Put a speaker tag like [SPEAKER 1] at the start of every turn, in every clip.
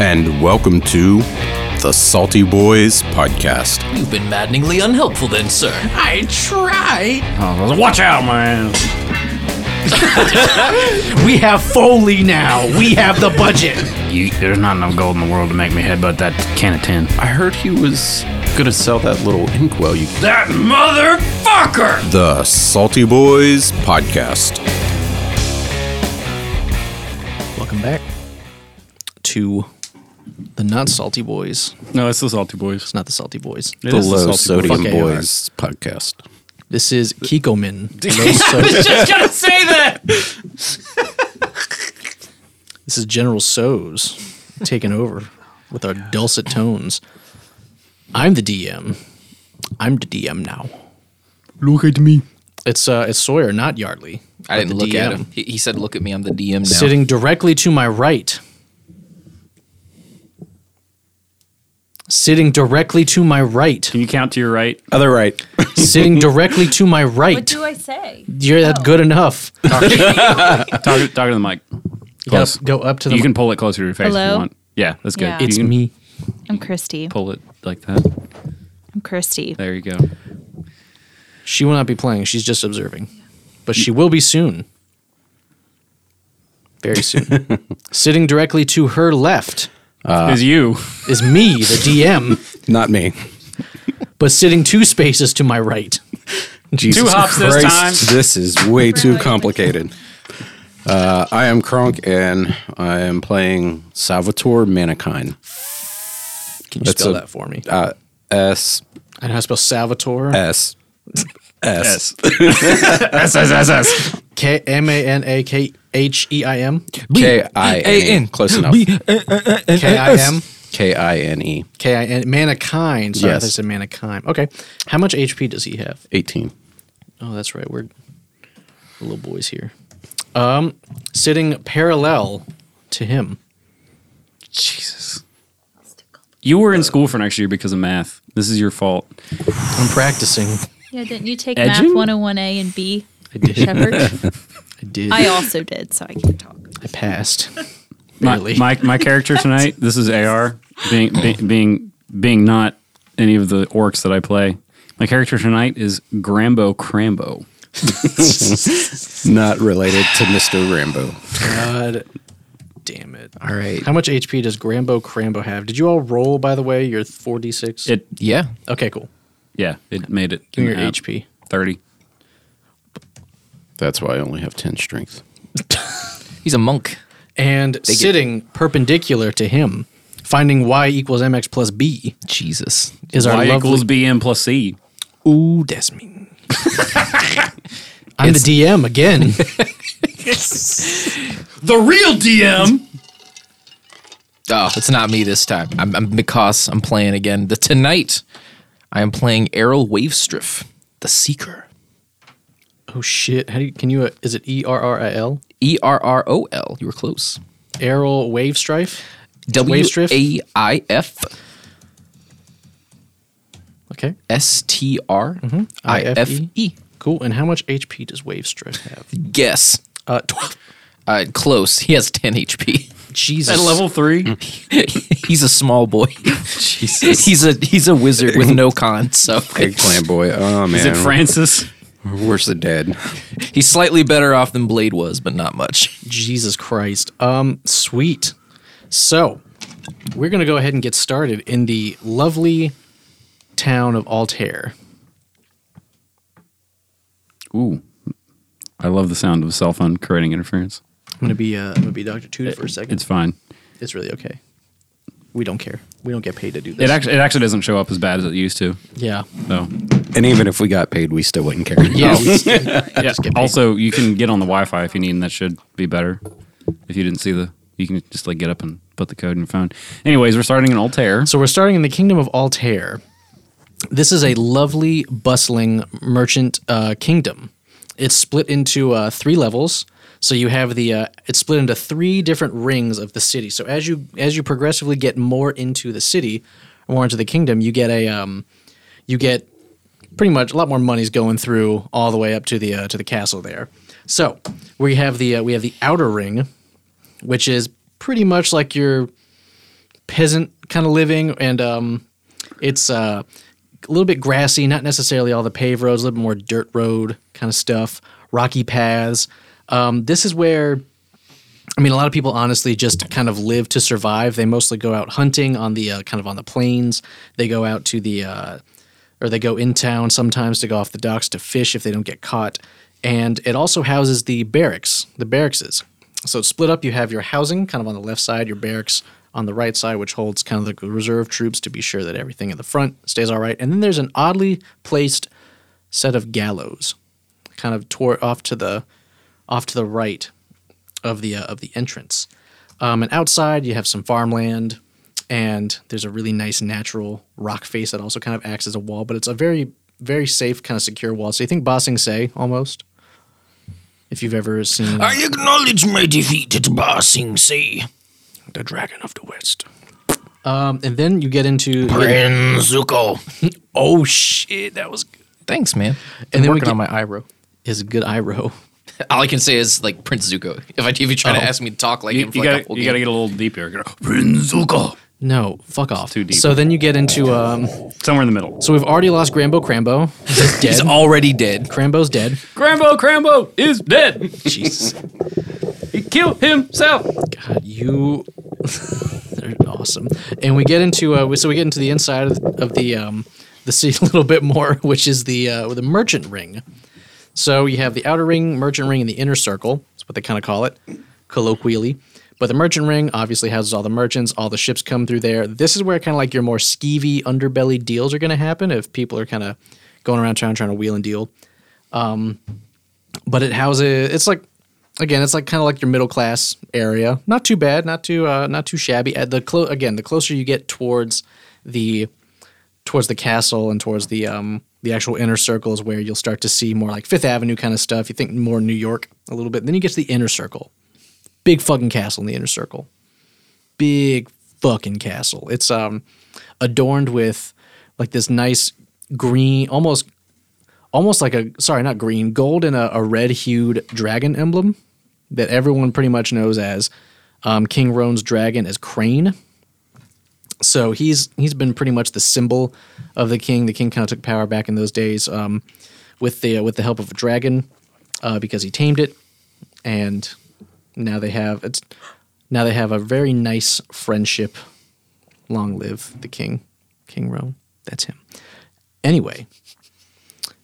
[SPEAKER 1] and welcome to the Salty Boys Podcast.
[SPEAKER 2] You've been maddeningly unhelpful then, sir.
[SPEAKER 3] I try.
[SPEAKER 4] Oh, Watch out, man.
[SPEAKER 3] We have Foley now. We have the budget.
[SPEAKER 4] You, there's not enough gold in the world to make me headbutt that can of tin.
[SPEAKER 1] I heard he was gonna sell that little inkwell. You,
[SPEAKER 4] That motherfucker!
[SPEAKER 1] the Salty Boys Podcast.
[SPEAKER 2] Welcome back to the not salty boys.
[SPEAKER 4] No, it's the Salty Boys.
[SPEAKER 2] It's not the salty boys.
[SPEAKER 4] It
[SPEAKER 1] The
[SPEAKER 4] is
[SPEAKER 1] Low
[SPEAKER 4] Salty
[SPEAKER 1] Sodium Boys
[SPEAKER 2] Boys.
[SPEAKER 1] Podcast.
[SPEAKER 2] This is Kikomin. Low Soda.
[SPEAKER 4] Just gotta say that.
[SPEAKER 2] this is General So's taking over with our dulcet tones. I'm the DM. I'm the DM now.
[SPEAKER 4] Look at me.
[SPEAKER 2] It's uh, it's Sawyer, not Yardley. but
[SPEAKER 5] I didn't
[SPEAKER 2] the
[SPEAKER 5] look
[SPEAKER 2] DM.
[SPEAKER 5] at him. He, he said, "Look at me. I'm the DM now."
[SPEAKER 2] Sitting directly to my right. Sitting directly to my right.
[SPEAKER 4] Can you count to your right?
[SPEAKER 1] Other right.
[SPEAKER 2] Sitting directly to my
[SPEAKER 6] What
[SPEAKER 2] right.
[SPEAKER 6] do I say?
[SPEAKER 2] You're that
[SPEAKER 6] Oh.
[SPEAKER 2] good enough.
[SPEAKER 4] Talk, talk to the mic.
[SPEAKER 2] Go,
[SPEAKER 4] Close.
[SPEAKER 2] go up to the.
[SPEAKER 4] You can pull it closer to your face if
[SPEAKER 6] Hello?
[SPEAKER 4] you want. Yeah, that's good.
[SPEAKER 6] Yeah.
[SPEAKER 4] You
[SPEAKER 2] it's
[SPEAKER 4] can
[SPEAKER 2] me.
[SPEAKER 6] I'm Christy.
[SPEAKER 4] Pull it like that.
[SPEAKER 6] I'm Christy.
[SPEAKER 4] There you go.
[SPEAKER 2] She will not be playing. She's just observing, but she will be soon. Very soon. Sitting directly to her left Uh,
[SPEAKER 4] is you?
[SPEAKER 2] is me, the DM,
[SPEAKER 1] Not me.
[SPEAKER 2] but sitting two spaces to my right.
[SPEAKER 1] Jesus
[SPEAKER 4] hops this
[SPEAKER 1] Christ,
[SPEAKER 4] time.
[SPEAKER 1] this is way too complicated. Uh, I am Kronk, and I am playing Salvatore Manakine.
[SPEAKER 2] Can you
[SPEAKER 1] That's
[SPEAKER 2] spell
[SPEAKER 1] a-
[SPEAKER 2] that for me?
[SPEAKER 1] Uh, S
[SPEAKER 2] I know how to spell Salvatore.
[SPEAKER 1] S S.
[SPEAKER 4] S S S S.
[SPEAKER 2] K M A N A K H E I M.
[SPEAKER 1] K I N E. Close enough.
[SPEAKER 2] K I M.
[SPEAKER 1] K I N E.
[SPEAKER 2] K I N. Manakine. Sorry,
[SPEAKER 1] Yes.
[SPEAKER 2] I said Manakine. Okay. How much HP does he have?
[SPEAKER 1] 18.
[SPEAKER 2] Oh, that's right. We're the little boys here. Um, sitting parallel to him.
[SPEAKER 4] Jesus. You were in school for an extra year because of math. This is your fault.
[SPEAKER 2] I'm practicing.
[SPEAKER 6] Yeah, didn't you take
[SPEAKER 4] Edging?
[SPEAKER 6] Math 101A and B,
[SPEAKER 2] I did.
[SPEAKER 6] Shepard?
[SPEAKER 2] I did.
[SPEAKER 6] I
[SPEAKER 2] I,
[SPEAKER 6] also did, so I can talk.
[SPEAKER 2] passed.
[SPEAKER 4] my,
[SPEAKER 2] Really?
[SPEAKER 4] my my character tonight. This is AR being be, being being not any of the orcs that I play. My character tonight is Grambo Crambo.
[SPEAKER 1] Not related to Mr. Rambo.
[SPEAKER 2] God damn it.
[SPEAKER 5] All right.
[SPEAKER 2] How much HP does Grambo Crambo have? Did you all roll, by the way, your 4d6?
[SPEAKER 4] It
[SPEAKER 5] Yeah.
[SPEAKER 2] okay, cool.
[SPEAKER 4] yeah, it made it.
[SPEAKER 2] Give me
[SPEAKER 4] in
[SPEAKER 2] your
[SPEAKER 4] the app.
[SPEAKER 2] HP.
[SPEAKER 4] thirty.
[SPEAKER 1] That's why I only have 10 strength.
[SPEAKER 5] He's a monk.
[SPEAKER 2] And sitting perpendicular to him, finding y equals mx plus b
[SPEAKER 5] Jesus.
[SPEAKER 2] is our
[SPEAKER 4] Y
[SPEAKER 2] lovely.
[SPEAKER 4] equals BM plus C.
[SPEAKER 2] Ooh, that's me. I'm the DM again.
[SPEAKER 4] The real DM.
[SPEAKER 5] Oh, it's not me this time. I'm, I'm because I'm playing again. The tonight, I am playing Errol Wavestriff, the Seeker.
[SPEAKER 2] oh shit! How do you, can you? Uh, is it E R R I L?
[SPEAKER 5] E R R O L. You were close.
[SPEAKER 2] Errol Wave Strife.
[SPEAKER 5] W
[SPEAKER 2] Wavestriff?
[SPEAKER 5] A I F
[SPEAKER 2] Okay,
[SPEAKER 5] S T R Mm-hmm. I F E.
[SPEAKER 2] cool. And how much HP does Wave Strife have?
[SPEAKER 5] Guess.
[SPEAKER 2] Uh, twelve.
[SPEAKER 5] Uh, close. He has 10 HP.
[SPEAKER 2] Jesus.
[SPEAKER 4] At level three.
[SPEAKER 5] he's a small boy. Jesus. He's a he's a wizard with no cons. So
[SPEAKER 1] Eggplant boy. Oh, man.
[SPEAKER 4] Is it Francis?
[SPEAKER 1] Where's the dead?
[SPEAKER 5] he's slightly better off than Blade was, but not much.
[SPEAKER 2] Jesus Christ. Um, sweet. So, we're gonna go ahead and get started in the lovely town of Altair.
[SPEAKER 4] Ooh, I love the sound of a cell phone creating interference.
[SPEAKER 2] I'm gonna be uh, I'm gonna be Doctor Tutor for a second.
[SPEAKER 4] It's fine.
[SPEAKER 2] It's really okay. We don't care. We don't get paid to do this.
[SPEAKER 4] It actually it actually doesn't show up as bad as it used to.
[SPEAKER 2] yeah.
[SPEAKER 4] though.
[SPEAKER 1] And even if we got paid, we still wouldn't care.
[SPEAKER 2] Yeah. we just-
[SPEAKER 4] Yeah.
[SPEAKER 2] get paid.
[SPEAKER 4] Also, you can get on the Wi-Fi if you need, and that should be better. If you didn't see the, you can just like get up and put the code in your phone. Anyways, we're starting an Altair.
[SPEAKER 2] so we're starting in the kingdom of Altair. This is a lovely, bustling merchant uh, kingdom. It's split into uh, three levels. So you have the uh, it's split into three different rings of the city. So as you as you progressively get more into the city, more into the kingdom, you get a um, you get pretty much a lot more money's going through all the way up to the uh, to the castle there. So we have the uh, we have the outer ring, which is pretty much like your peasant kind of living, and um, it's uh, a little bit grassy, not necessarily all the paved roads, a little bit more dirt road kind of stuff, rocky paths. Um, this is where, I mean, a lot of people honestly just kind of live to survive. They mostly go out hunting on the uh, kind of on the plains. They go out to the, uh, or they go in town sometimes to go off the docks to fish if they don't get caught. And it also houses the barracks, the barrackses. So it's split up. You have your housing kind of on the left side, your barracks on the right side, which holds kind of the reserve troops to be sure that everything in the front stays all right. And then there's an oddly placed set of gallows, kind of toward off to the off to the right of the uh, of the entrance. Um, and outside, you have some farmland, and there's a really nice natural rock face that also kind of acts as a wall, but it's a very very safe kind of secure wall. So you think Bossing Say almost, if you've ever seen.
[SPEAKER 5] I acknowledge my defeat at Ba Sing Se.
[SPEAKER 2] The Dragon of the West. Um, and then you get into
[SPEAKER 5] Renzuko.
[SPEAKER 2] oh shit, that was good.
[SPEAKER 5] Thanks, man.
[SPEAKER 2] then
[SPEAKER 5] And
[SPEAKER 2] we
[SPEAKER 5] working
[SPEAKER 2] get-
[SPEAKER 5] on my eyebrow.
[SPEAKER 2] is a good eye row.
[SPEAKER 5] All I can say is like Prince Zuko. If I if you try to ask me to talk like
[SPEAKER 4] You,
[SPEAKER 5] him for
[SPEAKER 4] you
[SPEAKER 5] like
[SPEAKER 4] gotta,
[SPEAKER 5] a whole
[SPEAKER 4] you gotta
[SPEAKER 5] game.
[SPEAKER 4] get a little deeper. Rinzuko.
[SPEAKER 2] No, fuck off.
[SPEAKER 4] too deep.
[SPEAKER 2] So then you get into um.
[SPEAKER 4] Somewhere in the middle.
[SPEAKER 2] So we've already lost Grambo Crambo. He's dead.
[SPEAKER 5] He's already dead.
[SPEAKER 2] Crambo's dead.
[SPEAKER 4] Crambo Crambo is dead.
[SPEAKER 2] Jesus,
[SPEAKER 4] He killed himself.
[SPEAKER 2] God, you. They're awesome. And we get into uh, we- so we get into the inside of, of the um the city a little bit more, which is the uh, the merchant ring. So you have the outer ring, merchant ring, and the inner circle. That's what they kind of call it, colloquially. But the merchant ring obviously houses all the merchants. All the ships come through there. This is where kind of like your more skeevy underbelly deals are going to happen if people are kind of going around town trying to wheel and deal. Um, but it houses. It's like again, it's like kind of like your middle class area. Not too bad. Not too uh, not too shabby. At the clo- again, the closer you get towards the towards the castle and towards the um the actual inner circle is where you'll start to see more like Fifth Avenue kind of stuff. You think more New York a little bit. Then you get to the inner circle. Big fucking castle in the inner circle. Big fucking castle. It's um adorned with like this nice green almost almost like a sorry, not green, gold and a, a red hued dragon emblem that everyone pretty much knows as um, King Roan's dragon as Crane. So he's he's been pretty much the symbol of the king. The king kind of took power back in those days um, with the with the help of a dragon uh, because he tamed it, and now they have it's now they have a very nice friendship. Long live the king, King Roan. That's him. Anyway,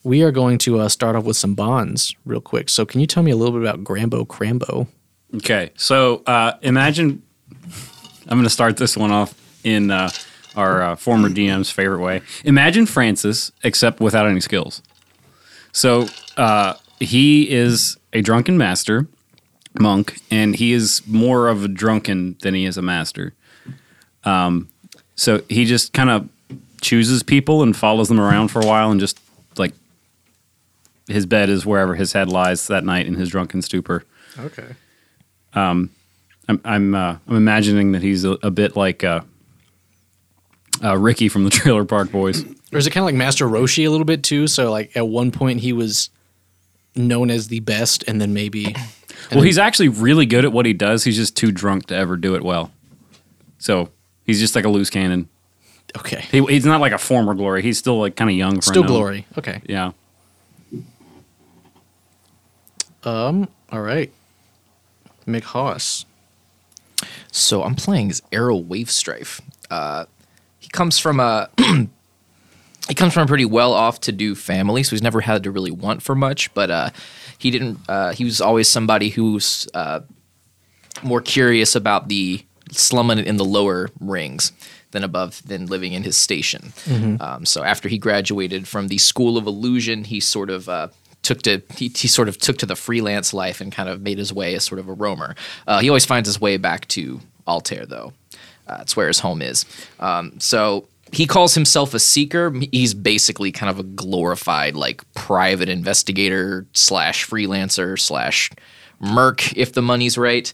[SPEAKER 2] we are going to uh, start off with some bonds real quick. So can you tell me a little bit about Grambo Crambo?
[SPEAKER 4] Okay, so uh, imagine I'm going to start this one off in uh, our uh, former DM's favorite way. Imagine Francis, except without any skills. So uh, he is a drunken master monk, and he is more of a drunken than he is a master. Um, so he just kind of chooses people and follows them around for a while, and just like his bed is wherever his head lies that night in his drunken stupor.
[SPEAKER 1] Okay.
[SPEAKER 4] I'm I'm uh, I'm imagining that he's a, a bit like uh, uh, Ricky from the Trailer Park Boys.
[SPEAKER 2] Or is it kind of like Master Roshi a little bit too? So like at one point he was known as the best, and then maybe
[SPEAKER 4] well, he's actually really good at what he does. He's just too drunk to ever do it well. So he's just like a loose cannon.
[SPEAKER 2] okay,
[SPEAKER 4] He, he's not like a former glory. He's still like kind of young. For
[SPEAKER 2] still
[SPEAKER 4] now.
[SPEAKER 2] glory. Okay,
[SPEAKER 4] Yeah.
[SPEAKER 2] all right. Mick Haas.
[SPEAKER 5] So I'm playing as Arrow Wavestrife. Uh, he comes from a he comes from a pretty well off to do family, so he's never had to really want for much. But uh, he didn't. Uh, he was always somebody who's uh, more curious about the slumming in the lower rings than above than living in his station. Um, so after he graduated from the School of Illusion, he sort of uh, took to he, he sort of took to the freelance life and kind of made his way as sort of a roamer. Uh, he always finds his way back to Altair though. Uh, it's where his home is. Um, so he calls himself a seeker. He's basically kind of a glorified like private investigator slash freelancer slash merc if the money's right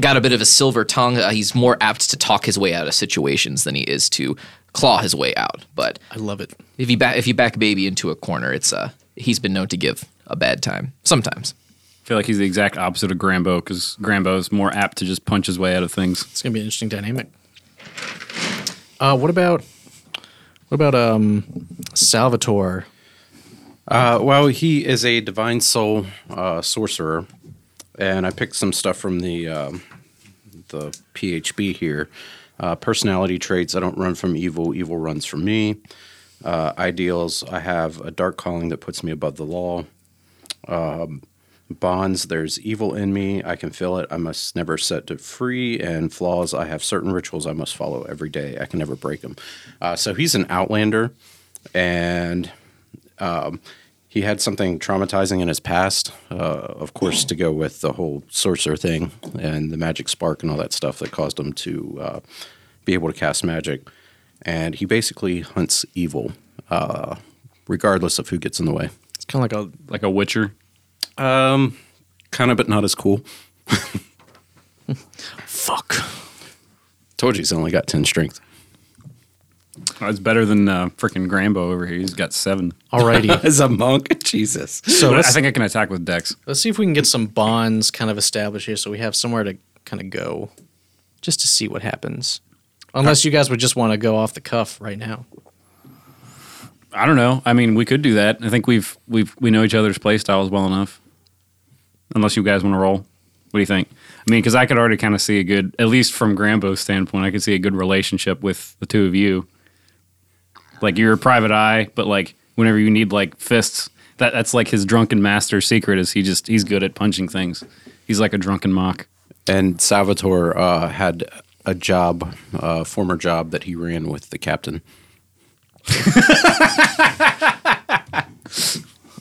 [SPEAKER 5] got a bit of a silver tongue. Uh, he's more apt to talk his way out of situations than he is to claw his way out. But
[SPEAKER 2] I love it.
[SPEAKER 5] if you back if you back baby into a corner, it's uh he's been known to give a bad time sometimes.
[SPEAKER 4] feel like he's the exact opposite of Grambo because Grambo is more apt to just punch his way out of things.
[SPEAKER 2] It's gonna be an interesting dynamic. Uh, what about what about um, Salvatore?
[SPEAKER 1] Uh, well, he is a divine soul uh, sorcerer, and I picked some stuff from the um, the PHB here. Uh, personality traits: I don't run from evil; evil runs from me. Uh, ideals: I have a dark calling that puts me above the law. Um, bonds: There's evil in me; I can feel it. I must never set it free. And flaws: I have certain rituals I must follow every day. I can never break them. Uh, so he's an outlander, and he had something traumatizing in his past, uh, of course, to go with the whole sorcerer thing and the magic spark and all that stuff that caused him to uh, be able to cast magic. And he basically hunts evil, uh, regardless of who gets in the way.
[SPEAKER 2] It's kind of like a
[SPEAKER 4] Like a Witcher.
[SPEAKER 1] Kind of, but not as cool.
[SPEAKER 2] fuck.
[SPEAKER 1] Told you he's only got 10 strength.
[SPEAKER 4] Oh, it's better than uh, freaking Grambo over here. He's got seven.
[SPEAKER 2] Alrighty,
[SPEAKER 1] As a monk, Jesus.
[SPEAKER 2] so
[SPEAKER 4] But I
[SPEAKER 2] let's,
[SPEAKER 4] think I can attack with Dex.
[SPEAKER 2] let's see if we can get some bonds kind of established here, so we have somewhere to kind of go, just to see what happens. Unless you guys would just want to go off the cuff right now.
[SPEAKER 4] I don't know. I mean, we could do that. I think we've we've we know each other's play styles well enough. Unless you guys want to roll, what do you think? I mean, because I could already kind of see a good, at least from Grambo's standpoint, I could see a good relationship with the two of you. Like you're a private eye, but like whenever you need like fists, that that's like his drunken master secret is he just he's good at punching things. He's like a drunken mock.
[SPEAKER 1] And Salvatore uh, had a job, uh, former job that he ran with the captain.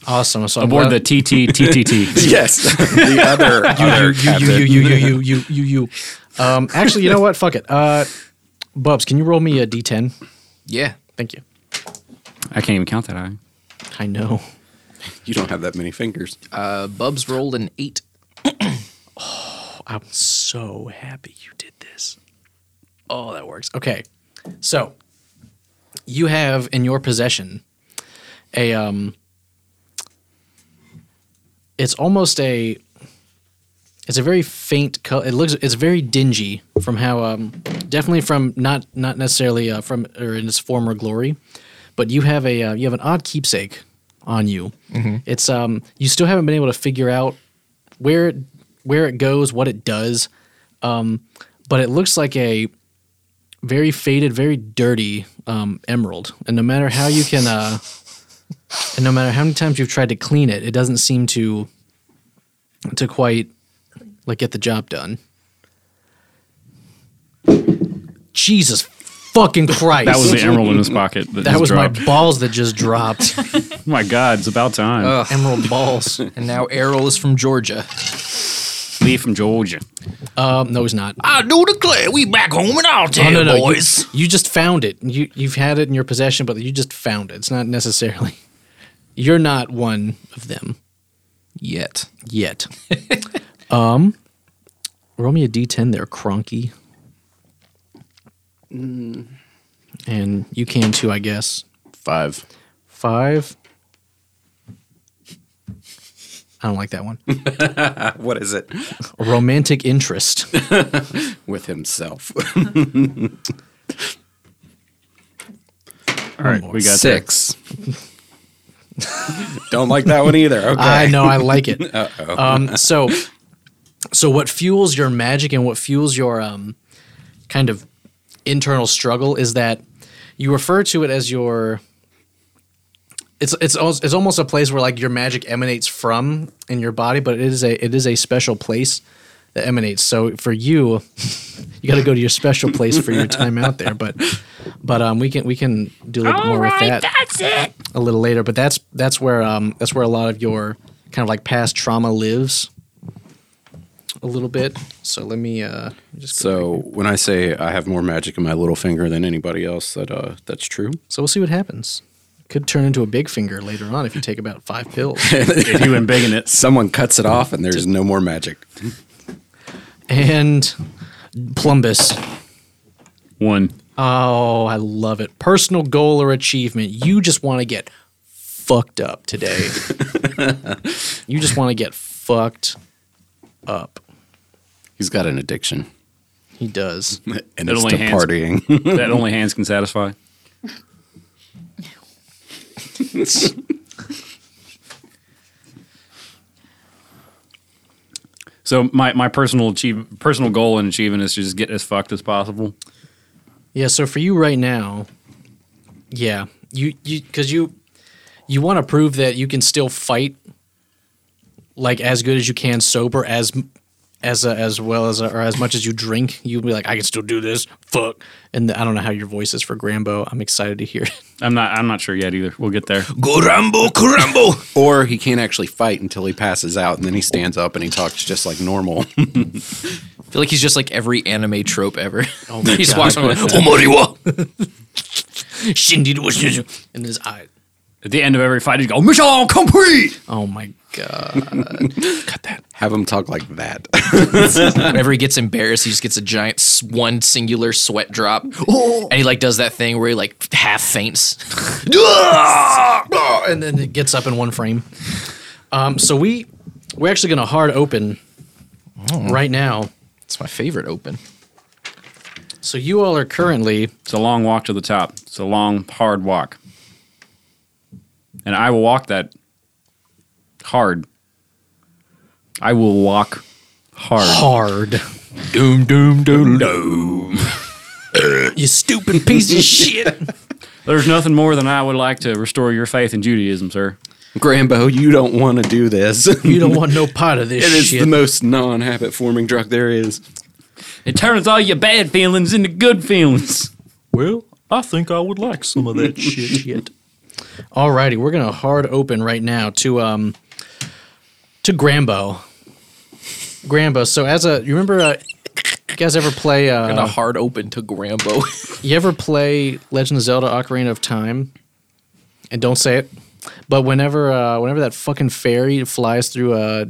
[SPEAKER 2] Awesome. So I'm
[SPEAKER 4] Aboard the
[SPEAKER 2] glad-
[SPEAKER 4] TTTTT.
[SPEAKER 1] Yes. the other. other captain.
[SPEAKER 2] you you you you you you you. Um, actually, you know what? Fuck it. Uh, Bubs, can you roll me a D10?
[SPEAKER 5] Yeah.
[SPEAKER 2] Thank you.
[SPEAKER 4] I can't even count that eye.
[SPEAKER 2] I know.
[SPEAKER 1] you don't have that many fingers.
[SPEAKER 5] Uh, Bubs rolled an eight.
[SPEAKER 2] I'm so happy you did this. Oh, that works. Okay. So you have in your possession a um it's almost a it's a very faint color. It looks it's very dingy from how um definitely from not not necessarily uh, from or in its former glory, but you have a uh, you have an odd keepsake on you. It's um you still haven't been able to figure out where it, where it goes, what it does. Um, but it looks like a very faded, very dirty um, emerald. And no matter how you can, uh, and no matter how many times you've tried to clean it, it doesn't seem to to quite like get the job done. Jesus fucking Christ!
[SPEAKER 4] That was the emerald in his pocket. That,
[SPEAKER 2] that was
[SPEAKER 4] dropped.
[SPEAKER 2] my balls that just dropped.
[SPEAKER 4] my. God, it's about time.
[SPEAKER 2] Uh. emerald balls.
[SPEAKER 5] And now Errol is from Georgia.
[SPEAKER 4] Lee from Georgia.
[SPEAKER 2] Um, no, he's not.
[SPEAKER 5] I do declare, we back home in our town,
[SPEAKER 2] Oh, no, you- You, just found it. You you've had it in your possession, but you just found it. It's not necessarily. You're not one of them
[SPEAKER 5] Yet.
[SPEAKER 2] yet. um, roll me a d10 there, Cronky.
[SPEAKER 4] Mm.
[SPEAKER 2] And you can too, I guess.
[SPEAKER 1] Five.
[SPEAKER 2] Five. I don't like that one.
[SPEAKER 1] What is it?
[SPEAKER 2] Romantic interest.
[SPEAKER 1] With himself.
[SPEAKER 4] All right, we got there.
[SPEAKER 1] Six. Don't like that one either. Okay.
[SPEAKER 2] I know, I like it. Um, so, so what fuels your magic and what fuels your um, kind of internal struggle is that you refer to it as your. It's it's al- it's almost a place where like your magic emanates from in your body, but it is a it is a special place that emanates. So for you, you got to go to your special place for your time out there. But but um, we can we can do a little bit more with that a little later, but that's that's where um, that's where a lot of your kind of like past trauma lives a little bit. So let me uh, just
[SPEAKER 1] So
[SPEAKER 2] go-
[SPEAKER 1] when I say I have more magic in my little finger than anybody else, that uh, that's true.
[SPEAKER 2] so we'll see what happens. Could turn into a big finger later on if you take about five pills.
[SPEAKER 4] If you and bigging it.
[SPEAKER 1] Someone cuts it off, and there's no more magic.
[SPEAKER 2] and Plumbus.
[SPEAKER 4] One.
[SPEAKER 2] Oh, I love it. Personal goal or achievement. You just want to get fucked up today. you just want to get fucked up.
[SPEAKER 1] He's got an addiction,
[SPEAKER 2] He does.
[SPEAKER 1] and
[SPEAKER 4] It
[SPEAKER 1] it's to
[SPEAKER 4] only hands-
[SPEAKER 1] partying.
[SPEAKER 4] that only hands can satisfy. so my, my personal achieve, personal goal in achieving is to just get as fucked as possible.
[SPEAKER 2] Yeah, so for you right now, yeah, you you because you you want to prove that you can still fight like as good as you can sober as as uh as well as or as much as you drink. You'll be like, I can still do this. Fuck, and I don't know how your voice is for Grambo. I'm excited to hear it.
[SPEAKER 4] I'm not I'm not sure yet either. We'll get there.
[SPEAKER 5] Gurambo, Gurambo.
[SPEAKER 1] or he can't actually fight until he passes out, and then he stands up and he talks just like normal.
[SPEAKER 5] I feel like he's just like every anime trope ever. Oh my he just
[SPEAKER 2] God.
[SPEAKER 5] walks around. Omoriwa.
[SPEAKER 2] Shindy was in his eye.
[SPEAKER 4] At the end of every fight, you go Michelle complete.
[SPEAKER 2] Oh my god!
[SPEAKER 1] Have him talk like that.
[SPEAKER 5] Whenever he gets embarrassed, he just gets a giant s- one singular sweat drop, and he like does that thing where he like half faints.
[SPEAKER 2] and then it gets up in one frame. Um, so we we're actually gonna hard open right now.
[SPEAKER 5] It's my favorite open.
[SPEAKER 2] So you all are currently.
[SPEAKER 4] It's a long walk to the top. It's a long hard walk, and I will walk that hard. I will walk hard.
[SPEAKER 2] hard.
[SPEAKER 5] Doom, doom, doom, doom.
[SPEAKER 2] You stupid piece of shit.
[SPEAKER 4] There's nothing more than I would like to restore your faith in Judaism, sir.
[SPEAKER 1] Grambo, you don't want to do this. it
[SPEAKER 2] You don't want no part of this
[SPEAKER 1] is
[SPEAKER 2] shit.
[SPEAKER 1] the most non-habit forming drug there is.
[SPEAKER 4] It turns all your bad feelings into good feelings.
[SPEAKER 7] Well, I think I would like some of that shit.
[SPEAKER 2] shit. Alrighty, we're gonna hard open right now to um to Grambo. Grambo. So as a you remember, uh, you guys ever play?
[SPEAKER 5] And a
[SPEAKER 2] Uh,
[SPEAKER 5] hard open to Grambo.
[SPEAKER 2] you ever play Legend of Zelda: Ocarina of Time? And don't say it. But whenever uh, whenever that fucking fairy flies through uh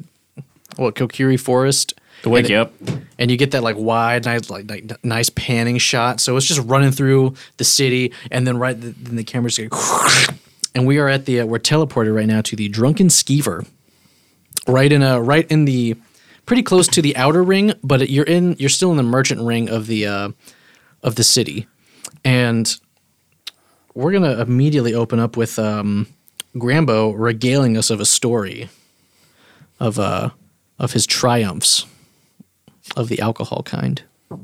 [SPEAKER 2] what Kokiri Forest,
[SPEAKER 4] To wake you up.
[SPEAKER 2] and you get that like wide, nice, like, like n- nice panning shot. So it's just running through the city, and then right th- then the cameras go, and we are at the uh, we're teleported right now to the drunken skeever, right in a right in the pretty close to the outer ring, but it, you're in you're still in the merchant ring of the uh, of the city, and we're gonna immediately open up with um, Grambo regaling us of a story of uh of his triumphs of the alcohol kind.
[SPEAKER 4] Look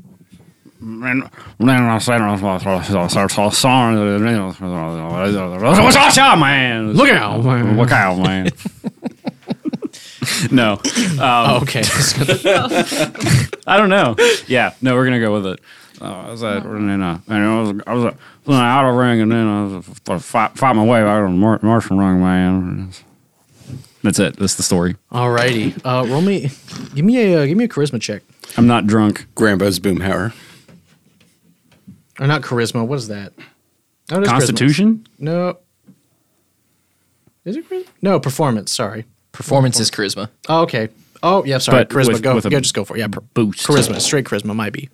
[SPEAKER 2] Look out!
[SPEAKER 4] out, man. No.
[SPEAKER 2] Oh, okay.
[SPEAKER 4] I don't know. Yeah, no, we're gonna go with it. Uh, I was at, and then, uh, and I was, I was, uh, in an outer ring, and then I was uh, fight, fight my way out on the mar- Martian ring, man. That's it. That's the story.
[SPEAKER 2] Alrighty. Uh, roll me. Give me a uh, give me a charisma check.
[SPEAKER 4] I'm not drunk.
[SPEAKER 1] Grambo's boomhauer.
[SPEAKER 2] Or not charisma. What is that? No, it is charisma.
[SPEAKER 4] Constitution?
[SPEAKER 2] No. Is it charisma? No, performance. Sorry.
[SPEAKER 5] Performance is charisma.
[SPEAKER 2] Oh, okay. Oh yeah. Sorry.
[SPEAKER 4] But
[SPEAKER 2] charisma.
[SPEAKER 4] with-
[SPEAKER 2] go.
[SPEAKER 4] with a
[SPEAKER 2] yeah, just go for it. Yeah. per-
[SPEAKER 4] boost.
[SPEAKER 2] Charisma. Straight charisma might be.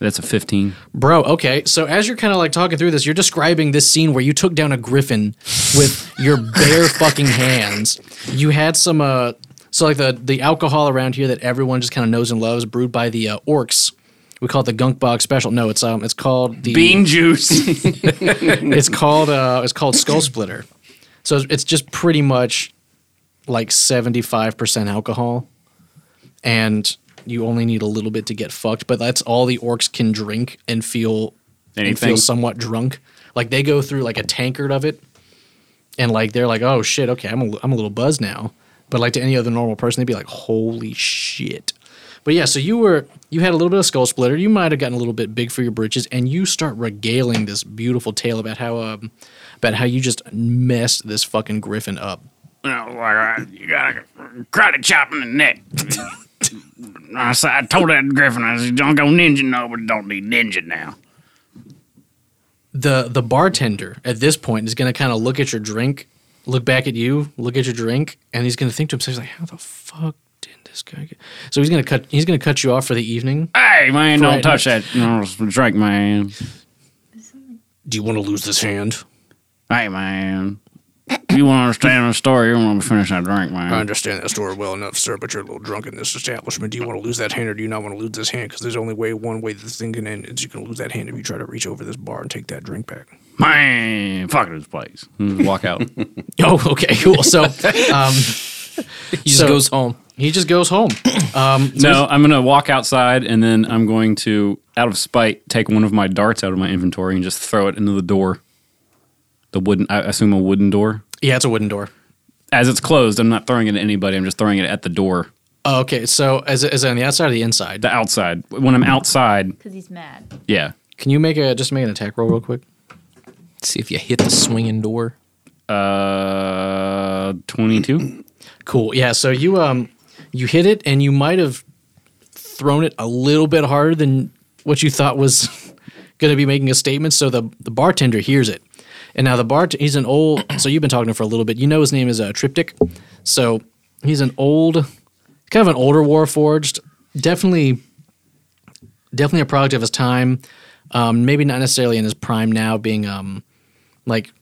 [SPEAKER 4] That's a 15.
[SPEAKER 2] Bro, okay. So as you're kind of like talking through this, you're describing this scene where you took down a griffin with your bare fucking hands. You had some uh so like the the alcohol around here that everyone just kind of knows and loves brewed by the uh, orcs. We call it the gunk bog special. No, it's um it's called the
[SPEAKER 4] Bean juice.
[SPEAKER 2] it's called uh it's called skull splitter. So it's- it's just pretty much like 75% alcohol and you only need a little bit to get fucked, but that's all the orcs can drink and feel and
[SPEAKER 4] Anything.
[SPEAKER 2] feel somewhat drunk. Like they go through like a tankard of it, and like they're like, "Oh shit, okay, I'm a, I'm a little buzzed now." But like to any other normal person, they'd be like, "Holy shit!" But yeah, so you were you had a little bit of skull splitter. You might have gotten a little bit big for your britches, and you start regaling this beautiful tale about how um about how you just messed this fucking griffin up.
[SPEAKER 4] And I was like, "All right, you got a karate chop in the neck. I, said, I told that Griffin, I said, don't go ninja, no, but don't need ninja now.
[SPEAKER 2] the the bartender at this point is going to kind of look at your drink, look back at you, look at your drink, and he's going to think to himself he's like, "How the fuck did this guy get?" So he's going to cut he's going to cut you off for the evening.
[SPEAKER 4] Hey, man,
[SPEAKER 2] Right.
[SPEAKER 4] don't touch that no, it's a drink, man.
[SPEAKER 2] Do you want to lose this hand?
[SPEAKER 4] Hey, man. you want to understand the story, you're going to finish that drink, man.
[SPEAKER 8] I understand that story well enough, sir, but you're a little drunk in this establishment. Do you want to lose that hand or do you not want to lose this hand? Because there's only way one way this thing can end is you can lose that hand if you try to reach over this bar and take that drink back.
[SPEAKER 4] Man, fuck this place. And Walk out.
[SPEAKER 2] Oh, okay, cool. So um,
[SPEAKER 5] He just
[SPEAKER 2] So-
[SPEAKER 5] goes home.
[SPEAKER 2] he just goes home. Um,
[SPEAKER 4] no, I'm going to walk outside and then I'm going to, out of spite, take one of my darts out of my inventory and just throw it into the door. The wooden, I assume a wooden door.
[SPEAKER 2] yeah, it's a wooden door.
[SPEAKER 4] As it's closed, I'm not throwing it at anybody. I'm just throwing it at the door,
[SPEAKER 2] Oh, okay, so as is it on the outside or the inside?
[SPEAKER 4] the outside. When I'm outside,
[SPEAKER 6] because he's mad.
[SPEAKER 4] yeah.
[SPEAKER 2] Can you make a just make an attack roll real quick?
[SPEAKER 5] See if you hit the swinging door.
[SPEAKER 4] Uh, 22.
[SPEAKER 2] Cool. Yeah. So you um you hit it and you might have thrown it a little bit harder than what you thought was going to be making a statement. So the the bartender hears it, and now the bart he's an old. So you've been talking to him for a little bit. You know his name is uh, Triptych. So he's an old, kind of an older Warforged. Definitely, definitely a product of his time. Um, maybe not necessarily in his prime now, being um like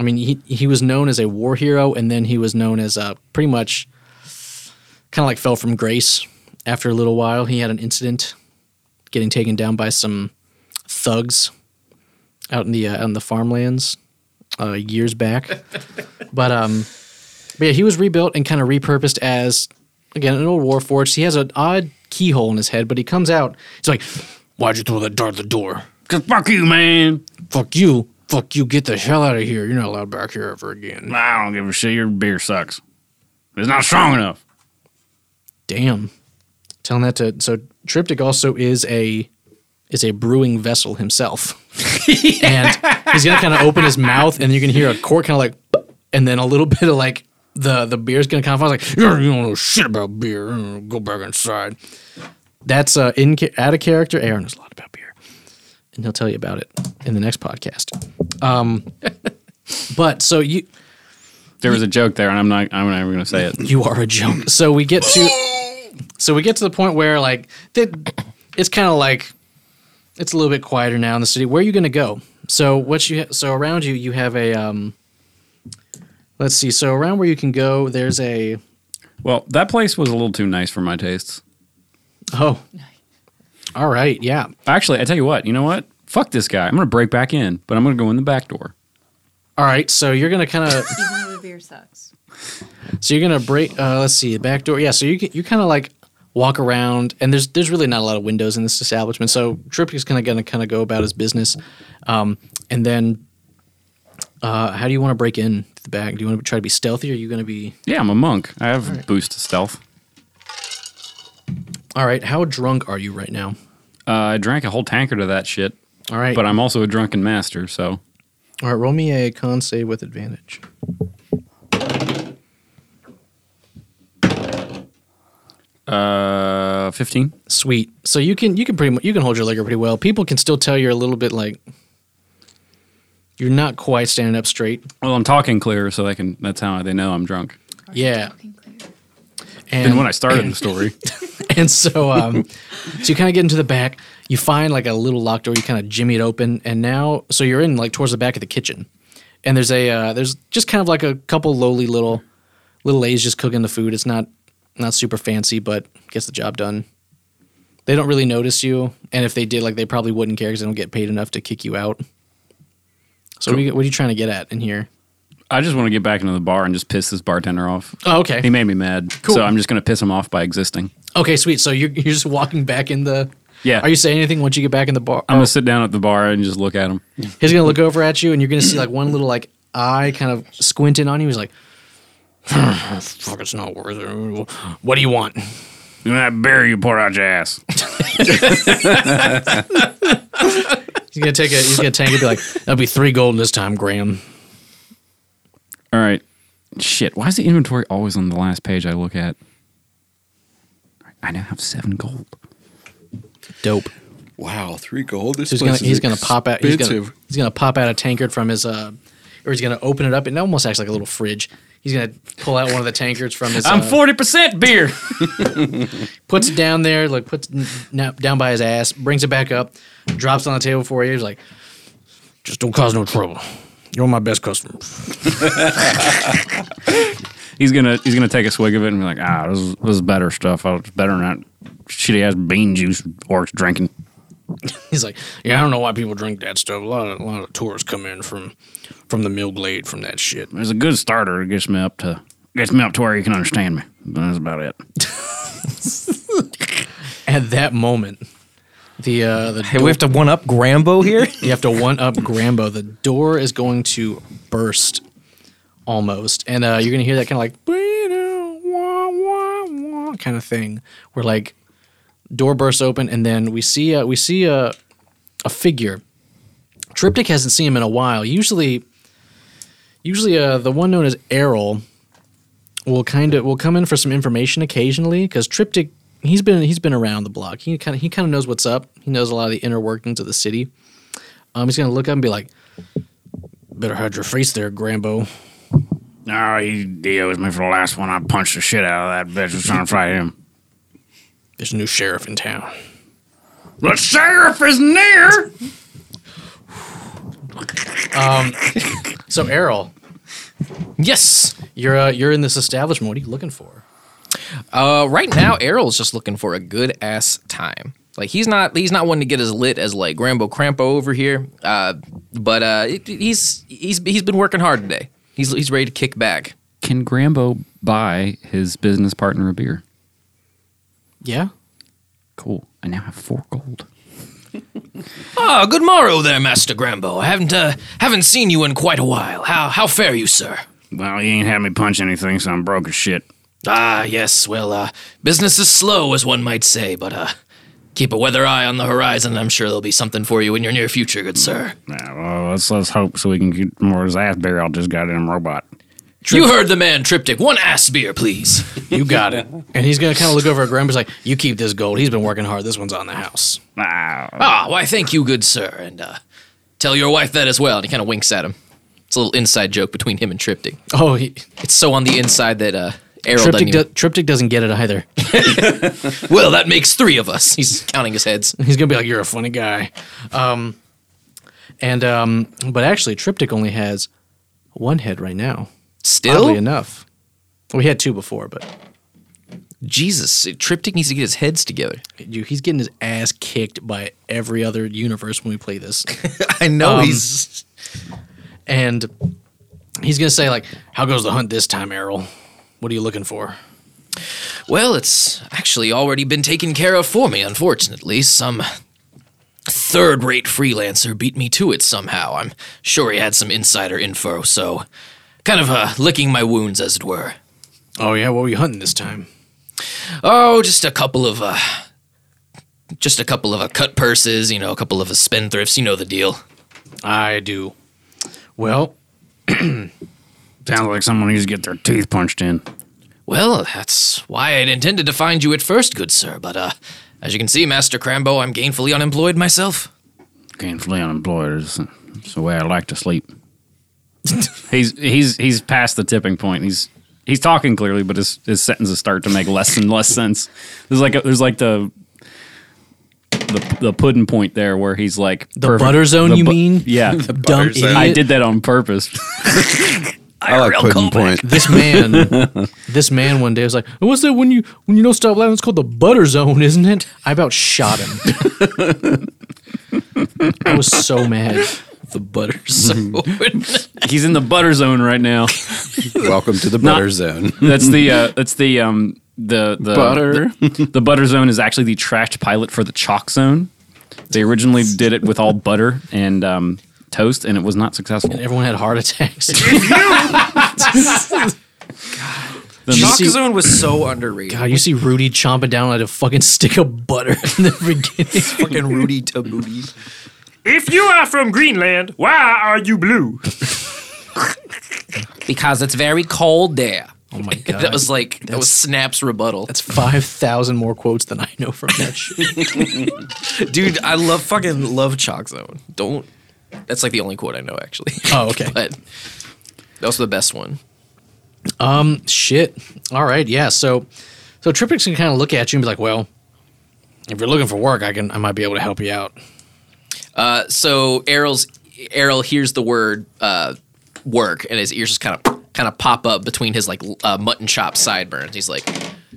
[SPEAKER 2] I mean, he he was known as a war hero, and then he was known as uh, pretty much kind of like fell from grace after a little while. He had an incident, getting taken down by some thugs out in the uh, out in the farmlands uh, years back. but um, but yeah, he was rebuilt and kind of repurposed as again an old war forge. He has an odd keyhole in his head, but he comes out. It's like,
[SPEAKER 8] Why'd you throw that dart at the door?
[SPEAKER 4] Because fuck you, man.
[SPEAKER 8] Fuck you. Fuck you. Get the hell out of here. You're not allowed back here ever again.
[SPEAKER 4] I don't give a shit. Your beer sucks. It's not strong enough.
[SPEAKER 2] Damn. Telling that to so Triptych also is a is a brewing vessel himself. and he's gonna kinda open his mouth and you can hear a cork kinda like and then a little bit of like the the beer's gonna kind of fall like
[SPEAKER 8] You're, you don't know shit about beer. Mm, Go back inside.
[SPEAKER 2] that's uh in ca- out of character. Aaron knows a lot about beer. And he'll tell you about it in the next podcast. Um but so you
[SPEAKER 4] There was a joke there, and I'm not. I'm not even going to say it.
[SPEAKER 2] you are a joke. So we get to so we get to the point where like they, it's kind of like it's a little bit quieter now in the city. Where are you going to go? So what you so around you you have a um let's see. So around where you can go there's a
[SPEAKER 4] Well, that place was a little too nice for my tastes.
[SPEAKER 2] oh. All right. Yeah.
[SPEAKER 4] Actually, I tell you what. You know what? Fuck this guy. I'm going to break back in, but I'm going to go in the back door.
[SPEAKER 2] All right. So you're going to kind of
[SPEAKER 6] Even though the beer sucks.
[SPEAKER 2] So you're gonna break. Uh, let's see, the back door. Yeah. So you you kind of like walk around, and there's there's really not a lot of windows in this establishment. So Tripp is kind of gonna kind of go about his business, um, and then uh, how do you want to break in to the back? Do you want to try to be stealthy? Or are you gonna be
[SPEAKER 4] Yeah, I'm a monk. I have boost to stealth.
[SPEAKER 2] all right? How drunk are you right now?
[SPEAKER 4] Uh, I drank a whole tankard of that shit,
[SPEAKER 2] All right.
[SPEAKER 4] but I'm also a drunken master. So
[SPEAKER 2] all right. Roll me a con save with advantage.
[SPEAKER 4] uh, 15.
[SPEAKER 2] Sweet. So you can you can pretty mu you can hold your liquor pretty well. People can still tell you're a little bit like you're not quite standing up straight.
[SPEAKER 4] Well, I'm talking clear, so they can. That's how they know I'm drunk.
[SPEAKER 2] Yeah.
[SPEAKER 4] And, when I started the story,
[SPEAKER 2] And so, um, so you kind of get into the back. You find like a little locked door. You kind of jimmy it open, and now, so you're in like towards the back of the kitchen, and there's a uh, there's just kind of like a couple lowly little little ladies just cooking the food. It's not not super fancy, but gets the job done. They don't really notice you, and if they did, like they probably wouldn't care because they don't get paid enough to kick you out. So what, are you, what are you trying to get at in here?
[SPEAKER 4] I just want to get back into the bar and just piss this bartender off.
[SPEAKER 2] Oh,
[SPEAKER 4] He
[SPEAKER 2] okay,
[SPEAKER 4] made me mad, so I'm just going to piss him off by existing.
[SPEAKER 2] okay, sweet. So you're you're just walking back in the.
[SPEAKER 4] Yeah.
[SPEAKER 2] Are you oh. saying anything once you get back in the bar?
[SPEAKER 4] I'm going to sit down at the bar and just look at him.
[SPEAKER 2] He's gonna look over at you, and you're gonna see like one little like eye kind of squinting on you. He's like,
[SPEAKER 8] Fuck, it's not worth it. What do you want?
[SPEAKER 4] That beer you pour out your ass.
[SPEAKER 2] he's gonna take a he's gonna tank and be like,
[SPEAKER 8] That'll be three gold this time, Graham.
[SPEAKER 4] All right. Shit. Why is the inventory always on the last page I look at? I now have seven gold.
[SPEAKER 2] dope.
[SPEAKER 1] Wow, three gold. This
[SPEAKER 2] So he's gonna he's gonna pop out he's gonna, he's gonna pop out a tankard from his uh or he's gonna open it up and it almost acts like a little fridge. He's gonna pull out one of the tankards from his. uh,
[SPEAKER 4] percent beer.
[SPEAKER 2] puts it down there, like puts it n- down by his ass, brings it back up, drops it on the table for you. He's like,
[SPEAKER 8] Just don't cause no trouble. You're my best customer.
[SPEAKER 4] He's gonna he's gonna take a swig of it and be like, ah, this is, this is better stuff. I was better than that shitty ass bean juice orcs drinking.
[SPEAKER 2] He's like,
[SPEAKER 8] Yeah, I don't know why people drink that stuff. A lot of a lot of tourists come in from from the mill glade from that shit.
[SPEAKER 4] It's a good starter. It gets me up to gets me up to where you can understand me. But that's about it.
[SPEAKER 2] at that moment, the uh, the
[SPEAKER 5] Hey, we have to one up Grambo here.
[SPEAKER 2] You have to one up Grambo. The door is going to burst almost. And uh, you're going to hear that kind of like, kind of thing where like door bursts open and then we see uh, we see a, a figure. Triptych hasn't seen him in a while. Usually, usually uh, the one known as Errol will kind of will come in for some information occasionally because Triptych he's been he's been around the block. He kind of he kind of knows what's up. He knows a lot of the inner workings of the city. Um, he's gonna look up and be like, "Better hide your face there, Grambo."
[SPEAKER 4] No, he DOs me for the last one. I punched the shit out of that bitch who's trying to fight him.
[SPEAKER 8] There's a new sheriff in town.
[SPEAKER 4] The sheriff is near.
[SPEAKER 2] So, Errol,
[SPEAKER 5] Yes.
[SPEAKER 2] you're uh, you're in this establishment. What are you looking for?
[SPEAKER 5] Uh, right now, Errol's just looking for a good ass time. Like he's not he's not one to get as lit as like Rambo Crampo over here. Uh, but uh, it- he's he's he's been working hard today. He's he's ready to kick back.
[SPEAKER 4] Can Grambo buy his business partner a beer?
[SPEAKER 2] Yeah,
[SPEAKER 4] Cool. I now have four gold.
[SPEAKER 5] Ah, good morrow there, Master Grambo. I haven't uh, haven't seen you in quite a while. How how fare you, sir?
[SPEAKER 4] Well, he ain't had me punch anything, so I'm broke as shit.
[SPEAKER 5] Ah, yes. Well, uh, business is slow, as one might say, but uh, keep a weather eye on the horizon. I'm sure there'll be something for you in your near future, good sir.
[SPEAKER 4] Yeah, well, let's let's hope so we can get more of his ass beer out this goddamn robot.
[SPEAKER 5] You heard the man, Triptych. One ass beer, please.
[SPEAKER 2] you got it. and he's gonna kind of look over at Grambo's like, "You keep this gold. He's been working hard. This one's on the house."
[SPEAKER 4] Ah,
[SPEAKER 5] Ah, why, thank you, good sir. And uh, tell your wife that as well. And he kind of winks at him. It's a little inside joke between him and Triptych.
[SPEAKER 2] Oh, he,
[SPEAKER 5] It's so on the inside that uh, Errol doesn't
[SPEAKER 2] Triptych, do,
[SPEAKER 5] even,
[SPEAKER 2] Triptych doesn't get it either.
[SPEAKER 5] Well, that makes three of us. He's counting his heads.
[SPEAKER 2] He's gonna be like, "You're a funny guy," um, and um, but actually, Triptych only has one head right now. Oddly
[SPEAKER 5] Still?
[SPEAKER 2] enough, well, he had two before, but
[SPEAKER 5] Jesus, Triptych needs to get his heads together.
[SPEAKER 2] dude, he's getting his ass kicked by every other universe when we play this.
[SPEAKER 5] I know
[SPEAKER 2] he's- and he's gonna say like, "How goes the hunt this time, Errol? What are you looking for?"
[SPEAKER 5] Well, it's actually already been taken care of for me, unfortunately. Some third rate freelancer beat me to it somehow. I'm sure he had some insider info, so kind of uh, licking my wounds, as it were.
[SPEAKER 2] Oh yeah, what were you hunting this time?
[SPEAKER 5] Oh, just a couple of, uh, just a couple of uh, cut purses, you know, a couple of uh, spendthrifts, you know the deal.
[SPEAKER 2] I do. Well,
[SPEAKER 4] sounds like someone needs to get their teeth punched in.
[SPEAKER 5] Well, that's why I'd intended to find you at first, good sir, but, uh, as you can see, Master Crambo, I'm gainfully unemployed myself.
[SPEAKER 4] Can't flee unemployed. It's, it's the way I like to sleep. he's he's he's past the tipping point. He's he's talking clearly, but his his sentences start to make less and less sense. There's like a, there's like the. The, the pudding point there where he's like
[SPEAKER 2] The butter zone, you mean?
[SPEAKER 4] yeah
[SPEAKER 2] dumb
[SPEAKER 1] Butters out.
[SPEAKER 2] idiot.
[SPEAKER 4] I did that on purpose
[SPEAKER 1] I like pudding point.
[SPEAKER 2] This man, this man one day was like, "Oh, "What's that when you when you don't stop laughing? It's called the butter zone, isn't it?" I about shot him. I was so mad.
[SPEAKER 5] The butter sword.
[SPEAKER 4] he's in the butter zone right now
[SPEAKER 1] Welcome to the butter zone.
[SPEAKER 4] That's the uh, that's the um the the
[SPEAKER 1] Butter.
[SPEAKER 4] The, the butter zone is actually the trashed pilot for the chalk zone. They originally did it with all butter and um, toast, and it was not successful.
[SPEAKER 2] Everyone had heart attacks.
[SPEAKER 4] Then
[SPEAKER 5] Shock
[SPEAKER 4] the-
[SPEAKER 5] Zone was so underrated.
[SPEAKER 2] God, you see Rudy chomping down at a fucking stick of butter in the beginning.
[SPEAKER 5] fucking Rudy Tabooty.
[SPEAKER 7] If you are from Greenland, why are you blue?
[SPEAKER 5] Because it's very cold there.
[SPEAKER 2] Oh my god,
[SPEAKER 5] that was like that was Snap's rebuttal.
[SPEAKER 2] That's 5,000 more quotes than I know from that shit.
[SPEAKER 5] Dude, I love fucking love Chalk Zone. Don't. That's like the only quote I know actually.
[SPEAKER 2] oh, okay.
[SPEAKER 5] but that was the best one.
[SPEAKER 2] shit. All right, yeah. So so Tripix can kind of look at you and be like, "Well, if you're looking for work, I can I might be able to help you out."
[SPEAKER 5] So Errol's Errol hears the word uh, work, and his ears just kind of kind of pop up between his like l- uh, mutton chop sideburns. He's like,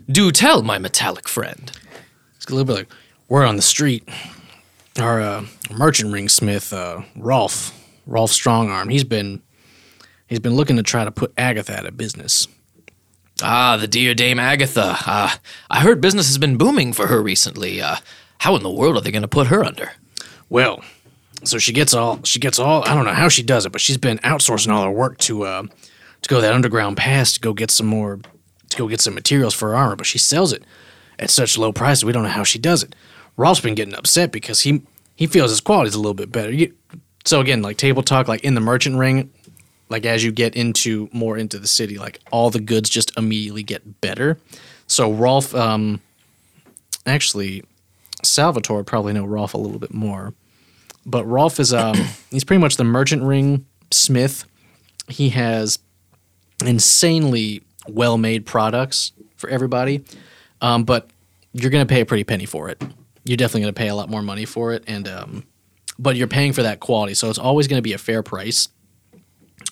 [SPEAKER 5] "Do tell, my metallic friend."
[SPEAKER 2] It's a little bit like we're on the street. Our uh, merchant ringsmith, uh, Rolf, Rolf Strongarm, he's been he's been looking to try to put Agatha out of business.
[SPEAKER 5] Ah, the dear Dame Agatha. Uh, I heard business has been booming for her recently. Uh, how in the world are they going to put her under?
[SPEAKER 2] Well, so she gets all she gets all I don't know how she does it, but she's been outsourcing all her work to uh, to go that underground pass to go get some more to go get some materials for her armor, but she sells it at such low prices we don't know how she does it. Rolf's been getting upset because he he feels his quality's a little bit better. You, so again, like table talk, like in the merchant ring, like as you get into more into the city, like all the goods just immediately get better. So Rolf, um, actually, Salvatore would probably know Rolf a little bit more but Rolf is um he's pretty much the merchant ring smith. He has insanely well made products for everybody, um, but you're gonna pay a pretty penny for it. You're definitely gonna pay a lot more money for it, and um, but you're paying for that quality, so it's always gonna be a fair price.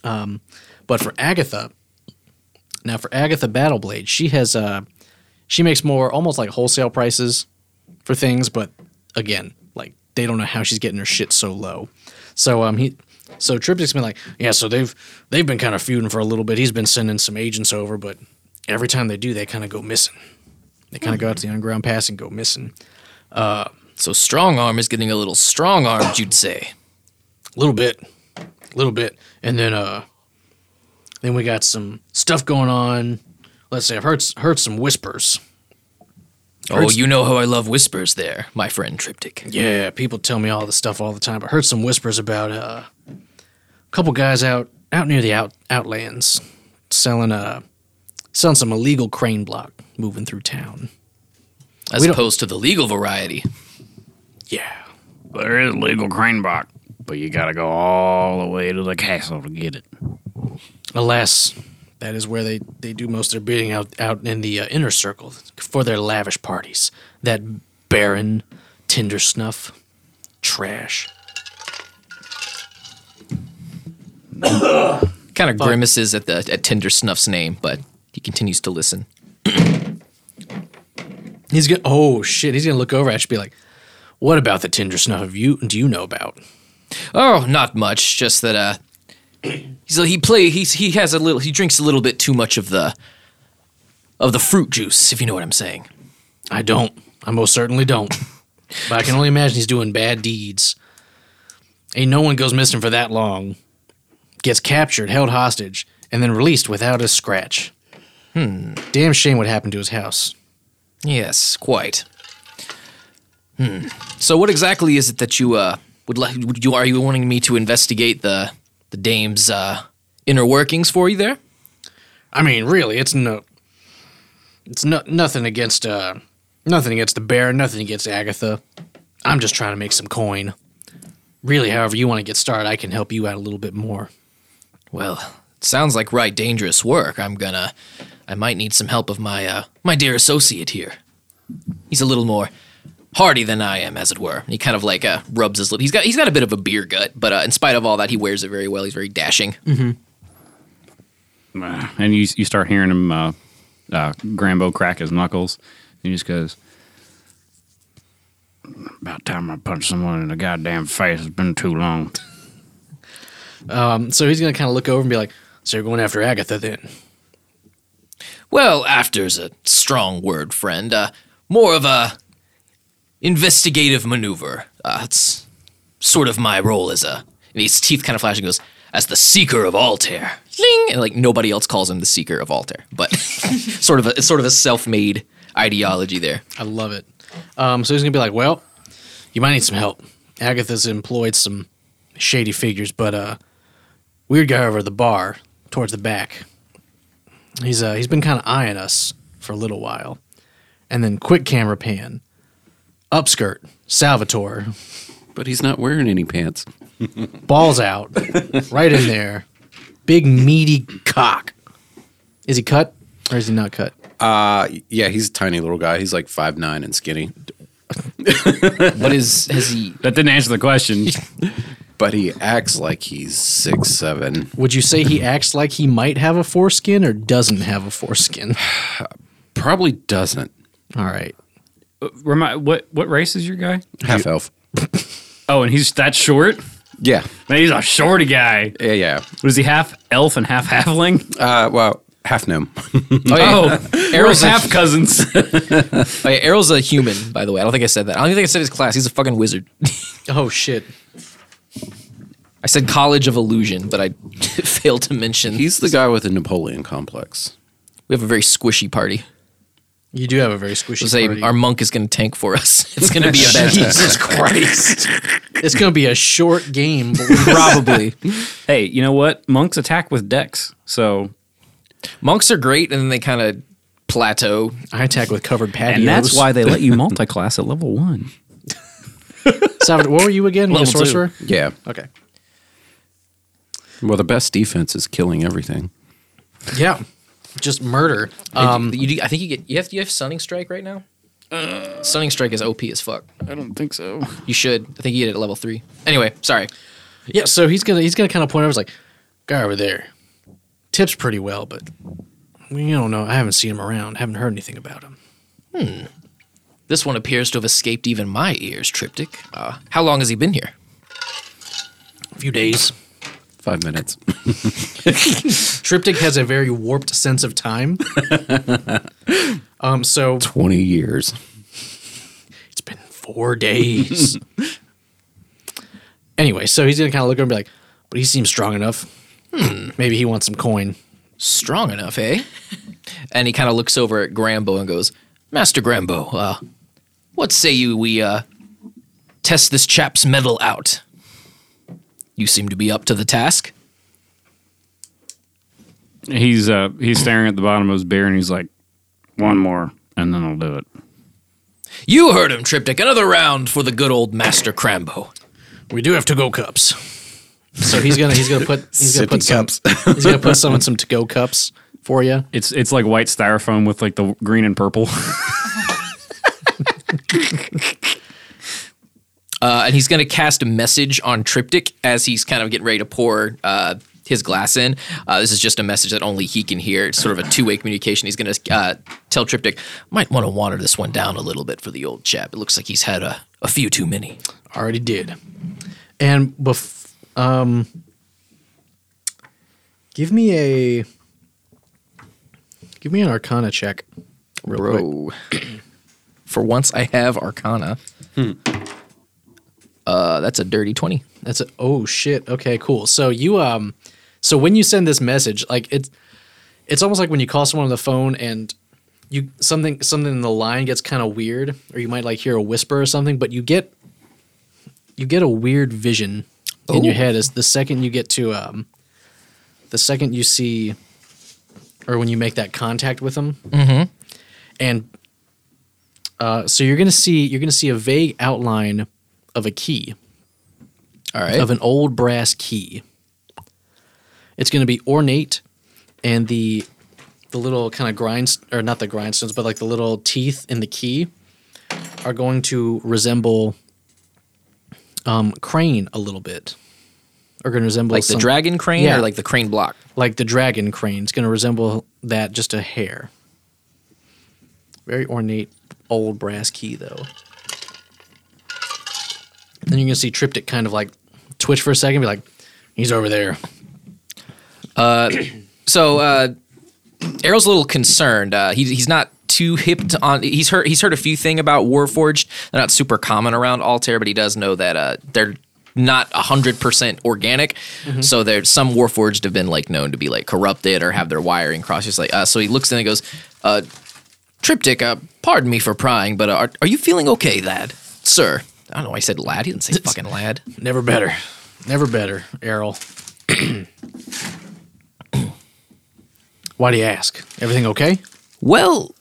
[SPEAKER 2] Um, but for Agatha, now for Agatha Battleblade, she has uh, she makes more almost like wholesale prices for things, but again, like they don't know how she's getting her shit so low. So um he so Triptych's been like, yeah, so they've they've been kind of feuding for a little bit. He's been sending some agents over, but every time they do, they kind of go missing. They kind of go out to the underground pass and go missing.
[SPEAKER 5] So strong arm is getting a little strong armed, you'd say.
[SPEAKER 2] A little bit, a little bit, and then uh, then we got some stuff going on. Let's say I've heard heard some whispers.
[SPEAKER 5] Oh, you know how I love whispers there, my friend Triptych.
[SPEAKER 2] Yeah, people tell me all this stuff all the time. I heard some whispers about uh, a couple guys out out near the out, outlands selling uh selling some illegal crane block moving through town.
[SPEAKER 5] As
[SPEAKER 2] We don't-
[SPEAKER 5] opposed to the legal variety.
[SPEAKER 2] Yeah,
[SPEAKER 4] There is legal crane box, but you gotta go all the way to the castle to get it.
[SPEAKER 2] alas, that is where they they do most of their bidding out out in the uh, inner circle for their lavish parties. That barren tinder snuff trash.
[SPEAKER 5] Kind of grimaces at the at Tinder Snuff's name, but he continues to listen.
[SPEAKER 2] He's gonna oh shit. He's gonna look over at you and be like, "What about the tinder snuff? Have you do you know about?"
[SPEAKER 5] Oh, not much. Just that uh, so he play he's he has a little he drinks a little bit too much of the of the fruit juice, if you know what I'm saying.
[SPEAKER 2] I don't. I most certainly don't. But I can only imagine he's doing bad deeds. Ain't no one goes missing for that long, gets captured, held hostage, and then released without a scratch. Hmm. Damn shame what happened to his house.
[SPEAKER 5] Yes, quite. Hmm. So, what exactly is it that you uh would like? Would you are you wanting me to investigate the the dame's uh inner workings for you there?
[SPEAKER 2] I mean, really, it's no, it's no, nothing against uh, nothing against the bear, nothing against Agatha. I'm just trying to make some coin. Really, however you want to get started, I can help you out a little bit more.
[SPEAKER 5] Well, it sounds like right dangerous work. I'm gonna. I might need some help of my uh, my dear associate here. He's a little more hardy than I am, as it were. He kind of like uh, rubs his lip. He's got he's got a bit of a beer gut, but uh, in spite of all that, he wears it very well. He's very dashing.
[SPEAKER 4] Uh, And you you start hearing him uh, uh, Grambo crack his knuckles, and he just goes. About time I punched someone in the goddamn face. It's been too long.
[SPEAKER 2] So he's gonna kind of look over and be like, "So you're going after Agatha then?"
[SPEAKER 5] Well, after's a strong word, friend. Uh, more of a investigative maneuver. Uh, it's sort of my role as a. And his teeth kind of flash and goes as the seeker of Altair. Zing! And like nobody else calls him the seeker of Altair, but sort of a it's sort of a self-made ideology there.
[SPEAKER 2] I love it. Um, so he's gonna be like, "Well, you might need some help. Agatha's employed some shady figures, but uh, weird guy over at the bar towards the back. He's uh, he's been kind of eyeing us for a little while, and then quick camera pan, upskirt, Salvatore,
[SPEAKER 1] But he's not wearing any pants.
[SPEAKER 2] balls out, right in there, big meaty cock. Is he cut or is he not cut?
[SPEAKER 1] Yeah, he's a tiny little guy. He's like five nine and skinny.
[SPEAKER 5] What is has he?
[SPEAKER 4] That didn't answer the question.
[SPEAKER 1] but he acts like he's six seven.
[SPEAKER 2] Would you say he acts like he might have a foreskin or doesn't have a foreskin?
[SPEAKER 1] Probably doesn't.
[SPEAKER 2] All right.
[SPEAKER 4] Remind what what race is your guy?
[SPEAKER 1] Half elf.
[SPEAKER 4] Oh, and he's that short.
[SPEAKER 1] Yeah,
[SPEAKER 4] Man, he's a shorty guy.
[SPEAKER 1] yeah, yeah.
[SPEAKER 4] Was he half elf and half halfling?
[SPEAKER 1] Uh, well, half gnome.
[SPEAKER 5] Oh, yeah.
[SPEAKER 4] Oh,
[SPEAKER 5] Arrow's
[SPEAKER 4] Arrow's
[SPEAKER 5] a-
[SPEAKER 4] half cousins.
[SPEAKER 5] Oh, yeah, Errol's a human, by the way. I don't think I said that. I don't think I said his class. He's a fucking wizard.
[SPEAKER 2] Oh shit.
[SPEAKER 5] I said College of Illusion, but I failed to mention
[SPEAKER 1] he's the guy with the Napoleon complex.
[SPEAKER 5] we have a very squishy party.
[SPEAKER 2] You do have a very squishy.
[SPEAKER 5] Let's say
[SPEAKER 2] party.
[SPEAKER 5] our monk is going to tank for us. It's going to be a bad Jesus Christ.
[SPEAKER 2] it's going to be a short game, but we-
[SPEAKER 5] Probably.
[SPEAKER 4] hey, you know what? Monks attack with dex. So
[SPEAKER 5] Monks are great, and then they kind of plateau.
[SPEAKER 2] I attack with covered patios.
[SPEAKER 4] and that's why they let you multiclass at level one.
[SPEAKER 2] Savage, what were you again? Were you a
[SPEAKER 5] Level two.
[SPEAKER 2] sorcerer?
[SPEAKER 1] Yeah.
[SPEAKER 2] Okay.
[SPEAKER 1] Well, the best defense is killing everything.
[SPEAKER 2] Yeah. Just murder.
[SPEAKER 5] Um, you, do- I think you get you have you have stunning strike right now. stunning strike is OP as fuck.
[SPEAKER 4] I don't think so.
[SPEAKER 5] You should. I think you get it at level three. Anyway, sorry.
[SPEAKER 2] Yeah, so he's gonna he's gonna kind of point over. He's like, guy over there, tips pretty well, but we don't know. I haven't seen him around. Haven't heard anything about him.
[SPEAKER 5] This one appears to have escaped even my ears. Triptych. Uh, how long has he been here?
[SPEAKER 2] A few days.
[SPEAKER 1] Five minutes.
[SPEAKER 2] Triptych has a very warped sense of time. um, so
[SPEAKER 1] 20 years.
[SPEAKER 2] it's been four days. anyway, so he's gonna kind of look over and be like, but he seems strong enough. Hmm, maybe he wants some coin.
[SPEAKER 5] Strong enough, eh? and he kind of looks over at Grambo and goes, "Master Grambo, uh, what say you we uh, test this chap's metal out? You seem to be up to the task."
[SPEAKER 4] He's uh he's staring at the bottom of his beer and he's like, one more and then I'll do it.
[SPEAKER 5] You heard him, Triptych. Another round for the good old Master Crambo.
[SPEAKER 2] We do have to go cups. So he's gonna he's gonna put he's gonna
[SPEAKER 1] Sippy
[SPEAKER 2] put some,
[SPEAKER 1] cups.
[SPEAKER 2] he's gonna put some in some to go cups for you.
[SPEAKER 4] It's it's like white styrofoam with like the green and purple.
[SPEAKER 5] Uh, and he's going to cast a message on Triptych as he's kind of getting ready to pour uh, his glass in. Uh, this is just a message that only he can hear. It's sort of a two way communication. He's going to uh, tell Triptych, might want to water this one down a little bit for the old chap. It looks like he's had a, a few too many.
[SPEAKER 2] Already did. And bef- um give me a give me an arcana check. Real quick.
[SPEAKER 5] Bro. for once, I have Arcana.
[SPEAKER 2] Hmm.
[SPEAKER 5] Uh, that's a dirty 20.
[SPEAKER 2] That's a oh shit. Okay, cool. So you um so when you send this message, like it's it's almost like when you call someone on the phone and you something something in the line gets kind of weird, or you might like hear a whisper or something, but you get you get a weird vision in your
[SPEAKER 5] Ooh.
[SPEAKER 2] head as the second you get to um the second you see or when you make that contact with them. Mm-hmm. And uh, so you're gonna see you're gonna see a vague outline of a key
[SPEAKER 5] All right.
[SPEAKER 2] of an old brass key. It's going to be ornate, and the the little kind of grinds or not the grindstones, but like the little teeth in the key are going to resemble um, crane a little bit. Are going to resemble
[SPEAKER 5] like the
[SPEAKER 2] some-
[SPEAKER 5] dragon crane
[SPEAKER 2] Yeah.
[SPEAKER 5] or like the crane block?
[SPEAKER 2] like the dragon crane. It's going to resemble that just a hair. Very ornate old brass key, though. Then you're going to see Triptych kind of like twitch for a second, be like, he's over there.
[SPEAKER 5] So uh, Errol's a little concerned. Uh, he, he's not too hip to on. He's heard he's heard a few thing about Warforged. They're not super common around Altair, but he does know that uh, they're not hundred percent organic. So there's some Warforged have been like known to be like corrupted or have their wiring crossed. He's like, uh, so he looks in and goes, uh, "Triptych, uh, pardon me for prying, but uh, are, are you feeling okay, lad, sir?" I don't know. why I said lad. He didn't say fucking lad.
[SPEAKER 2] Never better. Never better, Errol. Why do you ask? Everything okay?
[SPEAKER 5] Well,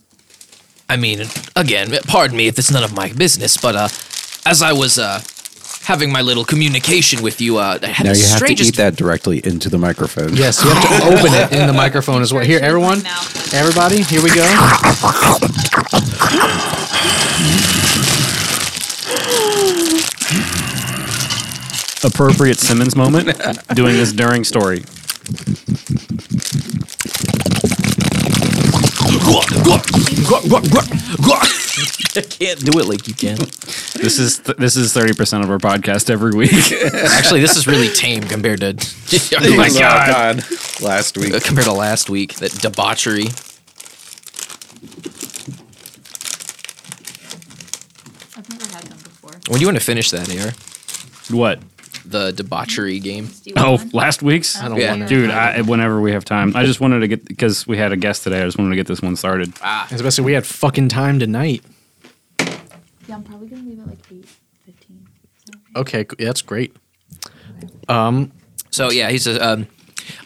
[SPEAKER 5] I mean, again, pardon me if it's none of my business, but uh, as I was uh, having my little communication with you, uh, I had
[SPEAKER 1] Now
[SPEAKER 5] the
[SPEAKER 1] you have to
[SPEAKER 5] strangest.
[SPEAKER 1] eat that directly into the microphone.
[SPEAKER 2] Yes, you have to open it in the microphone as well. Here, everyone, everybody, here we go.
[SPEAKER 4] appropriate Simmons moment doing this during story.
[SPEAKER 5] I can't do it like you can.
[SPEAKER 4] This is th- this is thirty percent of our podcast every week.
[SPEAKER 5] Actually, this is really tame compared to oh my
[SPEAKER 1] Oh,
[SPEAKER 5] god.
[SPEAKER 1] God. Last week.
[SPEAKER 5] Uh, compared to last week. That debauchery.
[SPEAKER 6] I've never had them before.
[SPEAKER 5] When do you want to finish that, Air?
[SPEAKER 4] what?
[SPEAKER 5] The debauchery game.
[SPEAKER 6] Do you
[SPEAKER 4] Oh,
[SPEAKER 6] want one?
[SPEAKER 4] last week's.
[SPEAKER 6] I don't
[SPEAKER 5] Yeah.
[SPEAKER 6] want it.
[SPEAKER 4] dude. I, whenever we have time, I just wanted to get because we had a guest today. I just wanted to get this one started.
[SPEAKER 2] As I said, we had fucking time tonight.
[SPEAKER 6] Yeah, I'm probably gonna leave at like eight fifteen.
[SPEAKER 2] Okay, c- yeah, that's great.
[SPEAKER 5] So yeah, he says, um,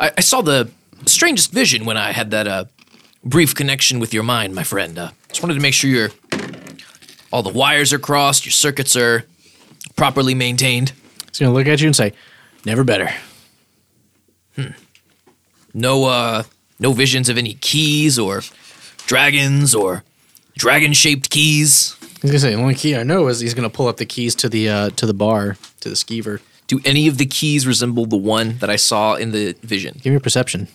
[SPEAKER 5] I, "I saw the strangest vision when I had that uh, brief connection with your mind, my friend. Uh, just wanted to make sure your all the wires are crossed, your circuits are properly maintained.
[SPEAKER 2] He's gonna look at you and say, "Never better."
[SPEAKER 5] No, uh, no visions of any keys or dragons or dragon-shaped keys.
[SPEAKER 2] He's gonna say, "The only key I know is he's gonna pull up the keys to the uh, to the bar to the skeever."
[SPEAKER 5] Do any of the keys resemble the one that I saw in the vision?
[SPEAKER 2] Give me a perception.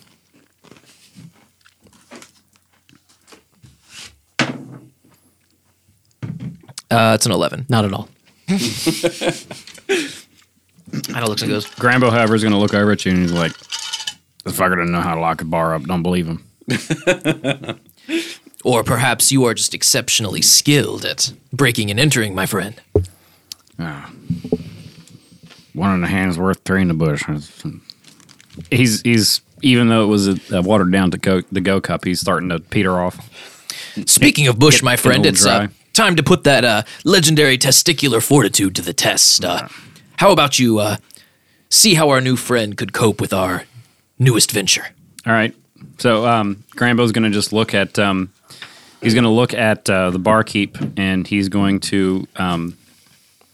[SPEAKER 5] Uh, it's an eleven.
[SPEAKER 2] Not at all.
[SPEAKER 5] I know looks and goes.
[SPEAKER 4] Grambo, however, is going to look over at you and he's like, "This fucker doesn't know how to lock a bar up. Don't believe him."
[SPEAKER 5] Or perhaps you are just exceptionally skilled at breaking and entering, my friend.
[SPEAKER 4] Ah. One in the hand's worth three in the bush. He's he's even though it was a, a watered down to go the go cup, he's starting to peter off.
[SPEAKER 5] Speaking of Bush, my friend,
[SPEAKER 4] all
[SPEAKER 5] it's uh,
[SPEAKER 4] dry.
[SPEAKER 5] time to put that uh, legendary testicular fortitude to the test. Uh, how about you uh, see how our new friend could cope with our newest venture?
[SPEAKER 4] All right. So um, Grambo's going to just look at um, he's going to look at uh, the barkeep and he's going to. Um,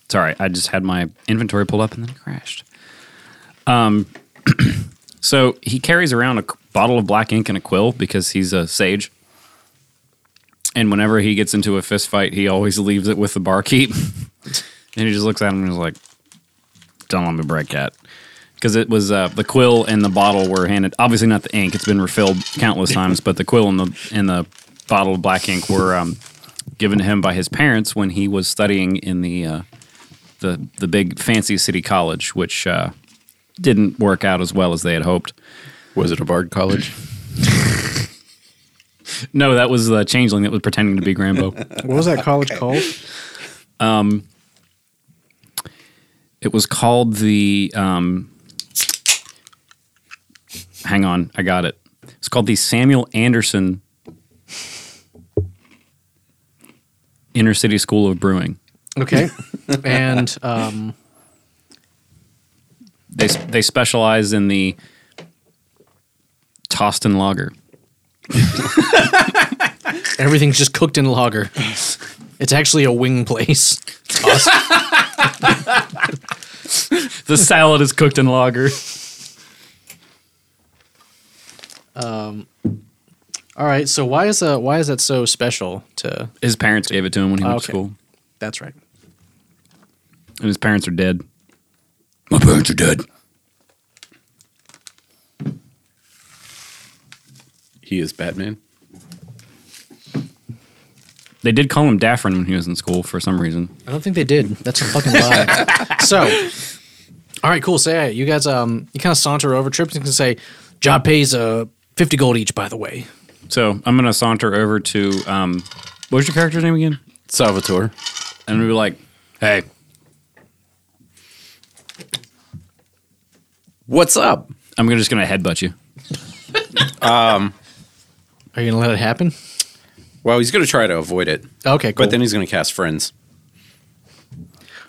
[SPEAKER 4] sorry, I just had my inventory pulled up and then it crashed. Um, so he carries around a c- bottle of black ink and a quill because he's a sage. And whenever he gets into a fist fight, he always leaves it with the barkeep. and he just looks at him and he's like, "Don't let me break that." because it was uh, the quill and the bottle were handed. Obviously, not the ink; it's been refilled countless times. But the quill and the and the bottle of black ink were um, given to him by his parents when he was studying in the uh, the the big fancy city college, which uh, didn't work out as well as they had hoped.
[SPEAKER 1] Was it a Bard College?
[SPEAKER 4] No, that was the changeling that was pretending to be Grambo.
[SPEAKER 2] What was that college called?
[SPEAKER 4] it was called the. Um, hang on, I got it. It's called the Samuel Anderson Inner City School of Brewing.
[SPEAKER 2] Okay, and um,
[SPEAKER 4] They they specialize in the tossed and lager.
[SPEAKER 2] everything's just cooked in lager. It's actually a wing place.
[SPEAKER 4] The salad is cooked in lager.
[SPEAKER 2] All right, so why is uh, why is that so special to?
[SPEAKER 4] His parents gave it to him when he went to
[SPEAKER 2] Okay.
[SPEAKER 4] school,
[SPEAKER 2] That's right.
[SPEAKER 4] and his parents are dead. My parents are dead.
[SPEAKER 1] He is Batman.
[SPEAKER 4] They did call him Daffrin when he was in school for some reason.
[SPEAKER 2] I don't think they did. That's a fucking lie. so, all right, cool. Say, hey, you guys, um, you kind of saunter over. Trippington can say, "Job pays uh fifty gold each, by the way."
[SPEAKER 4] So I'm gonna saunter over to um, what was your character's name again?
[SPEAKER 1] Salvatore.
[SPEAKER 4] And we were like, "Hey,
[SPEAKER 1] What's up?
[SPEAKER 4] I'm gonna- just gonna headbutt you."
[SPEAKER 2] Are you gonna let it happen?
[SPEAKER 1] Well, he's going to try to avoid it,
[SPEAKER 2] Okay, cool.
[SPEAKER 1] but then he's going to cast friends.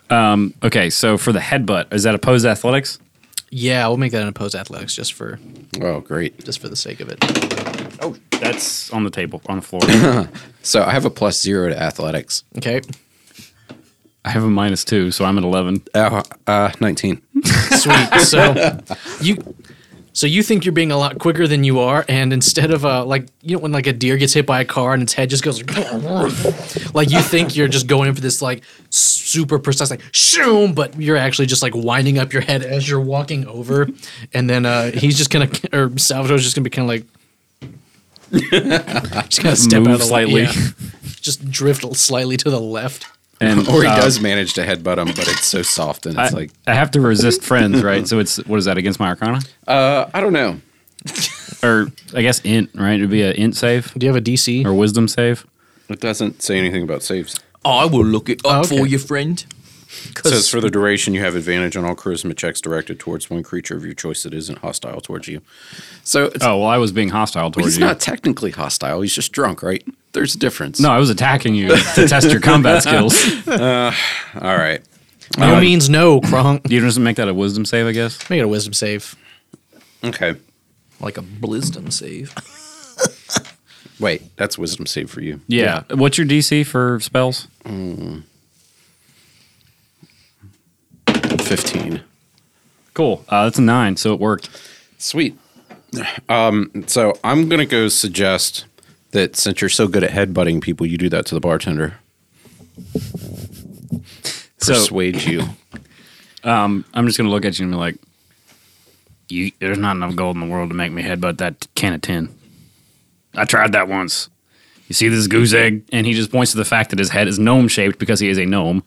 [SPEAKER 4] Okay, so for the headbutt, is that opposed athletics?
[SPEAKER 2] yeah, we'll make that an opposed athletics just for
[SPEAKER 1] Oh, great.
[SPEAKER 2] just for the sake of it.
[SPEAKER 4] That's on the table, on the floor.
[SPEAKER 1] So I have a plus zero to athletics.
[SPEAKER 2] Okay,
[SPEAKER 4] I have a minus two, so I'm at eleven.
[SPEAKER 1] Hmm. Uh, uh, 19.
[SPEAKER 2] sweet. so, you So you think you're being a lot quicker than you are, and instead of uh, like you know when like a deer gets hit by a car and its head just goes like, like you think you're just going in for this like super precise like shoom, but you're actually just like winding up your head as you're walking over, and then uh, he's just gonna or Salvador's just gonna be kind of like just gonna step out
[SPEAKER 4] Move
[SPEAKER 2] of the way,
[SPEAKER 4] slightly.
[SPEAKER 2] yeah. just drift slightly to the left.
[SPEAKER 4] And
[SPEAKER 1] Or he
[SPEAKER 4] uh,
[SPEAKER 1] does manage to headbutt him, but it's so soft and
[SPEAKER 4] I,
[SPEAKER 1] it's like
[SPEAKER 4] I have to resist friends, right? So it's what is that against my arcana?
[SPEAKER 1] uh, I don't know.
[SPEAKER 4] Or I guess int, right? It'd be an int save
[SPEAKER 2] Do you have a DC?
[SPEAKER 4] or wisdom save.
[SPEAKER 1] It doesn't say anything about saves.
[SPEAKER 5] I will look it
[SPEAKER 2] Oh,
[SPEAKER 5] up
[SPEAKER 2] okay.
[SPEAKER 5] for you, friend.
[SPEAKER 1] It says for the duration, you have advantage on all charisma checks directed towards one creature of your choice that isn't hostile towards you. So it's,
[SPEAKER 4] Oh well, I was being hostile towards
[SPEAKER 1] he's
[SPEAKER 4] you.
[SPEAKER 1] not technically hostile. He's just drunk, right? There's a difference.
[SPEAKER 4] no, I was attacking you to test your combat skills.
[SPEAKER 1] All right.
[SPEAKER 2] No means no, Kronk.
[SPEAKER 4] You just make that a wisdom save, I guess.
[SPEAKER 2] Make it a wisdom save.
[SPEAKER 1] Okay.
[SPEAKER 5] Like a blizdom save.
[SPEAKER 1] Wait, that's wisdom save for you.
[SPEAKER 4] Yeah. What's your DC for spells?
[SPEAKER 1] 15.
[SPEAKER 4] Cool. Uh, that's a nine, so it worked.
[SPEAKER 1] Sweet. Um, so I'm going to go suggest that since you're so good at headbutting people, you do that to the bartender.
[SPEAKER 4] So-
[SPEAKER 1] Persuade you.
[SPEAKER 4] I'm just gonna look at you and be like, "You, there's not enough gold in the world to make me headbutt that can of tin. I tried that once. You see this goose egg?" And he just points to the fact that his head is gnome shaped because he is a gnome.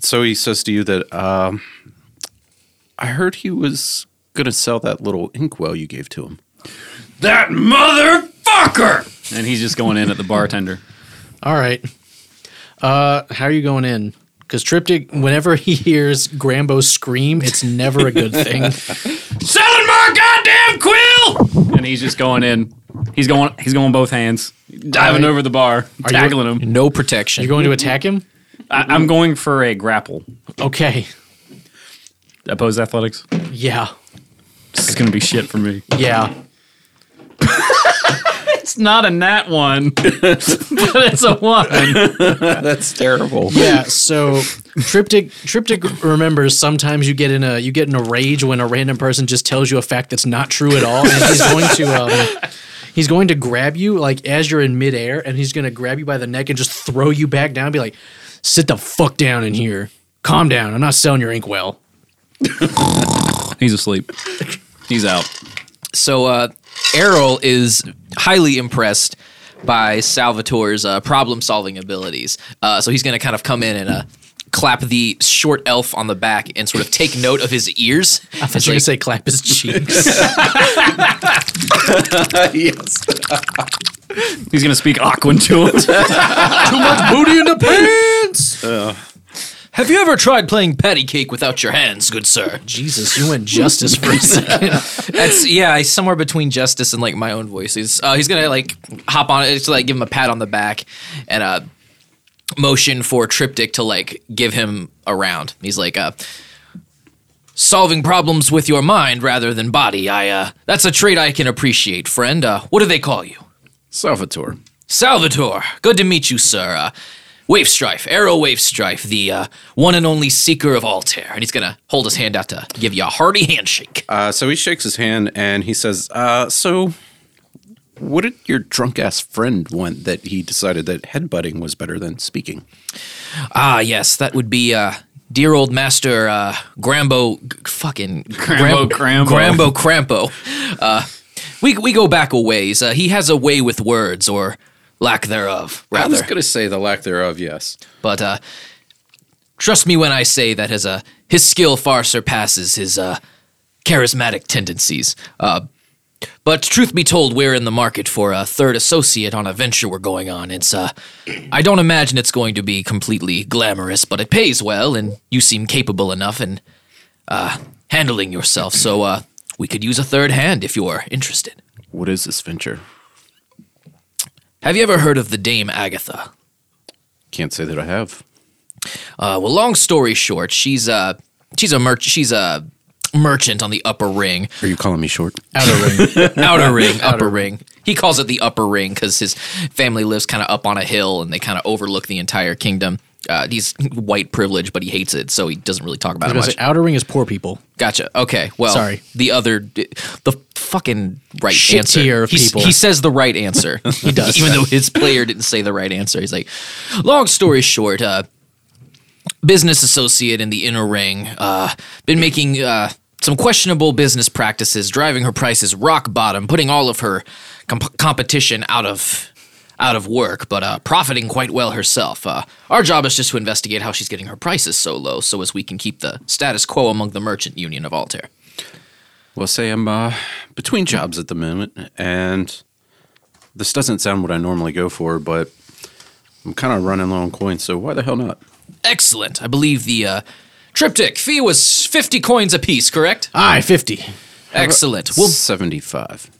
[SPEAKER 1] So he says to you that um, I heard he was going to sell that little inkwell you gave to him.
[SPEAKER 4] That motherfucker! And he's just going in at the bartender.
[SPEAKER 2] All right. Uh, how are you going in? Because Triptych, whenever he hears Grambo scream, it's never a good thing.
[SPEAKER 4] Selling my goddamn quill! And he's just going in. He's going. He's going both hands, diving
[SPEAKER 2] Alright.
[SPEAKER 4] over the bar, tackling him.
[SPEAKER 5] No protection.
[SPEAKER 2] You're going to attack him?
[SPEAKER 4] I, I'm going for a grapple.
[SPEAKER 2] Okay.
[SPEAKER 4] Opposed athletics.
[SPEAKER 2] Yeah.
[SPEAKER 4] This is gonna be shit for me.
[SPEAKER 2] Yeah.
[SPEAKER 4] It's not a nat one, but it's a one.
[SPEAKER 1] That's terrible.
[SPEAKER 2] Yeah. So Triptych Triptych remembers sometimes you get in a you get in a rage when a random person just tells you a fact that's not true at all, and he's going to um, he's going to grab you like as you're in midair, and he's going to grab you by the neck and just throw you back down, and be like, "Sit the fuck down in here. Calm down. I'm not selling your inkwell."
[SPEAKER 4] He's asleep. He's out.
[SPEAKER 5] So uh, Errol is highly impressed by Salvatore's uh, problem-solving abilities. Uh, so he's going to kind of come in and uh, clap the short elf on the back and sort of take note of his ears.
[SPEAKER 2] I was
[SPEAKER 5] It's
[SPEAKER 2] going
[SPEAKER 5] like,
[SPEAKER 2] to say clap his cheeks.
[SPEAKER 1] yes.
[SPEAKER 4] He's gonna speak Aquan to him.
[SPEAKER 2] Booty in the pants.
[SPEAKER 5] Have you ever tried playing patty cake without your hands, good sir?
[SPEAKER 2] Jesus, you went justice for a second.
[SPEAKER 5] That's yeah, I- somewhere between justice and like my own voices. Uh, he's gonna like hop on it, just like give him a pat on the back and uh, motion for Triptych to like give him a round. He's like, uh, solving problems with your mind rather than body. I uh, that's a trait I can appreciate, friend. Uh, what do they call you?
[SPEAKER 1] Salvatore.
[SPEAKER 5] Salvatore, good to meet you, sir. Uh, Wave Strife, Arrow Wave Strife, the uh, one and only seeker of Altair. And he's gonna hold his hand out to give you a hearty handshake.
[SPEAKER 1] Uh, so he shakes his hand and he says, uh, So, what did your drunk ass friend want that he decided that headbutting was better than speaking?
[SPEAKER 5] Ah, yes, that would be uh, dear old master uh, Grambo, g- fucking
[SPEAKER 4] Grambo Crambo.
[SPEAKER 5] Grambo Crampo. Uh, we we go back a ways. Uh, he has a way with words, or lack thereof,
[SPEAKER 1] I was
[SPEAKER 5] rather.
[SPEAKER 1] going to say the lack thereof, yes.
[SPEAKER 5] But uh, trust me when I say that his uh, his skill far surpasses his uh, charismatic tendencies. Uh, but truth be told, we're in the market for a third associate on a venture we're going on. It's uh, I don't imagine it's going to be completely glamorous, but it pays well, and you seem capable enough in uh, handling yourself. So uh, we could use a third hand if you're interested.
[SPEAKER 1] What is this venture?
[SPEAKER 5] Have you ever heard of the Dame Agatha?
[SPEAKER 1] Can't say that I have.
[SPEAKER 5] Uh, well, long story short, she's a she's a merch she's a merchant on the upper ring,
[SPEAKER 1] Are you calling me short?
[SPEAKER 5] outer ring, upper ring. He calls it the upper ring because his family lives kind of up on a hill and they kind of overlook the entire kingdom. Uh, he's white privilege, but he hates it, so he doesn't really talk about it
[SPEAKER 2] Because
[SPEAKER 5] much.
[SPEAKER 2] Outer Ring is poor people.
[SPEAKER 5] Gotcha. Okay. Well,
[SPEAKER 2] Sorry.
[SPEAKER 5] The other, the fucking right
[SPEAKER 2] Shit
[SPEAKER 5] answer.
[SPEAKER 2] tier of
[SPEAKER 5] He's-
[SPEAKER 2] people.
[SPEAKER 5] He says the right answer. he
[SPEAKER 2] does.
[SPEAKER 5] even though his player didn't say the right answer. He's like, long story short, uh, business associate in the inner ring, uh, been making uh, some questionable business practices, driving her prices rock bottom, putting all of her comp- competition out of out of work, but uh, profiting quite well herself. Uh, our job is just to investigate how she's getting her prices so low, so as we can keep the status quo among the merchant union of Altair.
[SPEAKER 1] Well, say I'm uh, between jobs at the moment, and this doesn't sound what I normally go for, but I'm kind of running low on coins, so why the hell not?
[SPEAKER 5] Excellent. I believe the uh, triptych fee was 50 coins apiece, correct?
[SPEAKER 2] Aye, 50.
[SPEAKER 5] Excellent.
[SPEAKER 1] Well,
[SPEAKER 5] Well,
[SPEAKER 1] 75.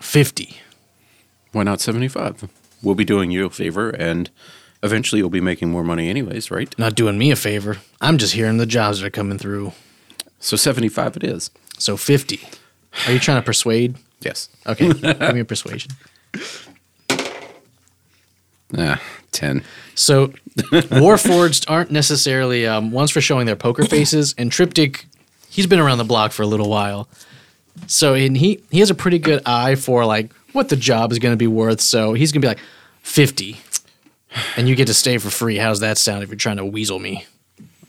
[SPEAKER 2] 50.
[SPEAKER 1] Why not 75? We'll be doing you a favor, and eventually you'll be making more money, anyways, right?
[SPEAKER 2] Not doing me a favor. I'm just hearing the jobs that are coming through.
[SPEAKER 1] So 75 it is.
[SPEAKER 2] So 50. Are you trying to persuade?
[SPEAKER 1] Yes.
[SPEAKER 2] Okay, give me a persuasion.
[SPEAKER 1] Ah, 10.
[SPEAKER 2] So, Warforged aren't necessarily um, ones for showing their poker faces, and Triptych, he's been around the block for a little while. So, and he he has a pretty good eye for like what the job is going to be worth. So he's going to be like fifty, and you get to stay for free. How's that sound? If you're trying to weasel me,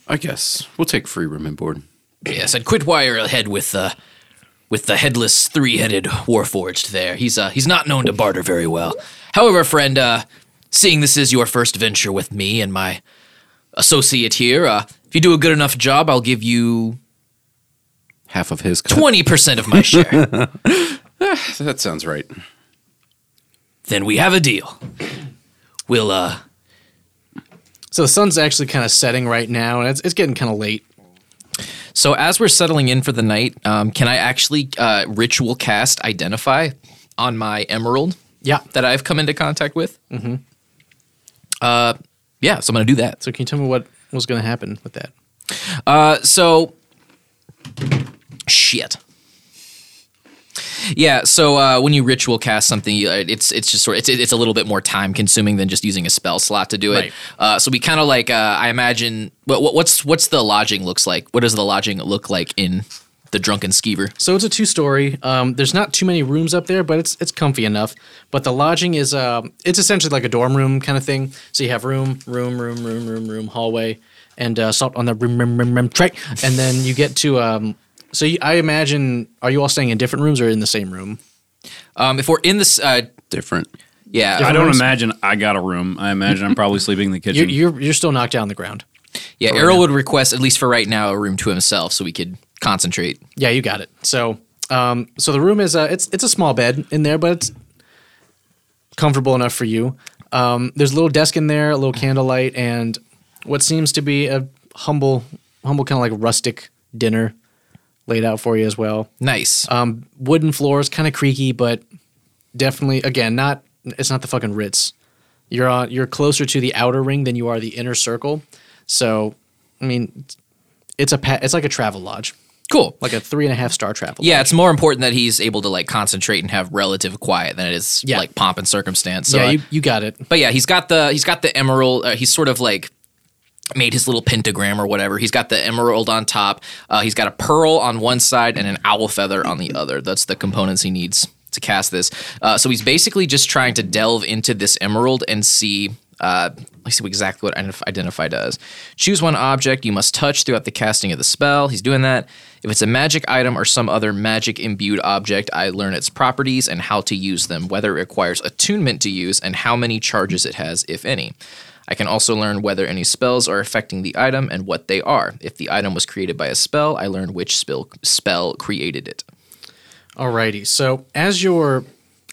[SPEAKER 1] I guess we'll take free room and board.
[SPEAKER 5] yes, I'd quit wire ahead with uh, with the headless three-headed warforged there. He's uh, he's not known to barter very well. However, friend, uh, seeing this is your first venture with me and my associate here, uh, if you do a good enough job, I'll give you
[SPEAKER 1] Half of his. Cut.
[SPEAKER 5] 20% of my share.
[SPEAKER 1] That sounds right.
[SPEAKER 5] then we have a deal. We'll uh
[SPEAKER 2] so the sun's actually kind of setting right now, and it's it's getting kind of late.
[SPEAKER 5] So as we're settling in for the night, um, can I actually uh, ritual cast identify on my emerald
[SPEAKER 2] Yeah.
[SPEAKER 5] that I've come into contact with? Mm-hmm. Uh, yeah, so I'm gonna do that.
[SPEAKER 2] So can you tell me what was going to happen with that?
[SPEAKER 5] Uh, so shit. Yeah, so uh, when you ritual cast something, you- uh, it's it's just sort of, it's it's a little bit more time consuming than just using a spell slot to do it.
[SPEAKER 2] Right.
[SPEAKER 5] Uh, so we kind of like uh, I imagine what, what what's what's the lodging looks like? What does the lodging look like in the drunken skeever?
[SPEAKER 2] So it's a two story. Um, there's not too many rooms up there, but it's it's comfy enough. But the lodging is um, it's essentially like a dorm room kind of thing. So you have room, room, room, room, room, room, hallway, and uh, salt on the room, room, room, room tray. And then you get to. Um, so you, I imagine, are you all staying in different rooms or in the same room?
[SPEAKER 5] Um, if we're in this, uh,
[SPEAKER 1] Different.
[SPEAKER 5] yeah,
[SPEAKER 4] I
[SPEAKER 5] I
[SPEAKER 4] don't
[SPEAKER 5] don't.
[SPEAKER 4] imagine I got a room. I imagine I'm probably sleeping in the
[SPEAKER 2] You're
[SPEAKER 4] kitchen.
[SPEAKER 2] you're, you're still knocked down on the ground.
[SPEAKER 5] Yeah, Errol would request at least for right now a room to himself so we could concentrate.
[SPEAKER 2] Yeah, you got it. So, um, so the room is uh, it's it's a small bed in there, but it's comfortable enough for you. Um, there's a little desk in there, a little candlelight, and what seems to be a humble, humble kind of like rustic dinner laid out for you as well.
[SPEAKER 5] Nice.
[SPEAKER 2] Um, wooden floors, kind of creaky, but definitely again not. It's not the fucking Ritz. You're on. You're closer to the outer ring than you are the inner circle. So, I mean, it's a pa- it's like a travel lodge,
[SPEAKER 5] cool.
[SPEAKER 2] like a three and a half star travel.
[SPEAKER 5] yeah, it's more important that he's able to like concentrate and have relative quiet than it is
[SPEAKER 2] Yeah.
[SPEAKER 5] like pomp and circumstance. So,
[SPEAKER 2] yeah,
[SPEAKER 5] I-
[SPEAKER 2] you, you got it.
[SPEAKER 5] but yeah, he's got the he's got the emerald. Uh, he's sort of like made his little pentagram or whatever. He's got the emerald on top. Uh, he's got a pearl on one side and an owl feather on the other. That's the components he needs to cast this. Uh, so he's basically just trying to delve into this emerald and see. Uh, let's see exactly what identif- identify does. Choose one object you must touch throughout the casting of the spell. He's doing that. If it's a magic item or some other magic imbued object, I learn its properties and how to use them, whether it requires attunement to use, and how many charges it has, if any. I can also learn whether any spells are affecting the item and what they are. If the item was created by a spell, I learn which spell spell created it.
[SPEAKER 2] Alrighty. So as you're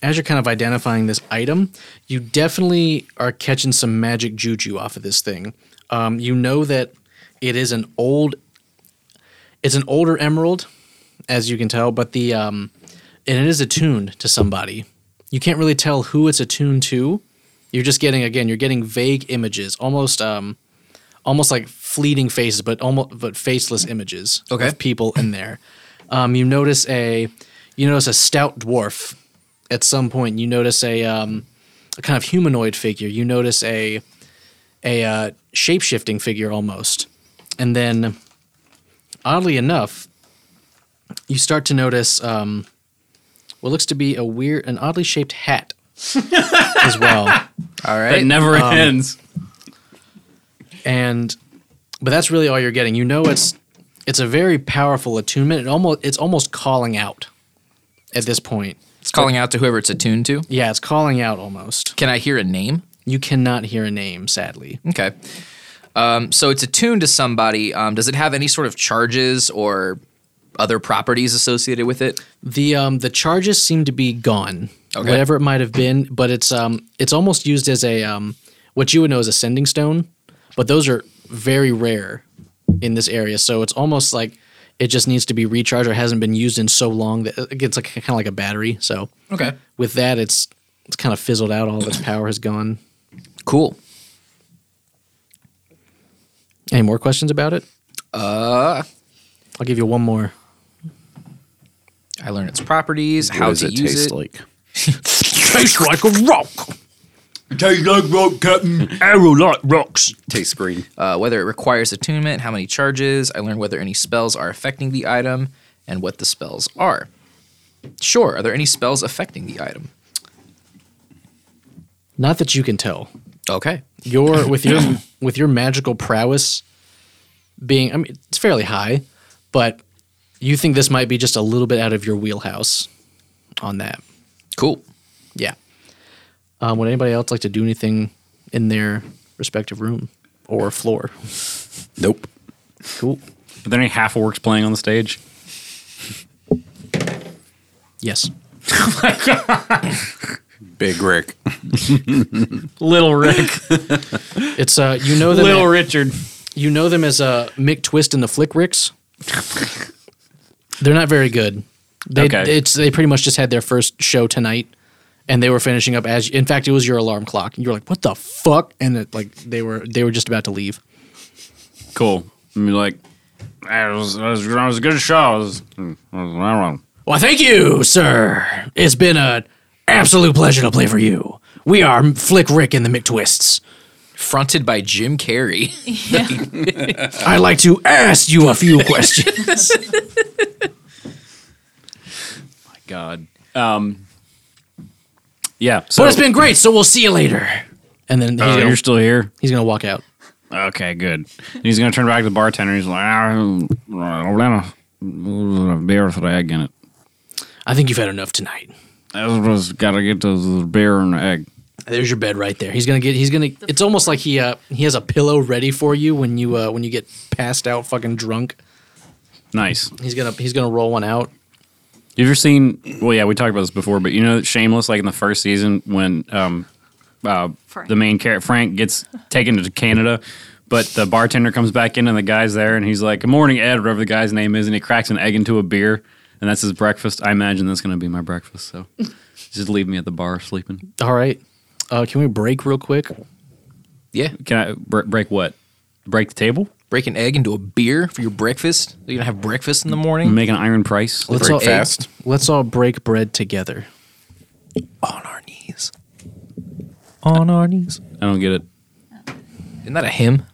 [SPEAKER 2] as you're kind of identifying this item, you definitely are catching some magic juju off of this thing. Um, you know that it is an old, it's an older emerald, as you can tell, but the um, and it is attuned to somebody. You can't really tell who it's attuned to. You're just getting again, you're getting vague images, almost um, almost like fleeting faces, but almost but faceless images
[SPEAKER 5] Okay.
[SPEAKER 2] of people in there. Um, you notice a you notice a stout dwarf. At some point, you notice a um, a kind of humanoid figure. You notice a a uh, shape shifting figure almost, and then oddly enough, you start to notice um, what looks to be a weird, an oddly shaped hat as well.
[SPEAKER 5] All
[SPEAKER 4] That
[SPEAKER 5] right.
[SPEAKER 4] never ends.
[SPEAKER 2] and but that's really all you're getting. You know, it's it's a very powerful attunement. It almost it's almost calling out at this point.
[SPEAKER 5] it's calling out to whoever it's attuned to.
[SPEAKER 2] Yeah, it's calling out almost.
[SPEAKER 5] Can I hear a name?
[SPEAKER 2] You cannot hear a name, sadly.
[SPEAKER 5] Okay. Um, so it's attuned to somebody. Um, does it have any sort of charges or other properties associated with it?
[SPEAKER 2] The um the charges seem to be gone.
[SPEAKER 5] Okay.
[SPEAKER 2] Whatever it might have been, but it's um it's almost used as a um what you would know as a sending stone, but those are very rare in this area. So it's almost like it just needs to be recharged or hasn't been used in so long that it gets like kind of like a battery. So
[SPEAKER 5] Okay.
[SPEAKER 2] with that it's it's kind of fizzled out. All of its power has gone.
[SPEAKER 5] Cool.
[SPEAKER 2] Any more questions about it? Uh, I'll give you one more.
[SPEAKER 5] I learn its properties, how
[SPEAKER 1] does
[SPEAKER 5] to
[SPEAKER 1] it
[SPEAKER 5] use
[SPEAKER 1] taste
[SPEAKER 5] it.
[SPEAKER 1] like?
[SPEAKER 7] Tastes like a rock. Tastes like rock, Captain. Arrow like rocks.
[SPEAKER 1] Tastes green.
[SPEAKER 5] uh, whether it requires attunement, how many charges. I learn whether any spells are affecting the item and what the spells are. Sure, are there any spells affecting the item?
[SPEAKER 2] Not that you can tell.
[SPEAKER 5] Okay.
[SPEAKER 2] Your with your with your magical prowess being, I mean, it's fairly high, but you think this might be just a little bit out of your wheelhouse on that.
[SPEAKER 5] Cool.
[SPEAKER 2] Yeah. Um, would anybody else like to do anything in their respective room or floor?
[SPEAKER 1] Nope.
[SPEAKER 2] Cool.
[SPEAKER 4] Are there any half orcs playing on the stage?
[SPEAKER 2] Yes.
[SPEAKER 1] Big Rick.
[SPEAKER 4] Little Rick,
[SPEAKER 2] It's uh, you know them.
[SPEAKER 4] Little Richard.
[SPEAKER 2] You know them as uh, Mick Twist and the Flick Ricks. They're not very good. They,
[SPEAKER 4] Okay.
[SPEAKER 2] It's they pretty much just had their first show tonight, and they were finishing up as. In fact, it was your alarm clock. You were like, "What the fuck?" And it, like they were they were just about to leave.
[SPEAKER 4] Cool. I mean, like, that was, that was, that was a good show. It was, it was not wrong.
[SPEAKER 2] Well, thank you, sir. It's been an absolute pleasure to play for you. We are Flick Rick and the McTwists.
[SPEAKER 5] Fronted by Jim Carrey.
[SPEAKER 2] I'd like to ask you a few questions.
[SPEAKER 4] My God. Um. Yeah. So
[SPEAKER 2] been great. So we'll see you later. And then he's,
[SPEAKER 4] Oh,
[SPEAKER 2] gonna,
[SPEAKER 4] you're still here.
[SPEAKER 2] he's gonna walk out.
[SPEAKER 4] Okay, good. And he's gonna turn back to the bartender. He's like, "Ah, Orlando, beer for the egg in it.
[SPEAKER 2] I think you've had enough tonight.
[SPEAKER 4] I was gotta get the beer and the egg.
[SPEAKER 2] There's your bed right there. He's gonna get. He's gonna. It's almost like he uh he has a pillow ready for you when you uh when you get passed out, fucking drunk.
[SPEAKER 4] Nice.
[SPEAKER 2] He's gonna he's gonna roll one out.
[SPEAKER 4] You ever seen? Well, yeah, we talked about this before, but you know, Shameless, like in the first season, when um, uh,
[SPEAKER 6] Frank.
[SPEAKER 4] the main character Frank gets taken to Canada, but the bartender comes back in and the guy's there, and he's like, "Good morning, Ed," whatever the guy's name is, and he cracks an egg into a beer, and that's his breakfast. I imagine that's gonna be my breakfast. So just leave me at the bar sleeping.
[SPEAKER 2] All right. Uh, can we break real quick?
[SPEAKER 5] yeah.
[SPEAKER 4] Can I br- break what? Break the table?
[SPEAKER 5] Break an egg into a beer for your breakfast. You're going to have breakfast in the morning.
[SPEAKER 4] Make an iron price?
[SPEAKER 2] Let's
[SPEAKER 5] Break
[SPEAKER 2] all
[SPEAKER 1] fast.
[SPEAKER 2] Let's all break bread together.
[SPEAKER 5] On our knees. On our knees.
[SPEAKER 4] I don't get it.
[SPEAKER 5] Isn't that a hymn?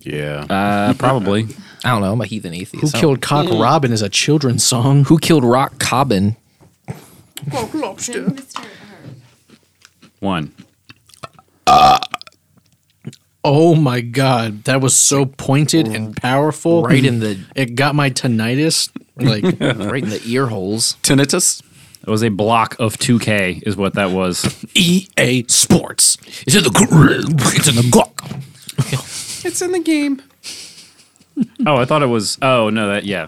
[SPEAKER 1] Yeah.
[SPEAKER 4] Uh, probably.
[SPEAKER 5] I don't know. I'm a heathen atheist.
[SPEAKER 2] Who
[SPEAKER 5] I don't-
[SPEAKER 2] killed Cock Robin is a children's song.
[SPEAKER 5] Who killed Rock Cobbin?
[SPEAKER 6] Then Mr. Herb.
[SPEAKER 4] One.
[SPEAKER 2] Oh my god, that was so pointed and powerful.
[SPEAKER 5] Right in the
[SPEAKER 2] It got my tinnitus. Like
[SPEAKER 5] right in the ear holes.
[SPEAKER 1] Tinnitus.
[SPEAKER 4] It was a block of 2K, is what that was.
[SPEAKER 2] EA E Sports.
[SPEAKER 5] It's in the it's in the
[SPEAKER 1] It's in the game.
[SPEAKER 4] Oh, I thought it was. Oh no, that yeah,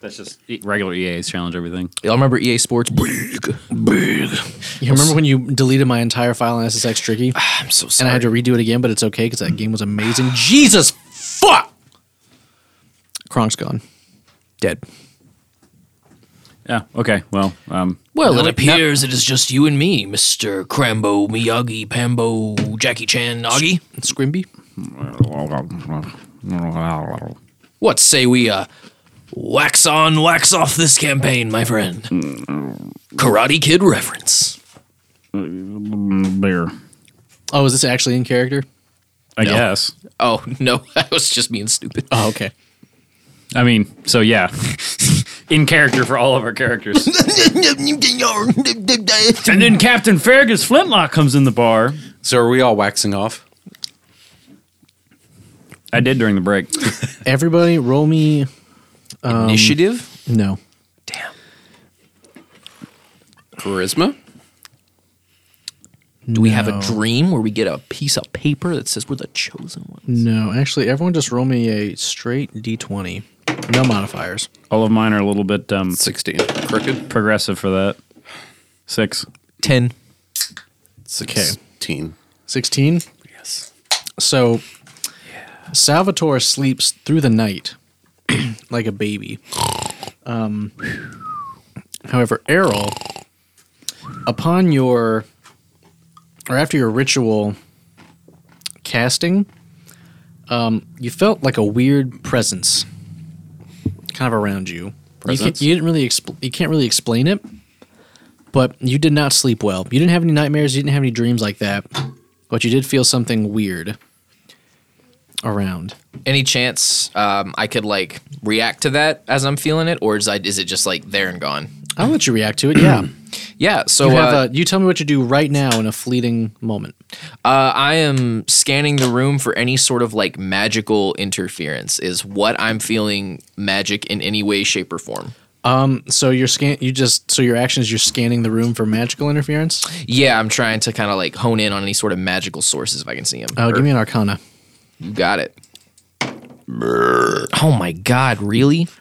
[SPEAKER 4] that's just e- regular EA's challenge everything.
[SPEAKER 5] Y'all remember EA Sports? Big, big.
[SPEAKER 2] You remember when you deleted my entire file in SSX Tricky?
[SPEAKER 5] I'm so
[SPEAKER 2] and I had to redo it again, but it's okay because that game was amazing. Jesus fuck! Kronk's gone. Dead.
[SPEAKER 4] Yeah. Okay. Well, um,
[SPEAKER 5] Well, it appears it is just you and me, Mr. Crambo, Miyagi, Pambo, Jackie Chan, Augie.
[SPEAKER 2] Scrimby?
[SPEAKER 5] What say we, uh, wax on, wax off this campaign, my friend? Karate Kid reference.
[SPEAKER 4] beer.
[SPEAKER 2] Oh, is this actually in character?
[SPEAKER 4] I guess.
[SPEAKER 5] Oh no, I was just being stupid.
[SPEAKER 2] Oh, okay.
[SPEAKER 4] I mean, so yeah, in character for all of our characters. and then Captain Fergus Flintlock comes in the bar.
[SPEAKER 1] So are we all waxing off?
[SPEAKER 4] I did during the break.
[SPEAKER 2] Everybody, roll me.
[SPEAKER 5] Um, Initiative,
[SPEAKER 2] No.
[SPEAKER 1] Charisma?
[SPEAKER 5] Do we have a dream where we get a piece of paper that says we're the chosen ones?
[SPEAKER 2] No, actually, everyone just roll me a straight d20. No modifiers.
[SPEAKER 4] All of mine are a little bit um,
[SPEAKER 1] 16. Crooked?
[SPEAKER 4] progressive for that. Six.
[SPEAKER 5] Ten.
[SPEAKER 1] 16.
[SPEAKER 2] 16?
[SPEAKER 1] Yes.
[SPEAKER 2] So, Salvatore sleeps through the night like a baby. Um, however, Errol, upon your or after your ritual casting, um, you felt like a weird presence kind of around you. You, can't,
[SPEAKER 1] Presence?
[SPEAKER 2] you didn't really expl- you can't really explain it, but you did not sleep well. You didn't have any nightmares. You didn't have any dreams like that, but you did feel something weird around.
[SPEAKER 5] Any chance um, I could like react to that as I'm feeling it, or is I, is it just like there and gone?
[SPEAKER 2] I'll let you react to it. Yeah.
[SPEAKER 5] Yeah. So
[SPEAKER 2] You, have
[SPEAKER 5] uh,
[SPEAKER 2] a, you tell me what you do right now in a fleeting moment.
[SPEAKER 5] Uh, I am scanning the room for any sort of like magical interference. Is what I'm feeling magic in any way, shape, or form?
[SPEAKER 2] So your scan, you just so your actions, you're scanning the room for magical interference.
[SPEAKER 5] Yeah, I'm trying to kind of like hone in on any sort of magical sources if I can see them.
[SPEAKER 2] Oh, give me an Arcana.
[SPEAKER 5] you got it. Oh my god, really?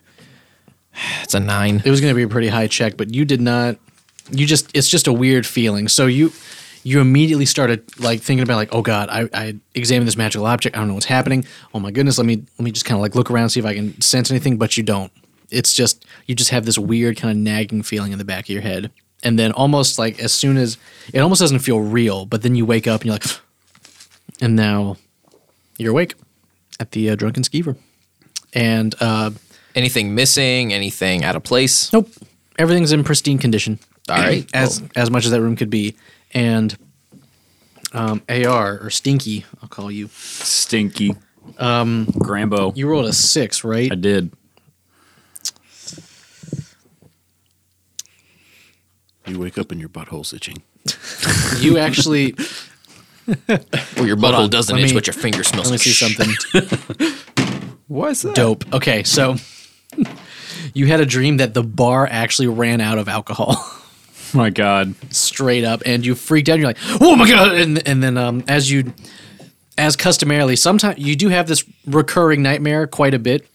[SPEAKER 5] It's a nine.
[SPEAKER 2] It was going to be a pretty high check, but you did not. You just it's just a weird feeling. So you you immediately started like thinking about like oh god, I, I examined this magical object. I don't know what's happening. Oh my goodness, let me let me just kind of like look around see if I can sense anything. But you don't. It's just you just have this weird kind of nagging feeling in the back of your head, and then almost like as soon as it almost doesn't feel real, but then you wake up and you're like, and now you're awake at the uh, drunken skeever, and uh,
[SPEAKER 5] Anything missing? Anything out of place?
[SPEAKER 2] Nope. Everything's in pristine condition.
[SPEAKER 5] All right,
[SPEAKER 2] as as much as that room could be, and um, AR or Stinky, I'll call you.
[SPEAKER 4] Stinky. Um, Grambo.
[SPEAKER 2] You rolled a six, right?
[SPEAKER 4] I did.
[SPEAKER 1] You wake up and your butthole's itching.
[SPEAKER 2] You actually.
[SPEAKER 5] Well, your butthole
[SPEAKER 2] on,
[SPEAKER 5] doesn't
[SPEAKER 2] let
[SPEAKER 5] itch,
[SPEAKER 2] me-
[SPEAKER 5] but your finger smells.
[SPEAKER 2] let me
[SPEAKER 5] like
[SPEAKER 2] see
[SPEAKER 5] shit.
[SPEAKER 2] something
[SPEAKER 1] Why is that?
[SPEAKER 2] dope. Okay, so you had a dream that the bar actually ran out of alcohol.
[SPEAKER 4] My God.
[SPEAKER 2] straight up and you freaked out you're like oh my god and, and then um, as you as customarily sometimes you do have this recurring nightmare quite a bit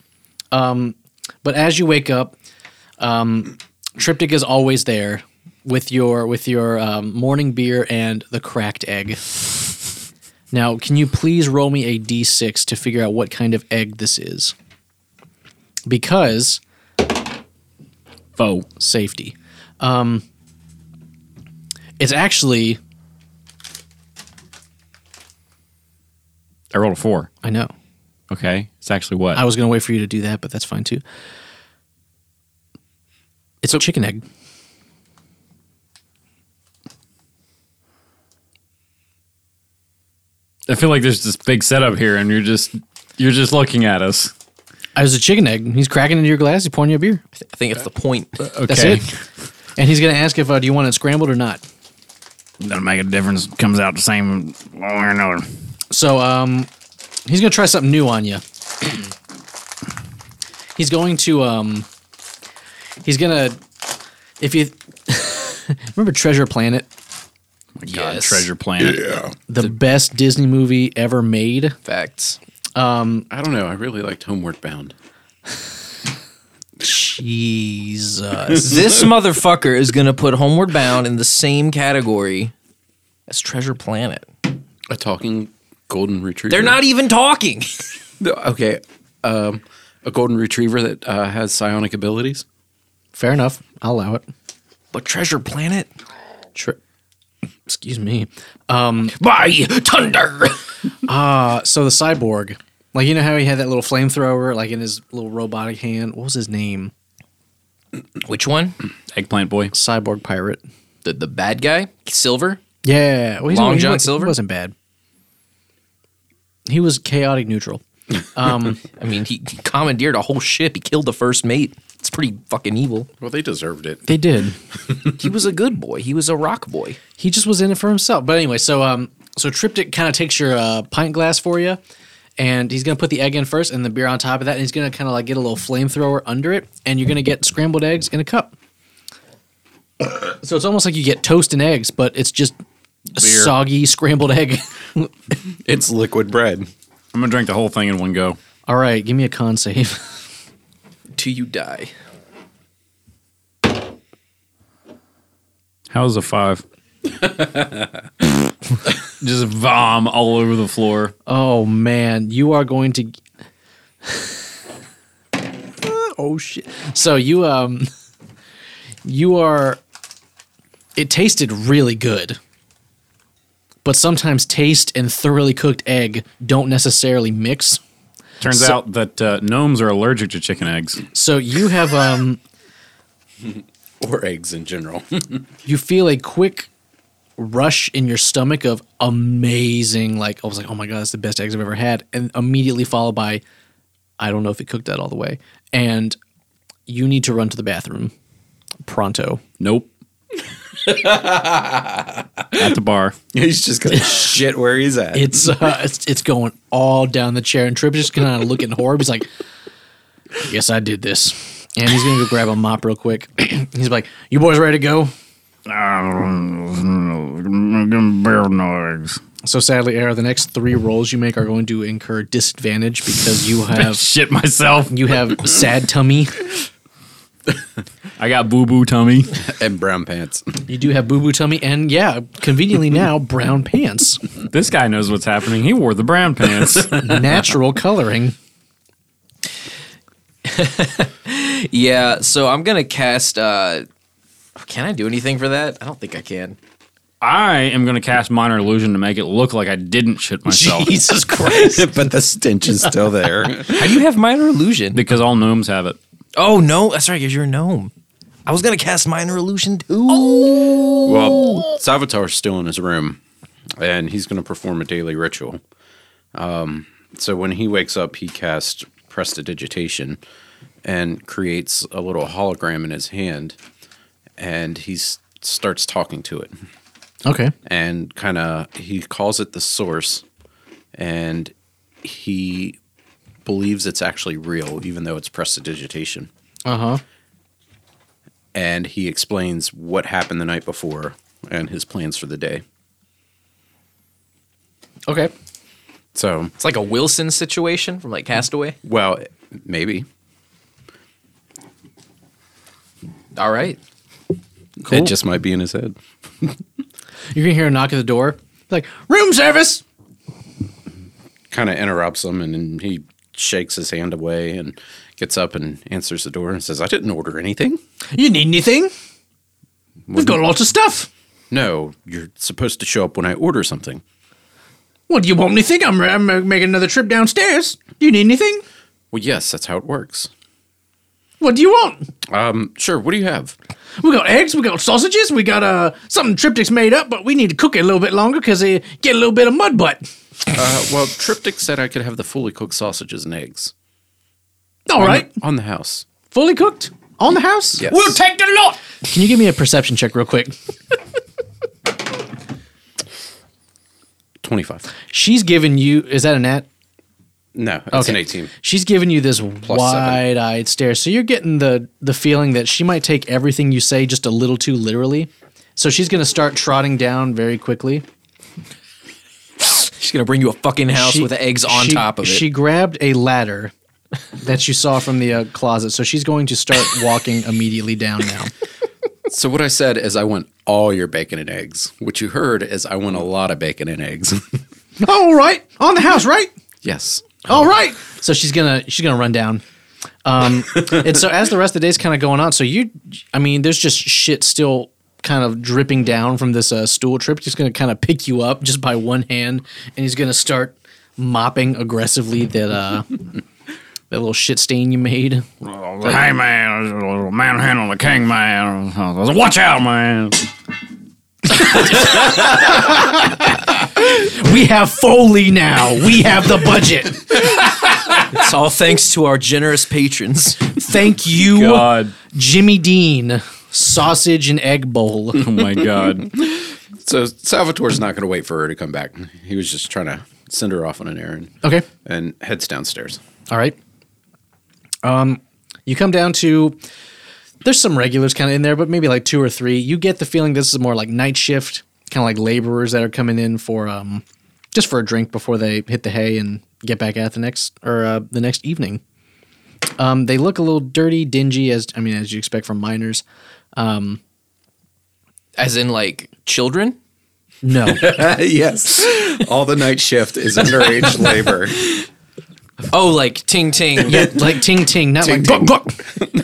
[SPEAKER 2] um, but as you wake up um, triptych is always there with your with your um, morning beer and the cracked egg now can you please roll me a d6 to figure out what kind of egg this is because
[SPEAKER 4] Foe.
[SPEAKER 2] safety. Um, it's actually
[SPEAKER 4] I rolled a four.
[SPEAKER 2] I know
[SPEAKER 4] Okay. It's actually what?
[SPEAKER 2] I was going to wait for you to do that, but that's fine too. It's a chicken egg.
[SPEAKER 4] I feel like there's this big setup here, and you're just you're just looking at us.
[SPEAKER 2] I was a chicken egg. He's cracking into your glass. He's pouring you a beer.
[SPEAKER 5] I think it's the point.
[SPEAKER 4] Okay.
[SPEAKER 2] That's it. And he's going to ask if uh, do you want it scrambled or not.
[SPEAKER 4] That'll make a difference. Comes out the same one way or another.
[SPEAKER 2] So um, he's going to try something new on you. he's going to um, he's going to if you remember Treasure Planet,
[SPEAKER 4] Oh God,
[SPEAKER 5] Yes.
[SPEAKER 4] Treasure Planet.
[SPEAKER 2] the best Disney movie ever made.
[SPEAKER 5] Facts.
[SPEAKER 1] I don't know. I really liked Homeward Bound.
[SPEAKER 2] Jesus.
[SPEAKER 5] this motherfucker is gonna put Homeward Bound in the same category as Treasure Planet.
[SPEAKER 1] A talking golden retriever.
[SPEAKER 5] They're not even talking.
[SPEAKER 1] No, Okay. Um, a golden retriever that uh, has psionic abilities.
[SPEAKER 2] Fair enough. I'll allow it.
[SPEAKER 5] But Treasure Planet?
[SPEAKER 2] Tri- Excuse me.
[SPEAKER 5] Um, By thunder!
[SPEAKER 2] Uh, so the cyborg, like you know how he had that little flamethrower, like in his little robotic hand. What was his name?
[SPEAKER 5] Which one?
[SPEAKER 4] Eggplant Boy.
[SPEAKER 2] Cyborg pirate.
[SPEAKER 5] The the bad guy? Silver?
[SPEAKER 2] Yeah, well, he's-
[SPEAKER 5] Long
[SPEAKER 2] he
[SPEAKER 5] John
[SPEAKER 2] wa- he
[SPEAKER 5] Silver?
[SPEAKER 2] wasn't bad. He was chaotic neutral. Um,
[SPEAKER 5] I mean, he commandeered a whole ship. He killed the first mate. It's pretty fucking evil.
[SPEAKER 1] Well, they deserved it.
[SPEAKER 2] they did.
[SPEAKER 5] He was a good boy. He was a rock boy.
[SPEAKER 2] he just was in it for himself. But anyway, so um, so Triptych kind of takes your uh, pint glass for you, and he's gonna put the egg in first, and the beer on top of that, and he's gonna kind of like get a little flamethrower under it, and you're gonna get scrambled eggs in a cup. so it's almost like you get toast and eggs, but it's just a soggy scrambled egg.
[SPEAKER 1] It's liquid bread.
[SPEAKER 4] I'm gonna drink the whole thing in one go.
[SPEAKER 2] All right, give me a con save.
[SPEAKER 5] Till you die.
[SPEAKER 4] How's a five? Just vom all over the floor.
[SPEAKER 2] Oh man, you are going to.
[SPEAKER 8] Oh shit!
[SPEAKER 2] So you um, you are. It tasted really good, but sometimes taste and thoroughly cooked egg don't necessarily mix.
[SPEAKER 4] Turns
[SPEAKER 2] So-
[SPEAKER 4] out that uh, gnomes are allergic to chicken eggs.
[SPEAKER 2] So you have um,
[SPEAKER 1] Or eggs in general.
[SPEAKER 2] you feel a quick rush in your stomach of amazing, like I was like, oh my god, that's the best eggs I've ever had, and immediately followed by, I don't know if it cooked that all the way, and you need to run to the bathroom, pronto.
[SPEAKER 4] Nope. At the bar.
[SPEAKER 1] he's just going to shit where he's at.
[SPEAKER 2] It's uh, it's, it's going all down the chair, and Trip is just kind of looking horror. He's like, "Yes, I did this," and he's gonna go grab a mop real quick. he's like, "You boys ready to go?" So sadly, Arrow, the next three rolls you make are going to incur disadvantage because you have
[SPEAKER 4] Shit myself.
[SPEAKER 2] you have sad tummy.
[SPEAKER 4] I got boo boo tummy.
[SPEAKER 1] and brown pants.
[SPEAKER 2] You do have boo boo tummy, and yeah, conveniently now brown pants,
[SPEAKER 4] this guy knows what's happening. He wore the brown pants.
[SPEAKER 2] natural coloring.
[SPEAKER 5] Yeah, so I'm gonna cast. uh Can I do anything for that? I don't think I can.
[SPEAKER 4] I am going to cast minor illusion to make it look like I didn't shit myself
[SPEAKER 5] Jesus Christ!
[SPEAKER 1] but the stench is still there.
[SPEAKER 5] How do you have minor illusion?
[SPEAKER 4] because all gnomes have it.
[SPEAKER 5] oh no, that's right. You're a gnome. I was gonna cast minor illusion too.
[SPEAKER 1] well, Salvatore's still in his room, and he's going to perform a daily ritual. Um, so when he wakes up, he casts Prestidigitation and creates a little hologram in his hand, and he s- starts talking to it.
[SPEAKER 2] Okay,
[SPEAKER 1] and kind of he calls it the source and he believes it's actually real even though it's prestidigitation
[SPEAKER 2] uh huh.
[SPEAKER 1] and he explains what happened the night before and his plans for the day
[SPEAKER 2] Okay,
[SPEAKER 1] so
[SPEAKER 5] It's like a Wilson situation from like Castaway.
[SPEAKER 1] well maybe
[SPEAKER 5] All right.
[SPEAKER 1] it just might be in his head
[SPEAKER 2] you're gonna hear a knock at the door. Like room service.
[SPEAKER 1] kind of interrupts him and then he shakes his hand away and gets up and answers the door and says i didn't order anything
[SPEAKER 2] You need anything? We've got lots of stuff.
[SPEAKER 1] no you're supposed to show up when i order something
[SPEAKER 2] What do you want me to think? I'm, I'm making another trip downstairs. Do you need anything?
[SPEAKER 1] well yes that's how it works
[SPEAKER 2] What do you want?
[SPEAKER 1] um sure what do you have
[SPEAKER 2] We got eggs, we got sausages, we got uh something Triptych's made up, but we need to cook it a little bit longer because it get a little bit of mud butt.
[SPEAKER 1] Uh, well, Triptych said I could have the fully cooked sausages and eggs.
[SPEAKER 2] All right,
[SPEAKER 1] On the house.
[SPEAKER 2] fully cooked on the house.
[SPEAKER 1] Yes.
[SPEAKER 2] We'll take the lot. Can you give me a perception check real quick?
[SPEAKER 1] 25.
[SPEAKER 2] She's given you is that a nat?
[SPEAKER 1] No, it's an 18.
[SPEAKER 2] She's giving you this
[SPEAKER 1] seven.
[SPEAKER 2] wide-eyed stare. So you're getting the the feeling that she might take everything you say just a little too literally. So she's going to start trotting down very quickly.
[SPEAKER 5] She's gonna bring you a fucking house
[SPEAKER 2] She-
[SPEAKER 5] with eggs on
[SPEAKER 2] she-
[SPEAKER 5] top of it.
[SPEAKER 2] She grabbed a ladder that you saw from the uh, closet, so she's going to start walking immediately down now.
[SPEAKER 1] So, what I said is I want all your bacon and eggs. What you heard is I want a lot of bacon and eggs.
[SPEAKER 2] All right, on the house, right?
[SPEAKER 1] yes.
[SPEAKER 2] All right. So she's gonna she's gonna run down. Um, and so as the rest of the day's kind of going on, so you, I mean, there's just shit still kind of dripping down from this uh, stool trip. He's gonna kind of pick you up just by one hand, and he's gonna start mopping aggressively that uh that little shit stain you made.
[SPEAKER 4] Hey man, manhandle the king man. Watch out, man.
[SPEAKER 3] We have Foley now. We have the budget.
[SPEAKER 9] It's all thanks to our generous patrons.
[SPEAKER 2] Thank you,
[SPEAKER 4] God.
[SPEAKER 2] Jimmy Dean. Sausage and egg bowl.
[SPEAKER 4] Oh my God.
[SPEAKER 1] So Salvatore's not going to wait for her to come back. He was just trying to send her off on an errand
[SPEAKER 2] Okay.
[SPEAKER 1] and heads downstairs.
[SPEAKER 2] All right. Um, you come down to there's some regulars kind of in there, but maybe like two or three. You get the feeling this is more like night shift, kind of like laborers that are coming in for um, just for a drink before they hit the hay and get back at the next or uh, the next evening. Um, they look a little dirty, dingy, as I mean, as you expect from miners.
[SPEAKER 5] As in, like children.
[SPEAKER 2] No,
[SPEAKER 1] yes, all the night shift is underage labor.
[SPEAKER 5] Oh, like ting ting.
[SPEAKER 2] yeah, like ting ting, not like
[SPEAKER 1] ting.
[SPEAKER 2] "Buck, buck."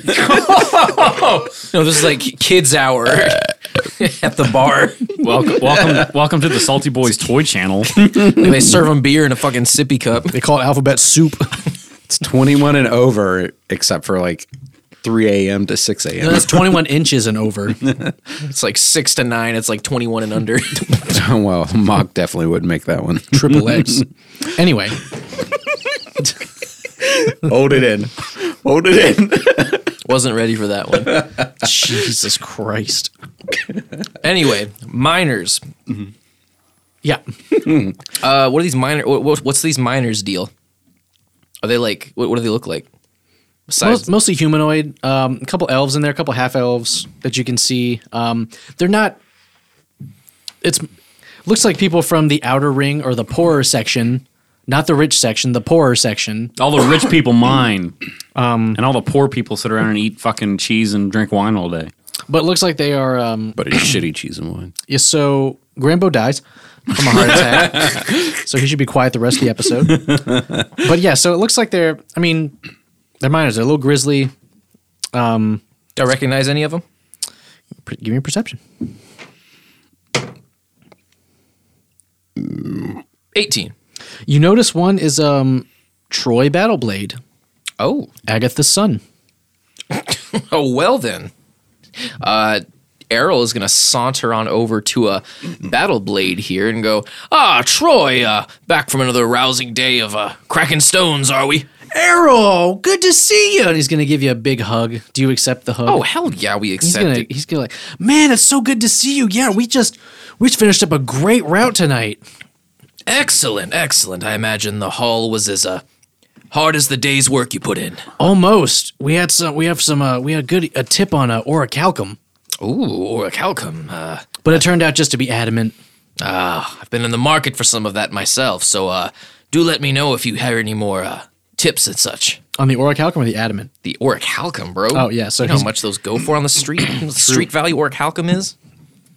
[SPEAKER 5] No, this is like kids hour at the bar.
[SPEAKER 4] Welcome, welcome, welcome to the Salty Boys Toy Channel.
[SPEAKER 5] they serve them beer in a fucking sippy cup.
[SPEAKER 2] They call it alphabet soup.
[SPEAKER 1] It's twenty-one and over, except for like three a.m. to six
[SPEAKER 2] No,
[SPEAKER 1] a.m.
[SPEAKER 2] That's 21 inches and over.
[SPEAKER 5] It's like six to nine. It's like twenty one and under.
[SPEAKER 1] Oh, well, Mock definitely would make that one.
[SPEAKER 2] Triple X. Anyway,
[SPEAKER 1] Hold it in. Hold it in.
[SPEAKER 5] Wasn't ready for that one.
[SPEAKER 2] Jesus Christ.
[SPEAKER 5] Anyway, miners.
[SPEAKER 2] Yeah.
[SPEAKER 5] Uh, what are these miner? What, what, what's these miners deal? Are they like? What, what do they look like? Besides,
[SPEAKER 2] Most, mostly humanoid. Um, a couple elves in there, a couple half elves that you can see. Um, they're not. It's looks like people from the outer ring or the poorer section, not the rich section, the poorer section.
[SPEAKER 4] All the rich people mine,
[SPEAKER 1] Um,
[SPEAKER 4] and all the poor people sit around and eat fucking cheese and drink wine all day.
[SPEAKER 2] But it looks like they are. Um,
[SPEAKER 1] But it's shitty cheese and wine.
[SPEAKER 2] yeah, so Grambo dies from a heart attack, so he should be quiet the rest of the episode. but yeah, so it looks like they're. I mean, they're miners. They're a little grizzly.
[SPEAKER 5] do I recognize any of them?
[SPEAKER 2] Pre- give me a perception.
[SPEAKER 5] Eighteen.
[SPEAKER 2] You notice one is um, Troy Battleblade,
[SPEAKER 5] Oh,
[SPEAKER 2] Agatha's son.
[SPEAKER 5] oh well then. Uh, Errol is gonna saunter on over to a battle blade here and go. Ah, Troy, uh, back from another rousing day of uh, cracking stones, are we?
[SPEAKER 2] Errol, good to see you. And he's gonna give you a big hug. Do you accept the hug?
[SPEAKER 5] Oh hell yeah, we
[SPEAKER 2] he's
[SPEAKER 5] accept
[SPEAKER 2] gonna
[SPEAKER 5] it.
[SPEAKER 2] he's gonna like, man, it's so good to see you. Yeah, we just we just finished up a great route tonight.
[SPEAKER 5] Excellent, excellent. I imagine the haul was as uh, hard as the day's work you put in.
[SPEAKER 2] Almost. We had some. We have some. Uh, we had a good a tip on uh, orichalcum,
[SPEAKER 5] Ooh, or a calcum. Uh,
[SPEAKER 2] but it turned out just to be adamant.
[SPEAKER 5] I've been in the market for some of that myself, so uh, do let me know if you hear any more uh, tips and such.
[SPEAKER 2] On the orichalcum or the adamant.
[SPEAKER 5] The auric halcum, bro.
[SPEAKER 2] Oh, yeah, so
[SPEAKER 5] you know how
[SPEAKER 2] he's-
[SPEAKER 5] much those go for on the street. street value auric halcum is.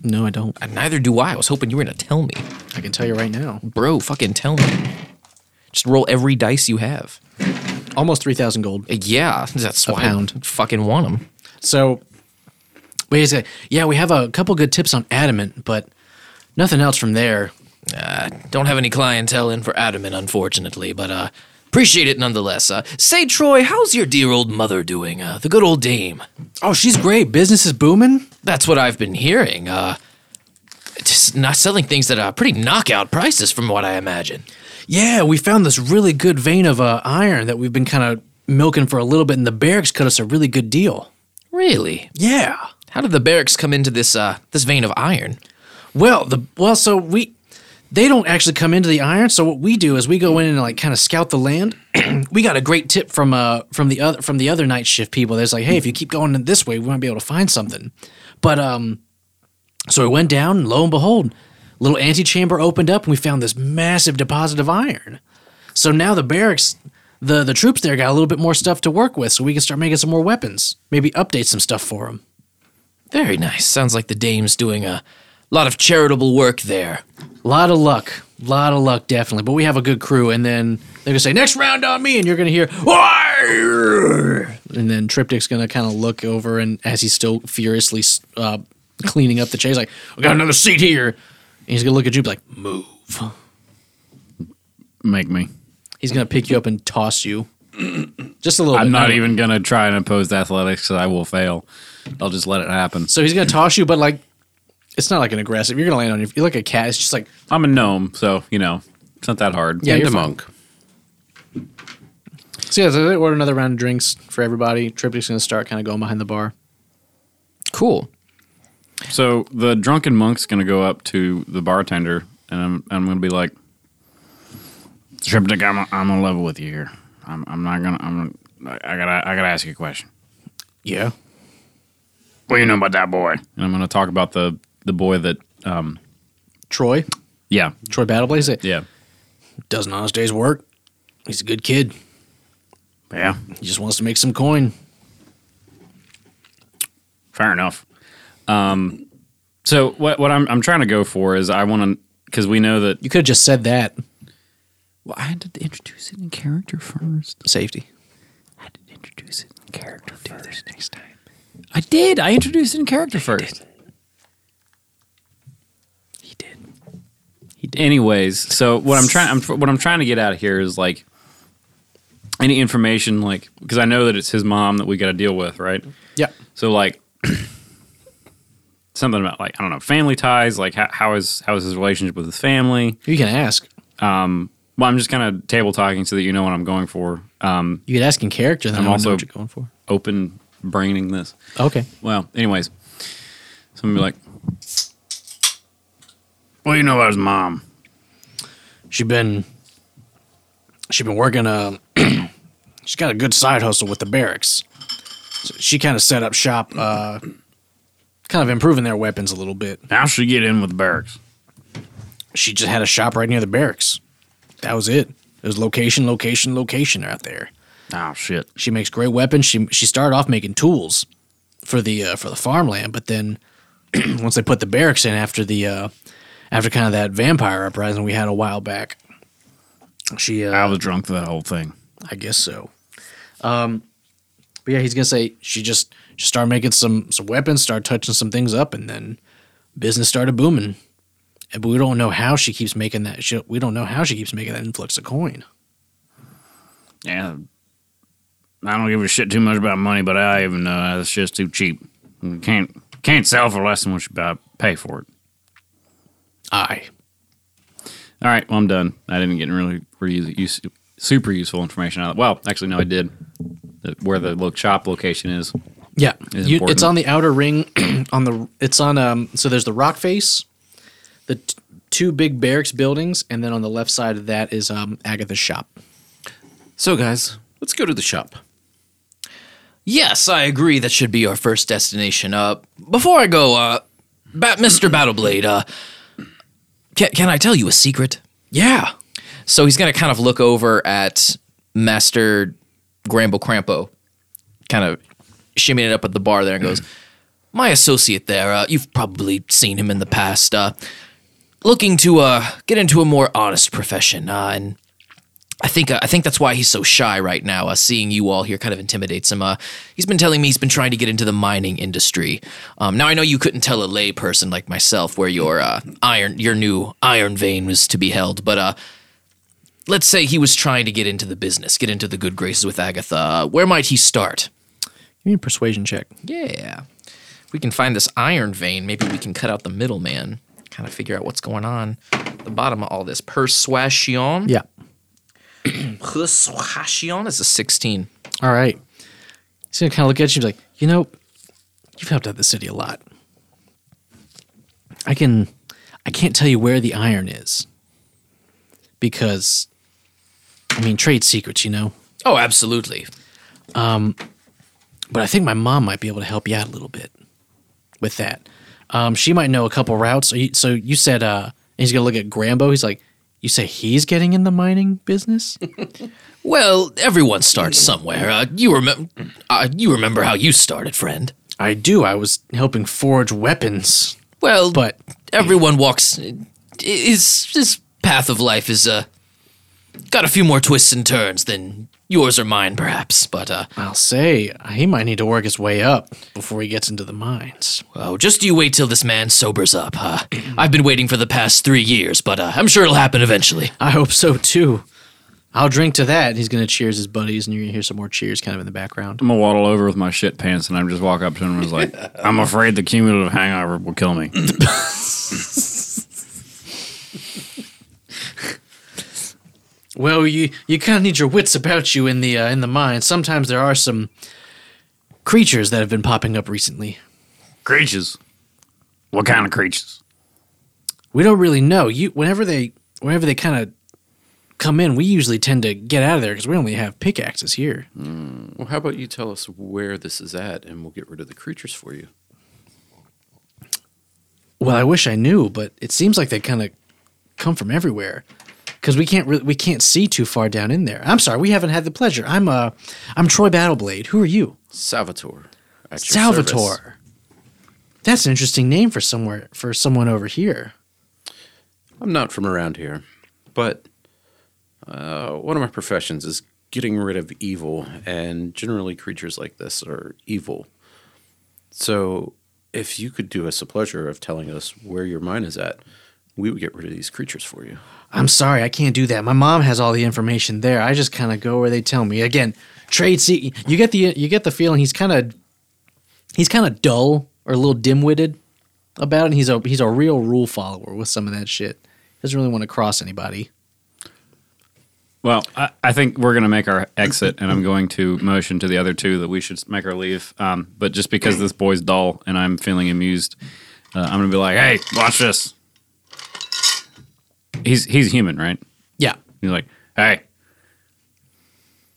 [SPEAKER 2] No, I don't.
[SPEAKER 5] And neither do I. I was hoping you were gonna tell me,
[SPEAKER 2] I can tell you right now.
[SPEAKER 5] bro. Fucking tell me. Just roll every dice you have.
[SPEAKER 2] Almost three thousand gold.
[SPEAKER 5] Uh, Yeah, that's why I
[SPEAKER 2] pound.
[SPEAKER 5] fucking want them.
[SPEAKER 2] So, wait a second. Yeah, we have a couple good tips on adamant, but nothing else from there.
[SPEAKER 5] Don't have any clientele in for adamant, unfortunately, but uh, appreciate it nonetheless. Uh, say, Troy, how's your dear old mother doing? Uh, the good old dame.
[SPEAKER 2] Oh, she's great. Business is booming.
[SPEAKER 5] That's what I've been hearing. Uh, just not selling things that are pretty knockout prices, from what I imagine.
[SPEAKER 2] Yeah, we found this really good vein of uh, iron that we've been kind of milking for a little bit, and the barracks cut us a really good deal.
[SPEAKER 5] Really?
[SPEAKER 2] Yeah.
[SPEAKER 5] How did the barracks come into this uh, this vein of iron?
[SPEAKER 2] Well, the well, so we they don't actually come into the iron. So what we do is we go in and like kind of scout the land. we got a great tip from uh from the other from the other night shift people. There's like, hey, if you keep going this way, we might be able to find something. But um, so we went down, and lo and behold, little antechamber opened up, and we found this massive deposit of iron. So now the barracks. The, the troops there got a little bit more stuff to work with, so we can start making some more weapons. Maybe update some stuff for them.
[SPEAKER 5] Very nice. Sounds like the dame's doing a lot of charitable work there.
[SPEAKER 2] lot of luck. lot of luck, definitely. But we have a good crew, and then they're gonna say next round on me, and you're gonna hear, "Arr!" and then Triptych's gonna kind of look over, and as he's still furiously uh, cleaning up the chair, he's like, "I got another seat here," and he's gonna look at you be like, "Move."
[SPEAKER 4] Make me.
[SPEAKER 2] He's gonna pick you up and toss you, just a little.
[SPEAKER 4] I'm
[SPEAKER 2] bit.
[SPEAKER 4] not even gonna try and oppose the athletics because I will fail. I'll just let it happen.
[SPEAKER 2] So he's gonna toss you, but like it's not like an aggressive. You're gonna land on your. You look at a cat. It's just like
[SPEAKER 4] I'm a gnome, so you know it's not that hard.
[SPEAKER 2] Yeah,
[SPEAKER 1] and
[SPEAKER 2] you're
[SPEAKER 1] a
[SPEAKER 2] fine.
[SPEAKER 1] monk.
[SPEAKER 2] so. Yeah, so they order another round of drinks for everybody. Triptych's gonna start kind of going behind the bar.
[SPEAKER 5] Cool.
[SPEAKER 4] So the drunken monk's gonna go up to the bartender, and I'm I'm gonna be like, Triptych, I'm I'm on level with you here. I'm I'm not gonna I'm I I gotta I gotta ask you a question.
[SPEAKER 2] Yeah.
[SPEAKER 4] What do you know about that boy? And I'm gonna talk about the the boy that um
[SPEAKER 2] Troy,
[SPEAKER 4] yeah
[SPEAKER 2] Troy Battleblaze. it-
[SPEAKER 4] yeah
[SPEAKER 2] Does an honest day's work. He's a good kid.
[SPEAKER 4] yeah
[SPEAKER 2] He just wants to make some coin.
[SPEAKER 4] fair enough. Um, so what what I'm I'm trying to go for is I want to because we know that
[SPEAKER 2] You could have just said that.
[SPEAKER 4] well, I had to introduce it in character first.
[SPEAKER 5] Safety.
[SPEAKER 4] I had to introduce it in character first. this next time. I did. I introduced it in character first. He did. He did. Anyways, so what I'm trying, I'm, what I'm trying to get out of here is like any information, like because I know that it's his mom that we got to deal with, right?
[SPEAKER 2] Yeah.
[SPEAKER 4] So like something about like I don't know family ties. Like how, how is how is his relationship with his family?
[SPEAKER 2] You can ask.
[SPEAKER 4] Well, I'm just kind of table talking so that you know what I'm going for. Um,
[SPEAKER 2] You could ask in character. Then
[SPEAKER 4] I'm
[SPEAKER 2] I
[SPEAKER 4] also-
[SPEAKER 2] know what you're going for.
[SPEAKER 4] open braining this.
[SPEAKER 2] Okay.
[SPEAKER 4] Well, anyways, someone be like, "What do you know about his mom?"
[SPEAKER 2] She been she been working uh she's got a good side hustle with the barracks. So she kind of set up shop uh kind of improving their weapons a little bit.
[SPEAKER 4] How should she get in with the barracks?
[SPEAKER 2] She just had a shop right near the barracks. That was it. It was location, location, location out there.
[SPEAKER 4] Oh shit!
[SPEAKER 2] She makes great weapons. She she started off making tools for the uh, for the farmland, but then once they put the barracks in after the uh, after kind of that vampire uprising we had a while back, she uh,
[SPEAKER 4] I was drunk for that whole thing.
[SPEAKER 2] I guess so. Um, but yeah, he's gonna say she just she started making some some weapons, started touching some things up, and then business started booming. And but we don't know how she keeps making that. She, we don't know how she keeps making that influx of coin.
[SPEAKER 4] Yeah, I don't give a shit too much about money, but I even know that shit's too cheap. You can't can't sell for less than what you buy, pay for it.
[SPEAKER 2] Aye.
[SPEAKER 4] All right, well I'm done. I didn't get really really use, super useful information out. of Well, actually, no, I did. The- Where the lo- shop location is.
[SPEAKER 2] Yeah,
[SPEAKER 4] is
[SPEAKER 2] You-
[SPEAKER 4] important.
[SPEAKER 2] it's on the outer ring. on the it's on um. So there's the rock face, the t- two big barracks buildings, and then on the left side of that is um Agatha's shop.
[SPEAKER 9] So, guys,
[SPEAKER 1] Let's go to the shop.
[SPEAKER 5] Yes, I agree. That should be our first destination. Uh, before I go, uh, Bat- Mr. Battleblade, uh, can, can I tell you a secret? Yeah. So he's going to kind of look over at Master Gramble Crampo, kind of shimmying it up at the bar there and goes, My associate there, uh, you've probably seen him in the past, uh, looking to uh, get into a more honest profession. Uh, and I think uh, I think that's why he's so shy right now. Uh, seeing you all here kind of intimidates him. Uh, he's been telling me he's been trying to get into the mining industry. Um, now I know you couldn't tell a lay person like myself where your uh, iron your new iron vein was to be held, but uh, let's say he was trying to get into the business, get into the good graces with Agatha. Uh, where might he start?
[SPEAKER 2] Give me a persuasion check.
[SPEAKER 5] Yeah, if we can find this iron vein, maybe we can cut out the middleman. Kind of figure out what's going on at the bottom of all this. Persuasion.
[SPEAKER 2] Yeah.
[SPEAKER 5] Persuasion is a 16.
[SPEAKER 2] All right. He's gonna kind of look at you. He's like, you know, you've helped out the city a lot. I can, I can't tell you where the iron is because, I mean, trade secrets, you know.
[SPEAKER 5] Oh, absolutely.
[SPEAKER 2] But I think my mom might be able to help you out a little bit with that. Um, she might know a couple routes. So you, so you said, uh, and he's gonna look at Grambo. He's like, you say he's getting in the mining business?
[SPEAKER 5] Well, everyone starts
[SPEAKER 1] Mm.
[SPEAKER 5] somewhere. Uh, you remember uh, you remember how you started, friend.
[SPEAKER 2] I do. I was helping forge weapons,
[SPEAKER 5] Well,
[SPEAKER 2] but
[SPEAKER 5] everyone walks his his path of life is uh got a few more twists and turns than yours or mine perhaps, but uh
[SPEAKER 2] I'll say he might need to work his way up before he gets into the mines.
[SPEAKER 5] well, just you wait till this man sobers up. Uh, I've been waiting for the past 3 years, but uh, I'm sure it'll happen eventually.
[SPEAKER 2] I hope so too. I'll drink to that. And he's going to cheers his buddies, and you're going to hear some more cheers kind of in the background.
[SPEAKER 4] I'm gonna waddle over with my shit pants, and I'm just walk up to him and was like, "I'm afraid the cumulative hangover will kill me."
[SPEAKER 2] Well, you you kind of need your wits about you in the uh, in the mind. Sometimes there are some creatures that have been popping up recently.
[SPEAKER 4] creatures. What kind of creatures?
[SPEAKER 2] We don't really know. You whenever they whenever they kind of come in, we usually tend to get out of there because we only have pickaxes here.
[SPEAKER 1] Well, how about you tell us where this is at, and we'll get rid of the creatures for you.
[SPEAKER 2] Well, I wish I knew, but it seems like they kind of come from everywhere because we can't really we can't see too far down in there. I'm sorry, we haven't had the pleasure. I'm uh I'm Troy Battleblade. Who are you?
[SPEAKER 1] Salvatore. at your
[SPEAKER 2] Salvatore.
[SPEAKER 1] service.
[SPEAKER 2] That's an interesting name for somewhere for someone over here.
[SPEAKER 1] I'm not from around here, but uh, one of my professions is getting rid of evil, and generally creatures like this are evil. So, if you could do us a pleasure of telling us where your mine is at, we would get rid of these creatures for you.
[SPEAKER 2] I'm sorry, I can't do that. My mom has all the information there. I just kind of go where they tell me. Again, trade se You get the you get the feeling he's kind of he's kind of dull or a little dim-witted about it. And he's a he's a real rule follower with some of that shit. Doesn't really want to cross anybody.
[SPEAKER 4] Well, I, I think we're gonna make our exit, and I'm going to motion to the other two that we should make our leave. Um, but just because this boy's dull and I'm feeling amused, uh, I'm gonna be like, "Hey, watch this." He's he's human, right?
[SPEAKER 2] Yeah.
[SPEAKER 4] He's like, "Hey,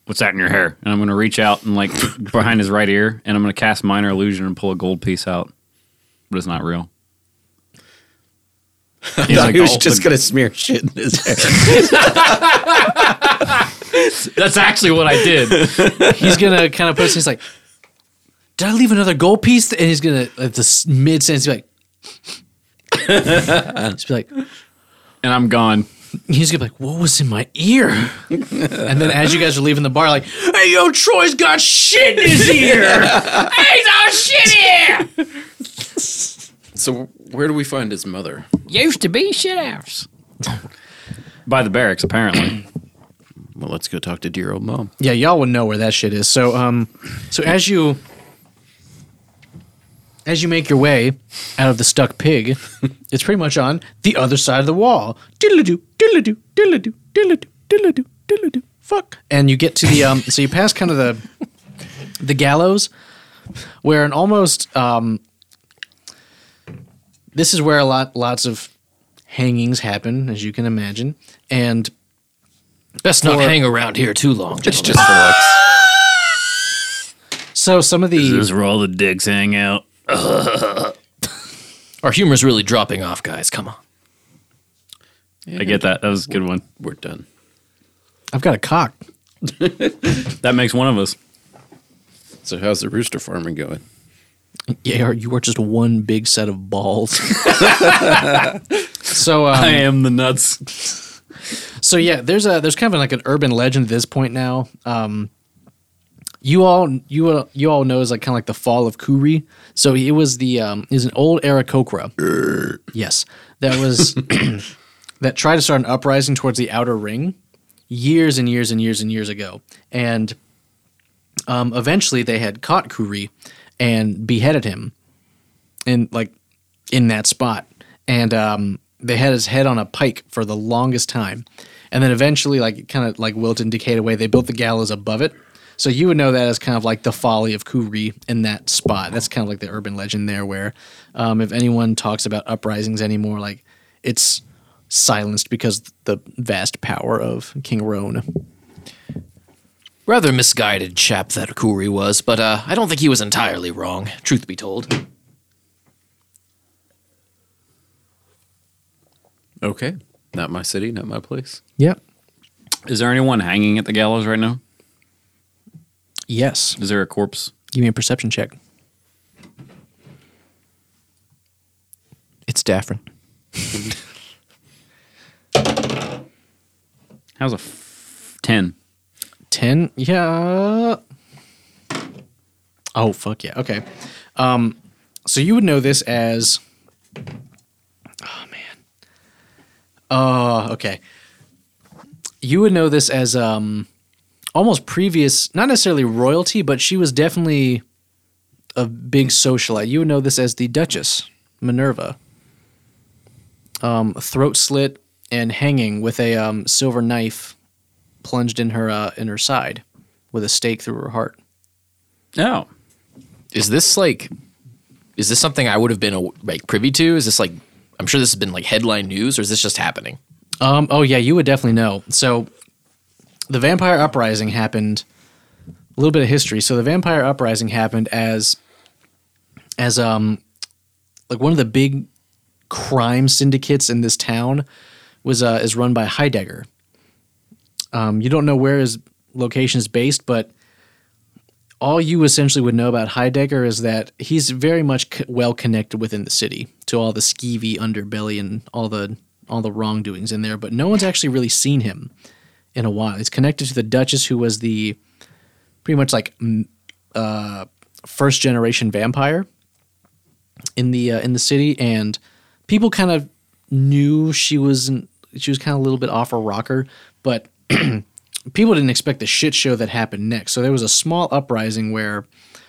[SPEAKER 4] what's that in your hair?" And I'm gonna reach out and like behind his right ear, and I'm gonna cast minor illusion and pull a gold piece out, but it's not real. He's like, "Oh, the-
[SPEAKER 1] gonna smear shit in his hair.
[SPEAKER 4] That's actually what I did.
[SPEAKER 2] He's gonna kind of push. He's like, "Did I leave another gold piece?" And he's gonna at the mid sentence be like, just be like,
[SPEAKER 4] and I'm gone.
[SPEAKER 2] he's gonna be like, "What was in my ear?" and then as you guys are leaving the bar, like, "Hey, yo, Troy's got shit in his ear."
[SPEAKER 1] so, where do we find his mother?
[SPEAKER 5] Used to be shit house.
[SPEAKER 4] By the barracks, apparently.
[SPEAKER 1] Well, let's go talk to dear old mom.
[SPEAKER 2] yeah, y'all would know where that shit is. So, um, so as you as you make your way out of the stuck pig, it's pretty much on the other side of the wall. Diddle-a-doo, diddle-a-doo, diddle-a-doo, diddle-a-doo, diddle-a-doo, diddle-a-doo. Fuck. And you get to the um, so you pass kind of the the gallows, where an almost um, this is where a lot lots of hangings happen, as you can imagine, and.
[SPEAKER 9] Best not hang around here too long.
[SPEAKER 1] It's just for like
[SPEAKER 2] So some of the
[SPEAKER 4] where all the dicks hang out.
[SPEAKER 9] Our humor's really dropping off, guys. Come on.
[SPEAKER 4] I get that. That was a good one.
[SPEAKER 1] we're done.
[SPEAKER 2] I've got a cock.
[SPEAKER 4] That makes one of us.
[SPEAKER 1] So, how's the rooster farming going?
[SPEAKER 2] Yeah, or you are just one big set of balls. so um,
[SPEAKER 4] I am the nuts.
[SPEAKER 2] so yeah, there's a there's kind of like an urban legend at this point now. Um, you all you all- you all know is like kind of like the fall of Kuri. So it was the um, is an old Aarakocra. yes, that was that tried to start an uprising towards the outer ring years and years and years and years ago, and um, eventually they had caught Kuri and beheaded him, and like in that spot. And um, they had his head on a pike for the longest time. And then eventually, like kind of like Wilton decayed away, they built the gallows above it. So you would know that as kind of like the folly of Kuri in that spot. That's kind of like the urban legend there, where um, if anyone talks about uprisings anymore, like it's silenced because the vast power of King Roan.
[SPEAKER 9] Rather misguided chap that Kuri was, but uh, I don't think he was entirely wrong, truth be told.
[SPEAKER 1] Okay, not my city, not my place.
[SPEAKER 2] Yep.
[SPEAKER 4] Is there anyone hanging at the gallows right now?
[SPEAKER 2] Yes.
[SPEAKER 4] Is there a corpse?
[SPEAKER 2] Give me a perception check.
[SPEAKER 5] It's Daffrin.
[SPEAKER 4] How's a f- 10?
[SPEAKER 2] Ten. Yeah. Oh fuck yeah. Okay. Um, so you would know this as. Oh man. Uh, okay. you would know this as um, almost previous, not necessarily royalty, but she was definitely a big socialite. You would know this as the Duchess Minerva. Um, throat slit and hanging with a um, silver knife plunged in her uh, in her side, with a stake through her heart.
[SPEAKER 4] Oh,
[SPEAKER 5] Is this like, is this something I would have been aw- like privy to? Is this like, I'm sure this has been like headline news, or is this just happening?
[SPEAKER 2] Um, oh yeah, you would definitely know. So, the Vampire Uprising happened. A little bit of history. So the Vampire Uprising happened as, as um, like one of the big crime syndicates in this town was uh, is run by Heidegger. Um, you don't know where his location is based, but all you essentially would know about Heidegger is that he's very much c- well connected within the city to all the skeevy underbelly and all the all the wrongdoings in there. But no one's actually really seen him in a while. He's connected to the Duchess, who was the pretty much like m- uh, first generation vampire in the uh, in the city, and people kind of knew she was she was kind of a little bit off her rocker, but people didn't expect the shit show that happened next. So there was a small uprising where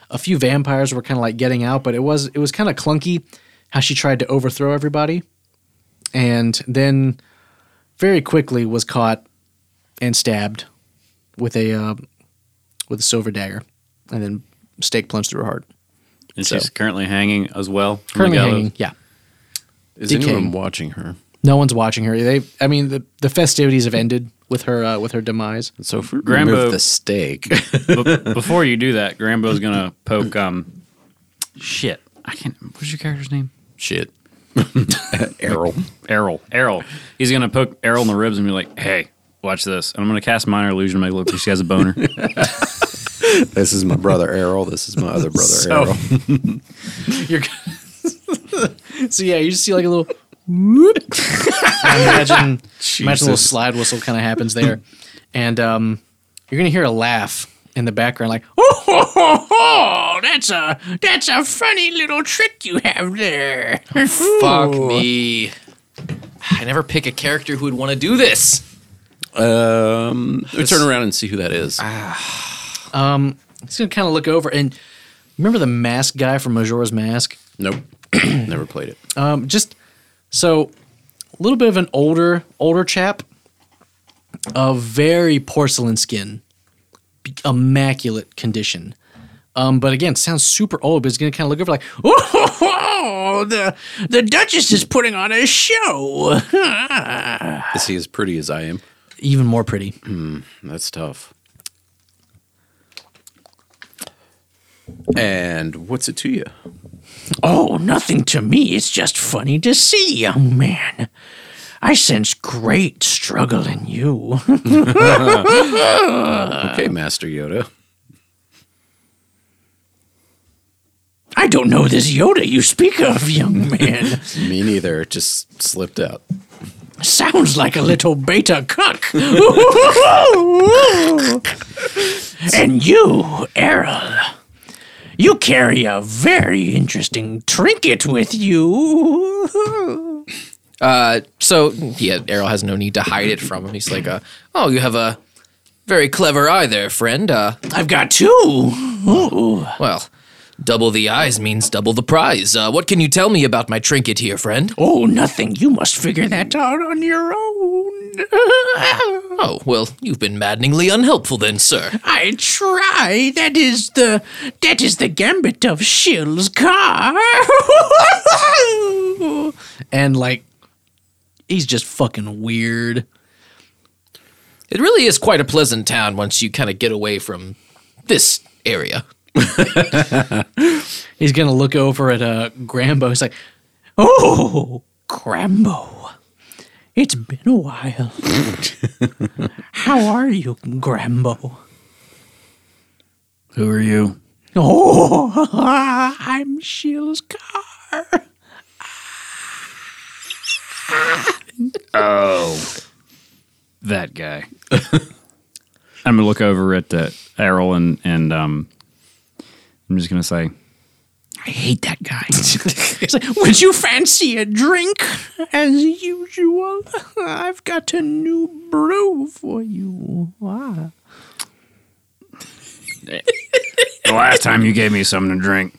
[SPEAKER 2] a few vampires were kind of like getting out, but it was it was kind of clunky how she tried to overthrow everybody, and then very quickly was caught and stabbed with a uh, with a silver dagger, and then stake plunged through her heart.
[SPEAKER 4] and
[SPEAKER 2] So-
[SPEAKER 4] she's currently hanging as well. from the
[SPEAKER 2] Currently
[SPEAKER 4] gallows.
[SPEAKER 2] hanging. Yeah.
[SPEAKER 1] Is
[SPEAKER 2] Decaying.
[SPEAKER 1] anyone watching her?
[SPEAKER 2] No one's watching her. They, I mean, the, the festivities have ended with her uh, with her demise.
[SPEAKER 1] So if we
[SPEAKER 4] Grambo-
[SPEAKER 9] Uh,
[SPEAKER 1] remove the steak,
[SPEAKER 4] But before you do that, Grambo's gonna poke. Um, shit, I can't. What's your character's name?
[SPEAKER 1] shit, Errol.
[SPEAKER 4] Errol. Errol. He's gonna poke Errol in the ribs and be like, "Hey, watch this." And I'm gonna cast minor illusion to make it look like she has a boner.
[SPEAKER 1] This is my brother Errol. This is my other brother
[SPEAKER 4] So-
[SPEAKER 1] Errol.
[SPEAKER 2] You're. so yeah, you just see like a little. whoop. I imagine, imagine a little slide whistle kind of happens there, and um, you're gonna hear a laugh in the background, like "Oh, ho, ho, ho, that's a that's a funny little trick you have there."
[SPEAKER 5] Fuck me. I never pick a character who would want to do this.
[SPEAKER 1] Um, we turn around and see who that is.
[SPEAKER 2] He's gonna kind of look over and remember the mask guy from Majora's Mask.
[SPEAKER 1] nope, never played it.
[SPEAKER 2] Um, just so a little bit of an older older chap, a very porcelain skin, b- immaculate condition. Um, but again, sounds super old. But he's gonna kind of look over like, oh, ho, ho, the the Duchess is putting on a show.
[SPEAKER 1] Is he as pretty as I am?
[SPEAKER 2] Even more pretty.
[SPEAKER 1] That's tough. And what's it to you?
[SPEAKER 3] Oh, nothing to me. It's just funny to see, young man. I sense great struggle in you.
[SPEAKER 1] Okay, Master Yoda.
[SPEAKER 3] I don't know this Yoda you speak of, young man.
[SPEAKER 1] Me neither. It just slipped out.
[SPEAKER 3] Sounds like a little beta cuck. and you, Errol, you carry a very interesting trinket with you.
[SPEAKER 5] Uh, So yeah, Errol has no need to hide it from him. He's like, uh, "Oh, you have a very clever eye there, friend. Uh,
[SPEAKER 3] I've got two.
[SPEAKER 5] well, double the eyes means double the prize. Uh, what can you tell me about my trinket here, friend?
[SPEAKER 3] Oh, nothing. You must figure that out on your own.
[SPEAKER 5] Oh, well, you've been maddeningly unhelpful then, sir.
[SPEAKER 3] I try. That is the that is the gambit of Shill's car.
[SPEAKER 2] And like, he's just fucking weird.
[SPEAKER 5] It really is quite a pleasant town once you kind of get away from this area.
[SPEAKER 2] He's gonna look over at uh Grambo. He's like,
[SPEAKER 3] oh, Grambo. It's been a while. How are you, Grambo?
[SPEAKER 4] Who are you?
[SPEAKER 3] Oh, I'm Shill's car.
[SPEAKER 4] That guy. I'm gonna look over at uh, Errol and and um, I'm just gonna say,
[SPEAKER 3] I hate that guy. It's like, Would you fancy a drink? As usual, I've got a new brew for you. Ah.
[SPEAKER 4] The last time you gave me something to drink,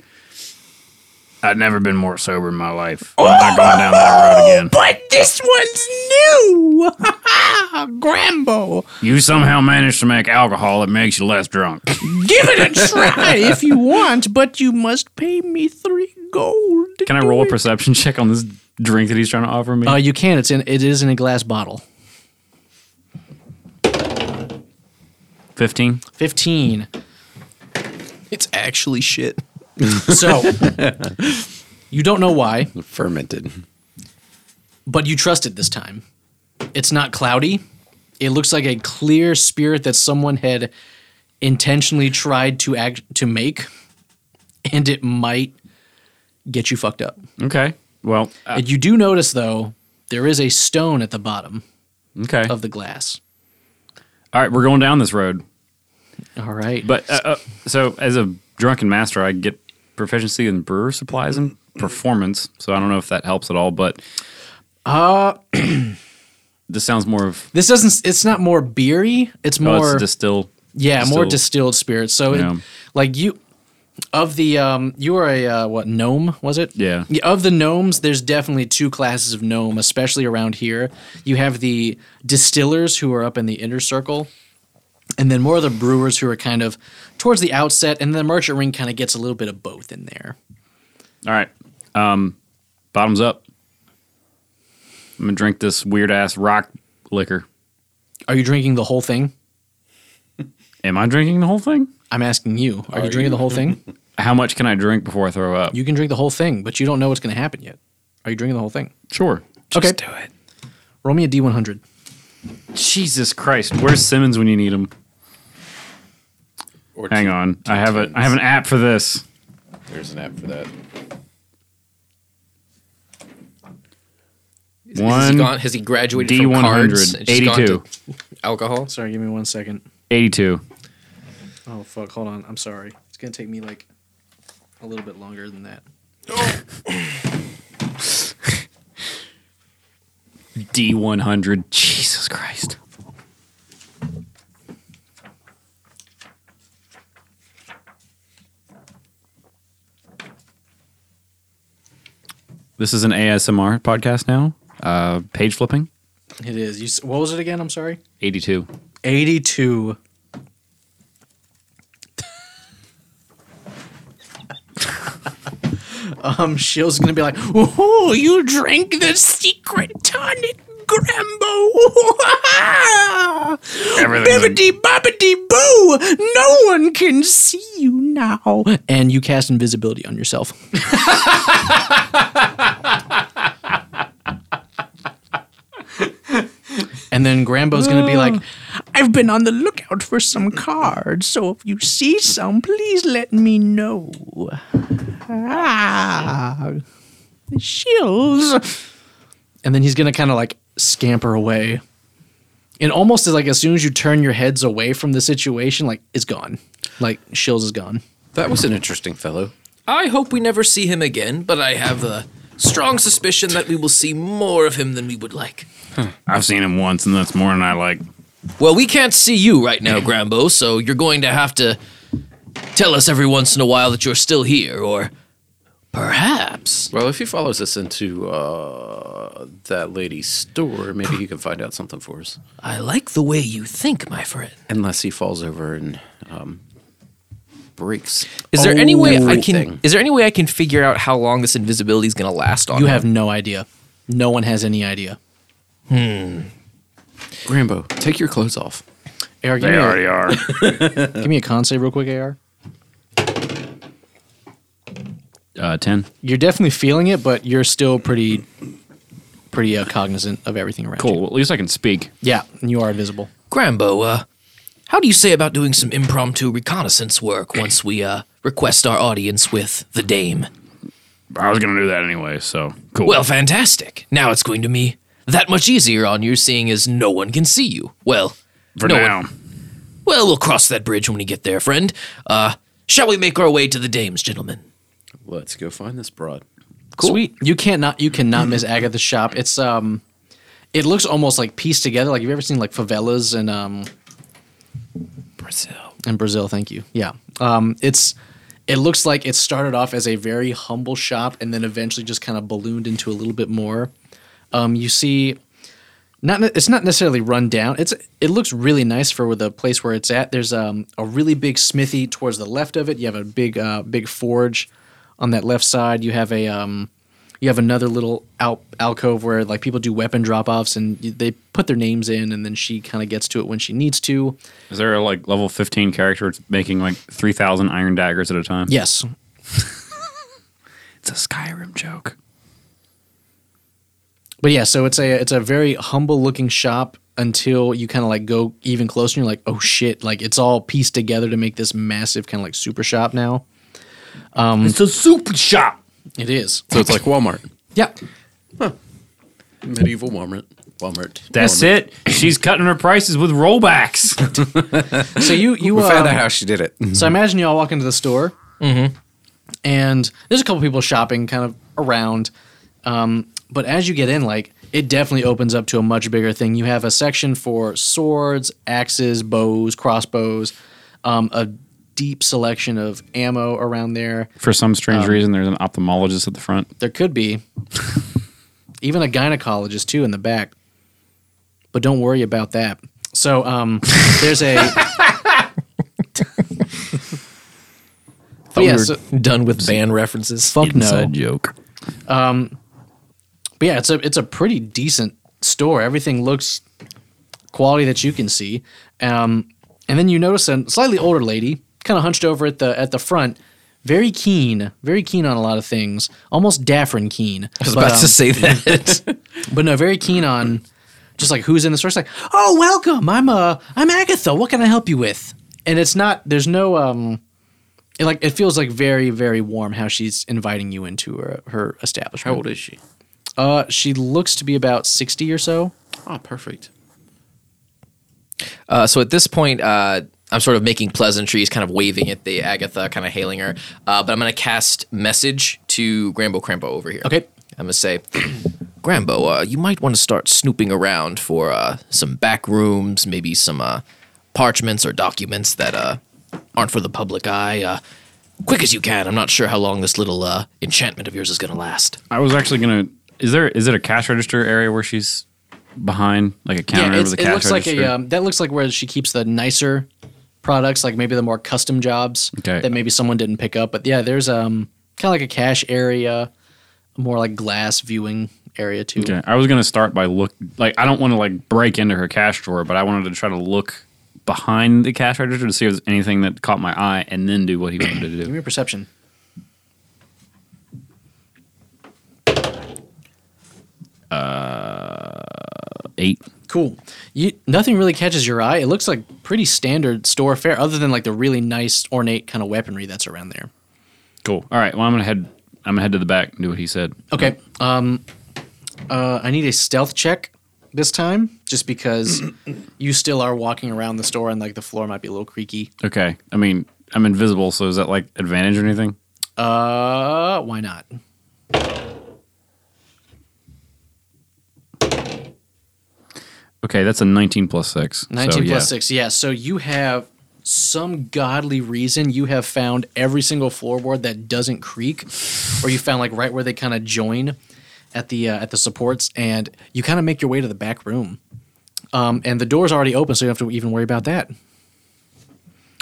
[SPEAKER 4] I'd never been more sober in my life. I'm not going down that road again.
[SPEAKER 3] But this one's new! Grambo,
[SPEAKER 4] You somehow managed to make alcohol that makes you less drunk.
[SPEAKER 3] give it a try if you want, but you must pay me three gold.
[SPEAKER 4] Can I roll a perception check on this drink that he's trying to offer me?
[SPEAKER 2] Uh, you can. It's in. It is in a glass bottle.
[SPEAKER 4] 15.
[SPEAKER 2] Fifteen.
[SPEAKER 5] It's actually shit.
[SPEAKER 2] So you don't know why,
[SPEAKER 1] Fermented.
[SPEAKER 2] but you trust it this time. It's not cloudy. It looks like a clear spirit that someone had intentionally tried to act to make, and it might get you fucked up.
[SPEAKER 4] Okay. Well, uh,
[SPEAKER 2] And you do notice though there is a stone at the bottom
[SPEAKER 4] okay.
[SPEAKER 2] of the glass.
[SPEAKER 4] All right, we're going down this road.
[SPEAKER 2] All right,
[SPEAKER 4] But uh, uh, so as a drunken master, I get proficiency in brewer supplies and performance. So I don't know if that helps at all, but
[SPEAKER 2] uh,
[SPEAKER 4] this sounds more of
[SPEAKER 2] this doesn't. It's not more beery. It's
[SPEAKER 4] oh,
[SPEAKER 2] more
[SPEAKER 4] it's distill.
[SPEAKER 2] Yeah, more
[SPEAKER 4] distilled.
[SPEAKER 2] distilled spirits. So, it-
[SPEAKER 4] Yeah.
[SPEAKER 2] like you, of the um, you were a uh, what gnome was it?
[SPEAKER 4] Yeah.
[SPEAKER 2] Of the gnomes, there's definitely two classes of gnome, especially around here. You have the distillers who are up in the inner circle, and then more of the brewers who are kind of towards the outset, and then the merchant ring kind of gets a little bit of both in there.
[SPEAKER 4] All right, um, bottoms up. I'm gonna drink this weird ass rock liquor.
[SPEAKER 2] Are you drinking the whole thing?
[SPEAKER 4] Am I drinking the whole thing?
[SPEAKER 2] I'm asking you. Are, you drinking the whole thing?
[SPEAKER 4] How much can I drink before I throw up?
[SPEAKER 2] You can drink the whole thing, but you don't know what's going to happen yet. Are you drinking the whole thing?
[SPEAKER 4] sure.
[SPEAKER 2] okay. do it. Roll me a D100.
[SPEAKER 4] Jesus Christ, where's Simmons when you need him?
[SPEAKER 1] Or
[SPEAKER 4] Hang
[SPEAKER 1] two-
[SPEAKER 4] on, I have a I have an app for this.
[SPEAKER 1] There's an app for that.
[SPEAKER 5] Has he,
[SPEAKER 4] One
[SPEAKER 5] gone, has he graduated
[SPEAKER 4] D
[SPEAKER 5] from
[SPEAKER 4] one
[SPEAKER 5] cards?
[SPEAKER 4] hundred
[SPEAKER 5] and just gone
[SPEAKER 4] eighty two.
[SPEAKER 5] to Alcohol?
[SPEAKER 2] Sorry, give me one second.
[SPEAKER 4] 82.
[SPEAKER 2] Oh fuck! Hold on. I'm sorry. It's gonna take me like a little bit longer than that.
[SPEAKER 4] D100. Jesus Christ. This is an ASMR podcast now. Uh, page flipping.
[SPEAKER 2] It is. You. s- What was it again? I'm sorry.
[SPEAKER 4] 82.
[SPEAKER 2] Eighty-two. um, Shill's gonna be like,
[SPEAKER 3] Oh, you drank the secret tonic, Grambo. Bibbity bobbity boo. No one can see you now.
[SPEAKER 2] and you cast invisibility on yourself. and then Grambo's gonna be like,
[SPEAKER 3] I've been on the lookout for some cards, so if you see some, please let me know. Ah, shills.
[SPEAKER 2] and then he's gonna kind of like scamper away and almost as like as soon as you turn your heads away from the situation like it's gone like shills is gone
[SPEAKER 1] That was an interesting fellow.
[SPEAKER 5] I hope we never see him again, but I have a strong suspicion that we will see more of him than we would like.
[SPEAKER 4] I've seen him once, and that's more than I like.
[SPEAKER 5] Well, we can't see you right now, Grambo, so you're going to have to tell us every once in a while that you're still here, or perhaps.
[SPEAKER 1] Well, if he follows us into uh, that lady's store, maybe he can find out something for us.
[SPEAKER 5] I like the way you think, my friend.
[SPEAKER 1] Unless he falls over and um, breaks.
[SPEAKER 5] Is there any way I
[SPEAKER 1] everything.
[SPEAKER 5] can? Is there any way I can figure out how long this invisibility is going to last on?
[SPEAKER 2] you
[SPEAKER 5] him?
[SPEAKER 2] have no idea no one has any idea
[SPEAKER 1] Grambo, take your clothes off.
[SPEAKER 2] AR, give,
[SPEAKER 4] They
[SPEAKER 2] me
[SPEAKER 4] already
[SPEAKER 2] a,
[SPEAKER 4] are.
[SPEAKER 2] give me a con save real quick ar
[SPEAKER 4] Uh, 10.
[SPEAKER 2] you're definitely feeling it but you're still pretty pretty uh, cognizant of everything around
[SPEAKER 4] Cool.
[SPEAKER 2] you.
[SPEAKER 4] Well, at least I can speak.
[SPEAKER 2] yeah and you are invisible
[SPEAKER 5] Grambo, uh, how do you say about doing some impromptu reconnaissance work once we uh, request our audience with the dame?
[SPEAKER 4] I was going to do that anyway, so cool.
[SPEAKER 5] Well, fantastic. Now it's going to be that much easier on you, seeing as no one can see you. Well,
[SPEAKER 4] for
[SPEAKER 5] no
[SPEAKER 4] now.
[SPEAKER 5] one- well, we'll cross that bridge when we get there, friend. Uh, shall we make our way to the dame's, gentlemen?
[SPEAKER 1] Let's go find this broad.
[SPEAKER 2] Sweet. You can't not you cannot miss Agatha's shop. It's um it looks almost like pieced together. Like you've ever seen like favelas in um Brazil. In Brazil, thank you. Yeah. Um it's it looks like it started off as a very humble shop and then eventually just kind of ballooned into a little bit more. Um you see not ne- it's not necessarily run down. It's it looks really nice for the place where it's at. There's um, a really big smithy towards the left of it. You have a big uh, big forge on that left side. You have a um, you have another little al- alcove where like people do weapon drop offs and y- they put their names in and then she kind of gets to it when she needs to.
[SPEAKER 4] Is there a like level 15 character that's making like 3,000 iron daggers at a time?
[SPEAKER 2] Yes,
[SPEAKER 4] It's a Skyrim joke.
[SPEAKER 2] but yeah, so it's a it's a very humble looking shop until you kind of like go even closer and you're like oh shit like it's all pieced together to make this massive kind of like super shop now.
[SPEAKER 7] It's a super shop.
[SPEAKER 2] It is.
[SPEAKER 1] So it's like Walmart,
[SPEAKER 2] Yep.
[SPEAKER 1] medieval Walmart. Walmart.
[SPEAKER 4] That's it. She's cutting her prices with rollbacks.
[SPEAKER 2] So you you
[SPEAKER 1] We found
[SPEAKER 2] um,
[SPEAKER 1] out how she did it.
[SPEAKER 2] So I imagine you all walk into the store, and there's a couple people shopping kind of around. Um, but as you get in, like it definitely opens up to a much bigger thing. You have a section for swords, axes, bows, crossbows, um, a deep selection of ammo around there.
[SPEAKER 4] For some strange reason, there's an ophthalmologist at the front.
[SPEAKER 2] There could be even a gynecologist too in the back. But don't worry about that. So um, there's a. But yeah, so-
[SPEAKER 5] done with band references.
[SPEAKER 2] Fuck no. Inside
[SPEAKER 5] joke.
[SPEAKER 2] But yeah, it's a it's a pretty decent store. Everything looks quality that you can see. Um, and then you notice a slightly older lady, kind of hunched over at the at the front, very keen, very keen on a lot of things, almost Daffrin keen.
[SPEAKER 5] I was
[SPEAKER 2] But,
[SPEAKER 5] about
[SPEAKER 2] um,
[SPEAKER 5] to say that.
[SPEAKER 2] but no, very keen on just like who's in the store. It's like, oh, welcome. I'm uh, I'm Agatha. What can I help you with? And it's not. There's no um, it like it feels like very very warm how she's inviting you into her her establishment.
[SPEAKER 1] How old is she?
[SPEAKER 2] Uh, she looks to be about sixty or so.
[SPEAKER 1] Ah, perfect.
[SPEAKER 5] uh, so at this point, uh, I'm sort of making pleasantries, kind of waving at the Agatha, kind of hailing her. Uh, but I'm going to cast message to Grambo Crambo over here.
[SPEAKER 2] Okay.
[SPEAKER 5] I'm going to say, Grambo, uh, you might want to start snooping around for uh, some back rooms, maybe some uh, parchments or documents that uh, aren't for the public eye. Uh, quick as you can. I'm not sure how long this little uh, enchantment of yours is going to last.
[SPEAKER 4] I was actually gonna. Is there? Is it a cash register area where she's behind, like a counter
[SPEAKER 2] yeah,
[SPEAKER 4] over
[SPEAKER 2] it's,
[SPEAKER 4] the
[SPEAKER 2] it
[SPEAKER 4] cash
[SPEAKER 2] looks like
[SPEAKER 4] register?
[SPEAKER 2] a um, that looks like where she keeps the nicer products, like maybe the more custom jobs
[SPEAKER 4] Okay.
[SPEAKER 2] that maybe someone didn't pick up. But yeah, there's um kind of like a cash area, more like glass viewing area too.
[SPEAKER 4] okay. I was gonna start by look. Like I don't want to like break into her cash drawer, but I wanted to try to look behind the cash register to see if there's anything that caught my eye, and then do what he wanted to
[SPEAKER 2] Give
[SPEAKER 4] do.
[SPEAKER 2] me a perception.
[SPEAKER 4] Eight.
[SPEAKER 2] Cool. You nothing really catches your eye. It looks like pretty standard store fare, other than like the really nice ornate kind of weaponry that's around there.
[SPEAKER 4] Cool. All right. Well, I'm gonna head. I'm gonna head to the back and do what he said.
[SPEAKER 2] Okay. Um, uh, I need a stealth check this time, just because you still are walking around the store and like the floor might be a little creaky.
[SPEAKER 4] Okay. I mean, I'm invisible, so is that like advantage or anything?
[SPEAKER 2] Uh, why not?
[SPEAKER 4] Okay, that's a 19 plus six.
[SPEAKER 2] 19
[SPEAKER 4] so, yeah.
[SPEAKER 2] plus 6. Yeah. So you have some godly reason you have found every single floorboard that doesn't creak or you found like right where they kind of join at the uh, at the supports and you kind of make your way to the back room. Um, and the door's already open so you don't have to even worry about that.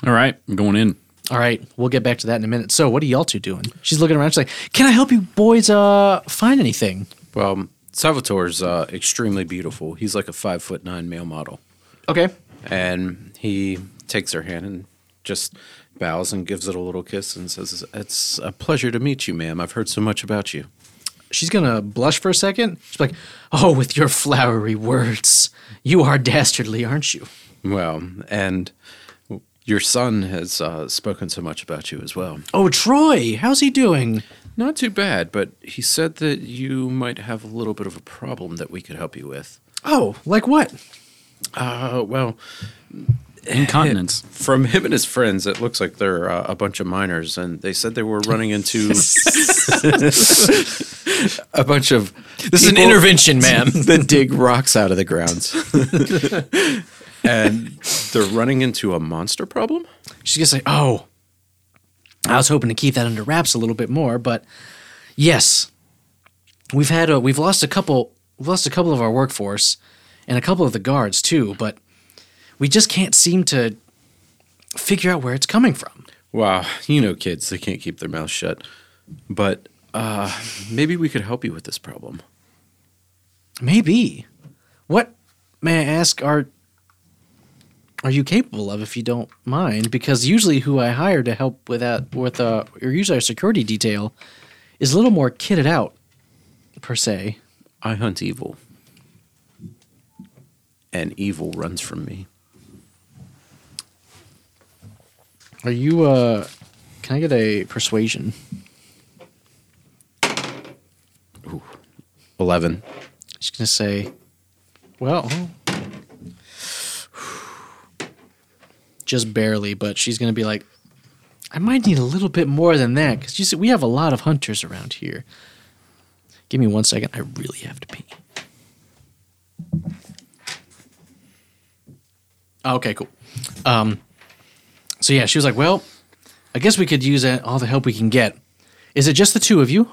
[SPEAKER 4] All right, I'm going in.
[SPEAKER 2] All right, we'll get back to that in a minute. So, what are y'all two doing? She's looking around. She's like, "Can I help you boys uh find anything?"
[SPEAKER 1] Well, Salvatore's Um, uh, extremely beautiful. He's like a five foot nine male model.
[SPEAKER 2] Okay.
[SPEAKER 1] And he takes her hand and just bows and gives it a little kiss and says, It's a pleasure to meet you, ma'am. I've heard so much about you.
[SPEAKER 2] She's gonna blush for a second. She's like, "Oh, with your flowery words, you are dastardly, aren't you?"
[SPEAKER 1] Well, and your son has uh, spoken so much about you as well.
[SPEAKER 2] Oh, Troy, how's he doing?
[SPEAKER 1] Not too bad, but he said that you might have a little bit of a problem that we could help you with.
[SPEAKER 2] Oh, like what?
[SPEAKER 1] Uh, well,
[SPEAKER 4] incontinence.
[SPEAKER 1] From him and his friends, it looks like they're uh, a bunch of miners, and they said they were running into a bunch of
[SPEAKER 5] This is an intervention, ma'am.
[SPEAKER 1] that dig rocks out of the grounds. and they're running into a monster problem?
[SPEAKER 2] She's gonna say, "Oh, I was hoping to keep that under wraps a little bit more, but yes, we've had a, we've lost a couple we've lost a couple of our workforce and a couple of the guards too, but we just can't seem to figure out where it's coming from.
[SPEAKER 1] Wow, you know kids, they can't keep their mouths shut. But uh, maybe we could help you with this problem.
[SPEAKER 2] Maybe what may I ask are are you capable of if you don't mind? Because usually who I hire to help with that with uh, or usually our security detail is a little more kitted out per se."
[SPEAKER 1] I hunt evil. And evil runs from me.
[SPEAKER 2] Are you uh can I get a persuasion?
[SPEAKER 1] 11.
[SPEAKER 2] She's gonna say Well just barely, but she's gonna be like I might need a little bit more than that, because you see we have a lot of hunters around here. Give me one second, I really have to pee. Okay, cool. Um so yeah, she was like, Well, I guess we could use uh, all the help we can get. Is it just the two of you?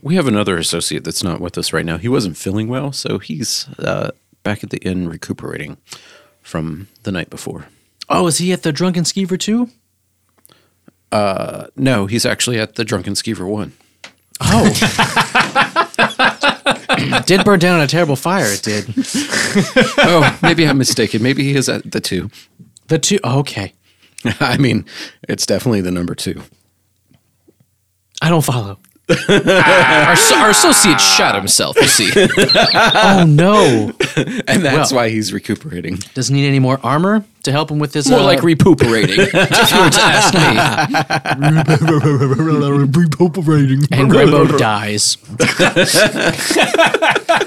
[SPEAKER 1] We have another associate that's not with us right now. He wasn't feeling well, so he's uh, back at the inn recuperating from the night before.
[SPEAKER 2] Oh, is he at the drunken skeever too?
[SPEAKER 1] No, he's actually at the Drunken Skeever 1.
[SPEAKER 2] Oh. It did burn down in a terrible fire, it did.
[SPEAKER 1] oh, maybe I'm mistaken. Maybe he is at the 2.
[SPEAKER 2] The two oh, okay.
[SPEAKER 1] I mean, it's definitely the number 2.
[SPEAKER 2] I don't follow.
[SPEAKER 5] Our, so- our associate shot himself. You see,
[SPEAKER 2] Oh no.
[SPEAKER 1] And that's
[SPEAKER 2] Well-
[SPEAKER 1] why he's recuperating.
[SPEAKER 2] Doesn't he need any more armor to help him with his
[SPEAKER 5] more
[SPEAKER 2] uh,
[SPEAKER 5] like recuperating. if you were to ask me,
[SPEAKER 2] and Rambo dies.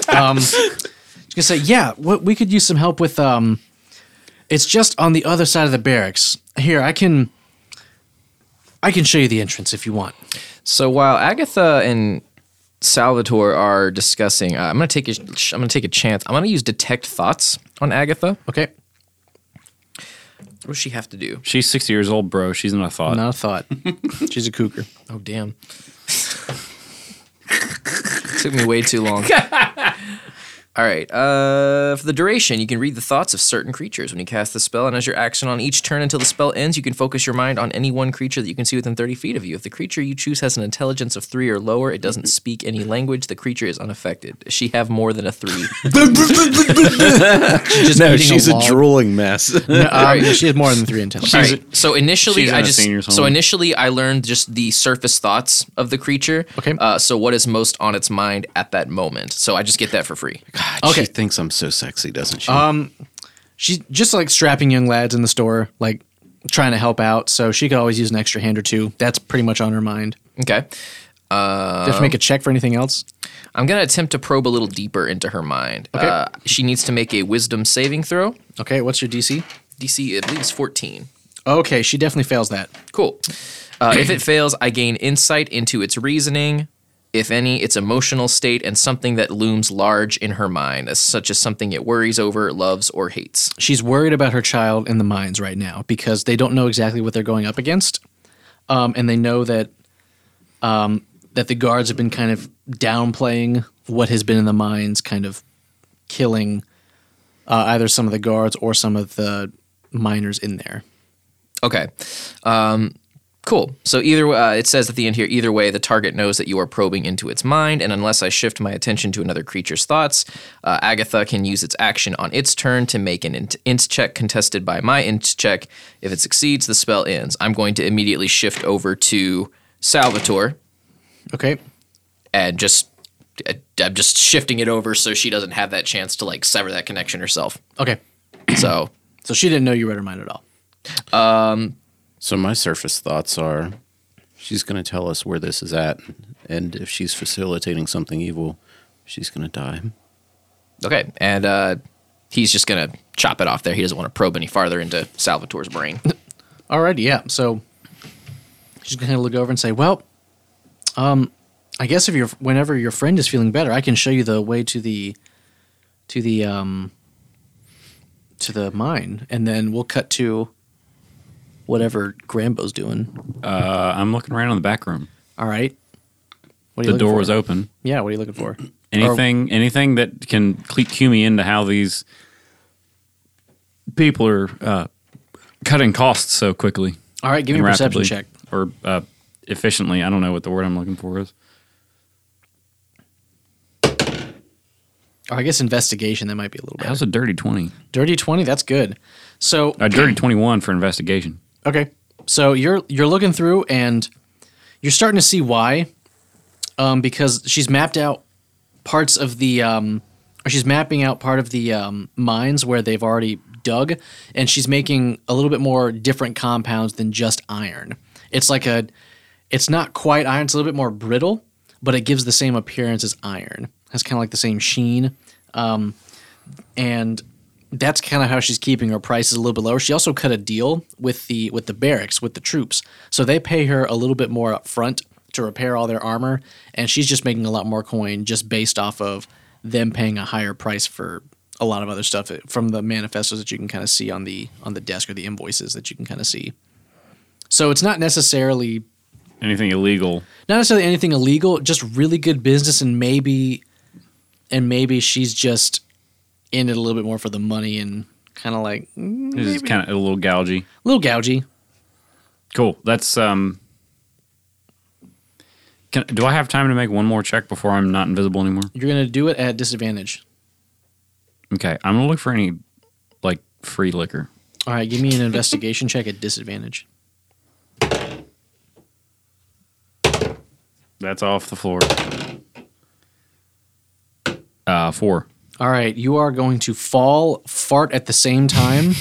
[SPEAKER 2] um, just gonna say, yeah, what, we could use some help with. Um, it's just on the other side of the barracks. Here, I can, I can show you the entrance if you want.
[SPEAKER 5] So while Agatha and Salvatore are discussing, uh, I'm gonna take a, I'm gonna take a chance. I'm gonna use detect thoughts on Agatha.
[SPEAKER 2] Okay,
[SPEAKER 5] What does she have to do?
[SPEAKER 4] She's 60 years old, bro. She's not a thought.
[SPEAKER 2] not a thought. She's a cougar.
[SPEAKER 5] Oh damn! Took me way too long. All right. Uh, for the duration, you can read the thoughts of certain creatures when you cast the spell, and as your action on each turn until the spell ends, you can focus your mind on any one creature that you can see within 30 feet of you. If the creature you choose has an intelligence of three or lower, it doesn't speak any language. The creature is unaffected. Does she have more than a three?
[SPEAKER 2] She's
[SPEAKER 1] No, she's a, drooling mess.
[SPEAKER 2] she has more than three intelligence.
[SPEAKER 5] All right. So initially,
[SPEAKER 4] she's in
[SPEAKER 5] I
[SPEAKER 4] a
[SPEAKER 5] just
[SPEAKER 4] senior's
[SPEAKER 5] so
[SPEAKER 4] home.
[SPEAKER 5] initially I learned just the surface thoughts of the creature.
[SPEAKER 2] Okay.
[SPEAKER 5] Uh, so what is most on its mind at that moment? So I just get that for free.
[SPEAKER 1] Ah, She thinks I'm so sexy, doesn't she?
[SPEAKER 2] she's just like strapping young lads in the store, like trying to help out. So she could always use an extra hand or two. That's pretty much on her mind.
[SPEAKER 5] Okay.
[SPEAKER 2] Do I have to make a check for anything else?
[SPEAKER 5] I'm gonna attempt to probe a little deeper into her mind.
[SPEAKER 2] Okay.
[SPEAKER 5] Uh, she needs to make a wisdom saving throw.
[SPEAKER 2] Okay, what's your DC?
[SPEAKER 5] DC, I believe, is 14.
[SPEAKER 2] Okay, she definitely fails that.
[SPEAKER 5] Cool. Uh, if it fails, I gain insight into its reasoning, if any, its emotional state, and something that looms large in her mind, as such as something it worries over, loves, or hates.
[SPEAKER 2] She's worried about her child in the mines right now because they don't know exactly what they're going up against, um, and they know that um, that the guards have been kind of downplaying what has been in the mines, kind of killing uh, either some of the guards or some of the miners in there.
[SPEAKER 5] Okay. Um, cool. So either way, uh, it says at the end here, either way, the target knows that you are probing into its mind, and unless I shift my attention to another creature's thoughts, uh, Agatha can use its action on its turn to make an int, int check contested by my int check. If it succeeds, the spell ends. I'm going to immediately shift over to Salvatore
[SPEAKER 2] Okay,
[SPEAKER 5] and just. I- I'm just shifting it over so she doesn't have that chance to like sever that connection herself.
[SPEAKER 2] okay.
[SPEAKER 5] So
[SPEAKER 2] So she didn't know you read her mind at all.
[SPEAKER 1] so my surface thoughts are she's going to tell us where this is at. And if she's facilitating something evil, she's going to die.
[SPEAKER 5] Okay, and uh, he's just gonna chop it off there. He doesn't want to probe any farther into Salvatore's brain.
[SPEAKER 2] Alrighty, yeah. So she's gonna look over and say, "Well, um, I guess if your whenever your friend is feeling better, I can show you the way to the to the um to the mine, and then we'll cut to whatever Grambo's doing.
[SPEAKER 4] Uh, I'm looking around in the back room.
[SPEAKER 2] All right. What are you
[SPEAKER 4] The
[SPEAKER 2] looking
[SPEAKER 4] door
[SPEAKER 2] for?
[SPEAKER 4] was open.
[SPEAKER 2] Yeah. What are you looking for?
[SPEAKER 4] Anything, anything that can cle- cue me into how these people are uh, cutting costs so quickly.
[SPEAKER 2] All right. Give me a
[SPEAKER 4] and
[SPEAKER 2] perception
[SPEAKER 4] rapidly.
[SPEAKER 2] check.
[SPEAKER 4] or uh, efficiently. I don't know what the word I'm looking for is.
[SPEAKER 2] Or I guess investigation. That might be a little better.
[SPEAKER 4] How's a dirty twenty?
[SPEAKER 2] Dirty twenty. That's good. So
[SPEAKER 4] A dirty twenty-one for investigation.
[SPEAKER 2] Okay. So you're you're looking through and you're starting to see why, um, because she's mapped out parts of the, um, or she's mapping out part of the um, mines where they've already dug, and she's making a little bit more different compounds than just iron. It's like a, it's not quite iron. It's a little bit more brittle, but it gives the same appearance as iron. Has kind of like the same sheen and that's kind of how she's keeping her prices a little bit lower. She also cut a deal with the with the barracks with the troops, so they pay her a little bit more up front to repair all their armor, and she's just making a lot more coin just based off of them paying a higher price for a lot of other stuff eh, from the manifestos that you can kind of see on the on the desk or the invoices that you can kind of see. So it's not necessarily
[SPEAKER 4] Anything illegal?
[SPEAKER 2] not necessarily anything illegal, just really good business, and maybe, and maybe she's just in it a little bit more for the money and kind of like a
[SPEAKER 4] This is kind of a little gougy.
[SPEAKER 2] little gougy.
[SPEAKER 4] Cool. That's um. Can, do I have time to make one more check before I'm not invisible anymore?
[SPEAKER 2] You're gonna do it at disadvantage.
[SPEAKER 4] Okay, I'm gonna look for any like free liquor.
[SPEAKER 2] All right, give me an investigation check at disadvantage.
[SPEAKER 4] That's off the floor. Uh, four.
[SPEAKER 2] All right, you are going to fall, fart at the same time,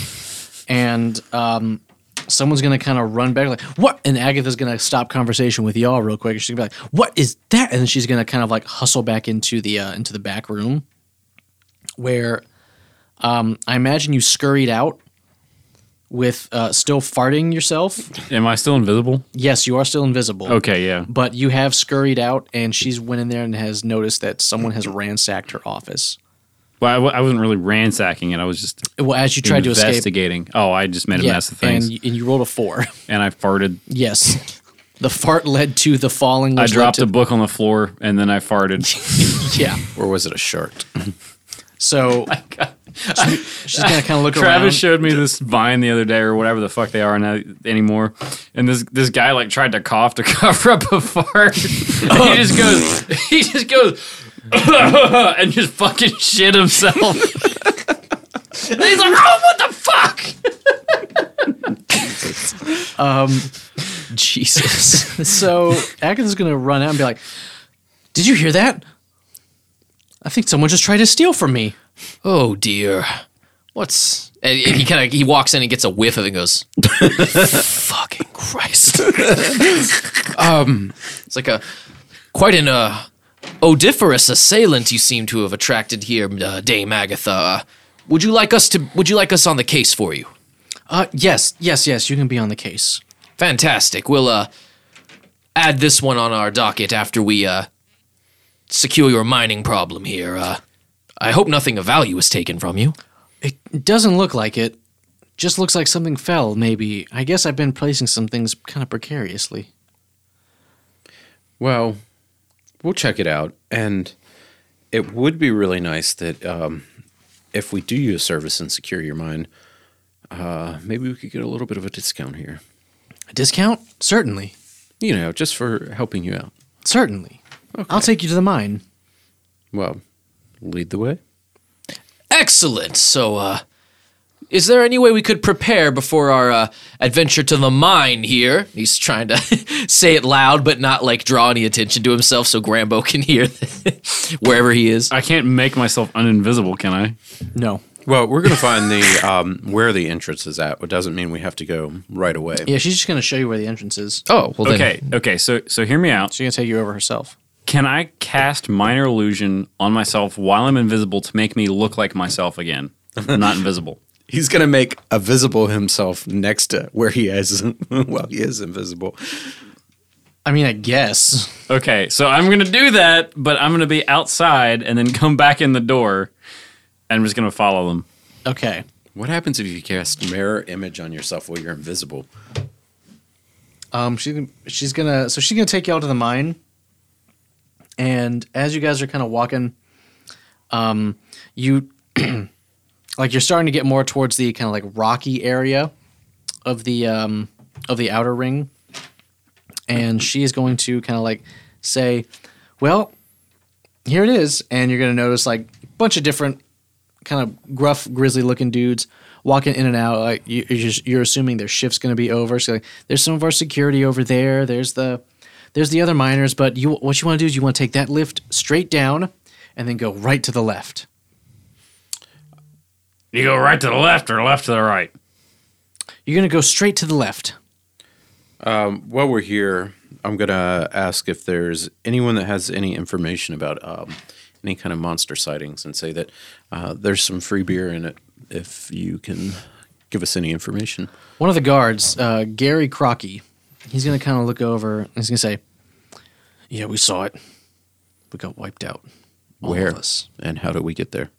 [SPEAKER 2] and um, someone's going to kind of run back like, "What?" And Agatha's going to stop conversation with y'all real quick. She's going to be like, "What is that?" And then she's going to kind of like hustle back into the uh, into the back room, where um, I imagine you scurried out with uh, still farting yourself.
[SPEAKER 4] Am I still invisible?
[SPEAKER 2] Yes, you are still invisible.
[SPEAKER 4] Okay, yeah.
[SPEAKER 2] But you have scurried out, and she's went in there and has noticed that someone has ransacked her office.
[SPEAKER 4] Well, I, w- I wasn't really ransacking it. I was just
[SPEAKER 2] Well, as you tried to escape,
[SPEAKER 4] investigating. Oh, I just made a mess of things,
[SPEAKER 2] And, you, and you rolled a four.
[SPEAKER 4] and I farted.
[SPEAKER 2] yes. The fart led to the falling.
[SPEAKER 4] I
[SPEAKER 2] which led
[SPEAKER 4] dropped
[SPEAKER 2] to-
[SPEAKER 4] a book on the floor and then I farted.
[SPEAKER 2] Yeah.
[SPEAKER 1] Or was it a shirt?
[SPEAKER 2] So she's gonna kind of look around.
[SPEAKER 4] Travis showed me this vine the other day or whatever the fuck they are now anymore. And this this guy like tried to cough to cover up a fart. and he just goes he just goes and just fucking shit himself. And he's like, "Oh, what the fuck?"
[SPEAKER 5] Jesus.
[SPEAKER 2] so Agatha's gonna run out and be like, "Did you hear that? I think someone just tried to steal from me."
[SPEAKER 5] oh dear. What's and and he kind of he walks in and gets a whiff of it and goes, "Fucking Christ!" um, it's like a quite an uh, odiferous assailant you seem to have attracted here, uh, Dame Agatha. Uh, would you like us to? Would you like us on the case for you?
[SPEAKER 2] Uh, yes, yes, yes. You can be on the case.
[SPEAKER 5] Fantastic. We'll uh add this one on our docket after we uh secure your mining problem here. Uh I hope nothing of value is taken from you.
[SPEAKER 2] It doesn't look like it. Just looks like something fell. Maybe. I guess I've been placing some things kind of precariously.
[SPEAKER 1] Well, we'll check it out, and it would be really nice that um, if we do you a service and secure your mind, uh, maybe we could get a little bit of a discount here.
[SPEAKER 2] A discount? Certainly,
[SPEAKER 1] You know, just for helping you out.
[SPEAKER 2] certainly. I'll take you to the mine.
[SPEAKER 1] Well, lead the way.
[SPEAKER 5] Excellent. So uh is there any way we could prepare before our uh, adventure to the mine here? He's trying to say it loud but not like draw any attention to himself so Grambo can hear wherever he is.
[SPEAKER 4] I can't make myself uninvisible, can I?
[SPEAKER 2] No.
[SPEAKER 1] Well, we're gonna find the um, where the entrance is at. It doesn't mean we have to go right away.
[SPEAKER 2] Yeah, she's just gonna show you where the entrance is.
[SPEAKER 5] Oh, well
[SPEAKER 4] Okay, okay. So so hear me out.
[SPEAKER 2] She's gonna take you over herself.
[SPEAKER 4] Can I cast minor illusion on myself while I'm invisible to make me look like myself again? not invisible.
[SPEAKER 1] He's gonna make a visible himself next to where he is. well, he is invisible.
[SPEAKER 2] I mean, I guess.
[SPEAKER 4] Okay, so I'm gonna do that, but I'm gonna be outside and then come back in the door, and I'm just gonna follow them.
[SPEAKER 2] Okay.
[SPEAKER 1] What happens if you cast mirror image on yourself while you're invisible?
[SPEAKER 2] Um, she she's gonna so she's gonna take y'all to the mine, and as you guys are kind of walking, um, you like you're starting to get more towards the kind of like rocky area of the um of the outer ring, and she is going to kind of like say, "Well, here it is," and you're gonna notice like a bunch of different kind of gruff, grizzly looking dudes walking in and out. Like you, you're, just, you're assuming their shift's going to be over. So like, there's some of our security over there. There's the there's the other miners. But you, what you want to do is you want to take that lift straight down, and then go right to the left.
[SPEAKER 4] You go right to the left or left to the right.
[SPEAKER 2] You're going to go straight to the left.
[SPEAKER 1] While we're here, I'm gonna ask if there's anyone that has any information about um, any kind of monster sightings, and say that uh, there's some free beer in it if you can give us any information.
[SPEAKER 2] One of the guards, uh, Gary Crocky, he's going to kind of look over. and He's going to say, "Yeah, we saw it. We got wiped out. All
[SPEAKER 1] Where
[SPEAKER 2] of us.
[SPEAKER 1] and how do we get there?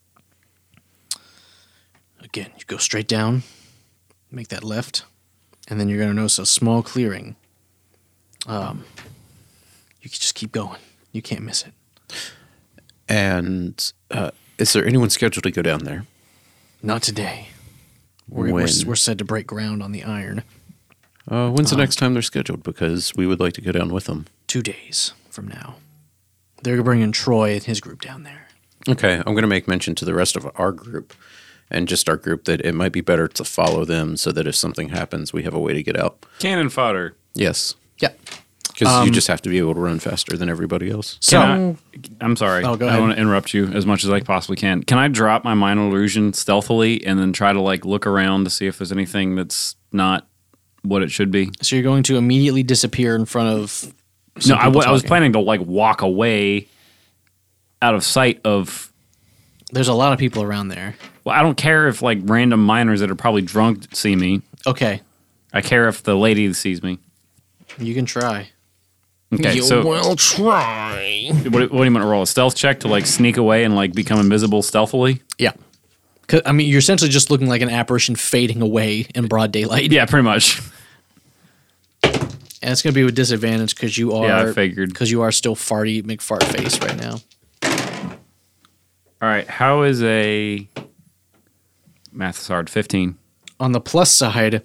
[SPEAKER 2] Again, you go straight down, make that left, and then you're going to notice a small clearing. Um, you can just keep going. You can't miss it.
[SPEAKER 1] And uh, is there anyone scheduled to go down there?
[SPEAKER 2] Not today. We're, we're,
[SPEAKER 1] When?
[SPEAKER 2] we're said to break ground on the iron
[SPEAKER 1] Uh, when's the next time they're scheduled? Because we would like to go down with them.
[SPEAKER 2] two days from now. They're bringing Troy and his group down there.
[SPEAKER 1] Okay, I'm going to make mention to the rest of our group and just our group that it might be better to follow them so that if something happens, we have a way to get out.
[SPEAKER 4] Cannon fodder.
[SPEAKER 1] Yes,
[SPEAKER 2] Yeah.
[SPEAKER 1] because you just have to be able to run faster than everybody else.
[SPEAKER 2] So
[SPEAKER 4] Can I, am sorry.
[SPEAKER 2] Oh, go
[SPEAKER 4] I
[SPEAKER 2] ahead.
[SPEAKER 4] don't want to interrupt you as much as I possibly can. Can I drop my minor illusion stealthily and then try to like look around to see if there's anything that's not what it should be?
[SPEAKER 2] So you're going to immediately disappear in front of.
[SPEAKER 4] no, I, w- I was planning to like walk away out of sight of.
[SPEAKER 2] There's a lot of people around there.
[SPEAKER 4] Well, I don't care if like random miners that are probably drunk see me.
[SPEAKER 2] Okay,
[SPEAKER 4] I care if the lady sees me.
[SPEAKER 2] you can try.
[SPEAKER 4] Okay,
[SPEAKER 9] you
[SPEAKER 4] so
[SPEAKER 9] will try.
[SPEAKER 4] what, what do you want to roll? A stealth check to like sneak away and like become invisible stealthily?
[SPEAKER 2] Yeah. 'Cause, I mean, you're essentially just looking like an apparition fading away in broad daylight.
[SPEAKER 4] Yeah, pretty much.
[SPEAKER 2] And it's going to be with disadvantage because you are.
[SPEAKER 4] Yeah, I figured.
[SPEAKER 2] Because you are still farty McFart face right now.
[SPEAKER 4] All right, how is a math is hard? Fifteen.
[SPEAKER 2] On the plus side,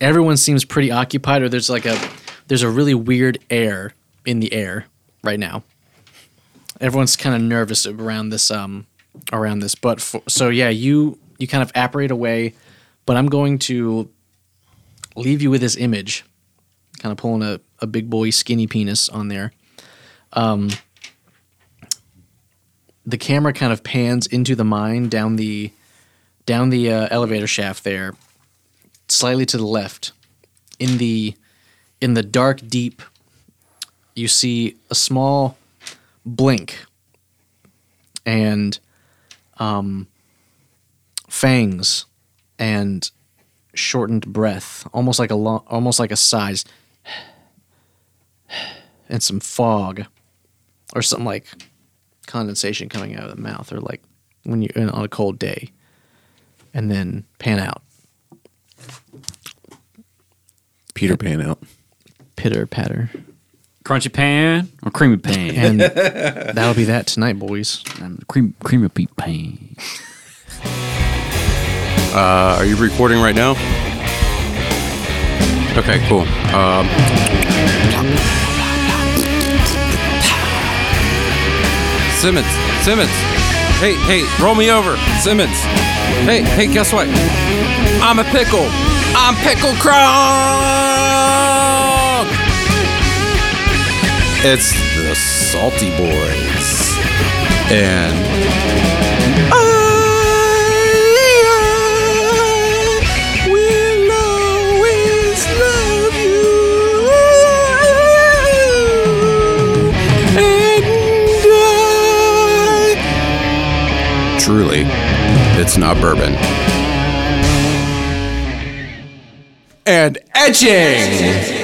[SPEAKER 2] everyone seems pretty occupied, or there's like a there's a really weird air in the air right now. Everyone's kind of nervous around this um around this, but for, so yeah, you you kind of apparate away, but I'm going to leave you with this image, kind of pulling a, a big boy skinny penis on there. Um, the camera kind of pans into the mine down the down the uh, elevator shaft there slightly to the left in the in the dark deep you see a small blink and um fangs and shortened breath almost like a long almost like a size and some fog or something like condensation coming out of the mouth or like when you're in, on a cold day and then pan out
[SPEAKER 1] Peter Pan out.
[SPEAKER 2] pitter patter
[SPEAKER 4] Crunchy pan or creamy pan?
[SPEAKER 2] and that'll be that tonight boys
[SPEAKER 4] Um, cream, creamy peat pan.
[SPEAKER 1] Uh, are you recording right now? Okay, cool. Um, Simmons, Simmons. Hey, hey, roll me over, Simmons. Hey, hey, guess what? I'm a pickle. I'm pickle crunk. It's the Salty Boys and Truly, it's not bourbon. And etching.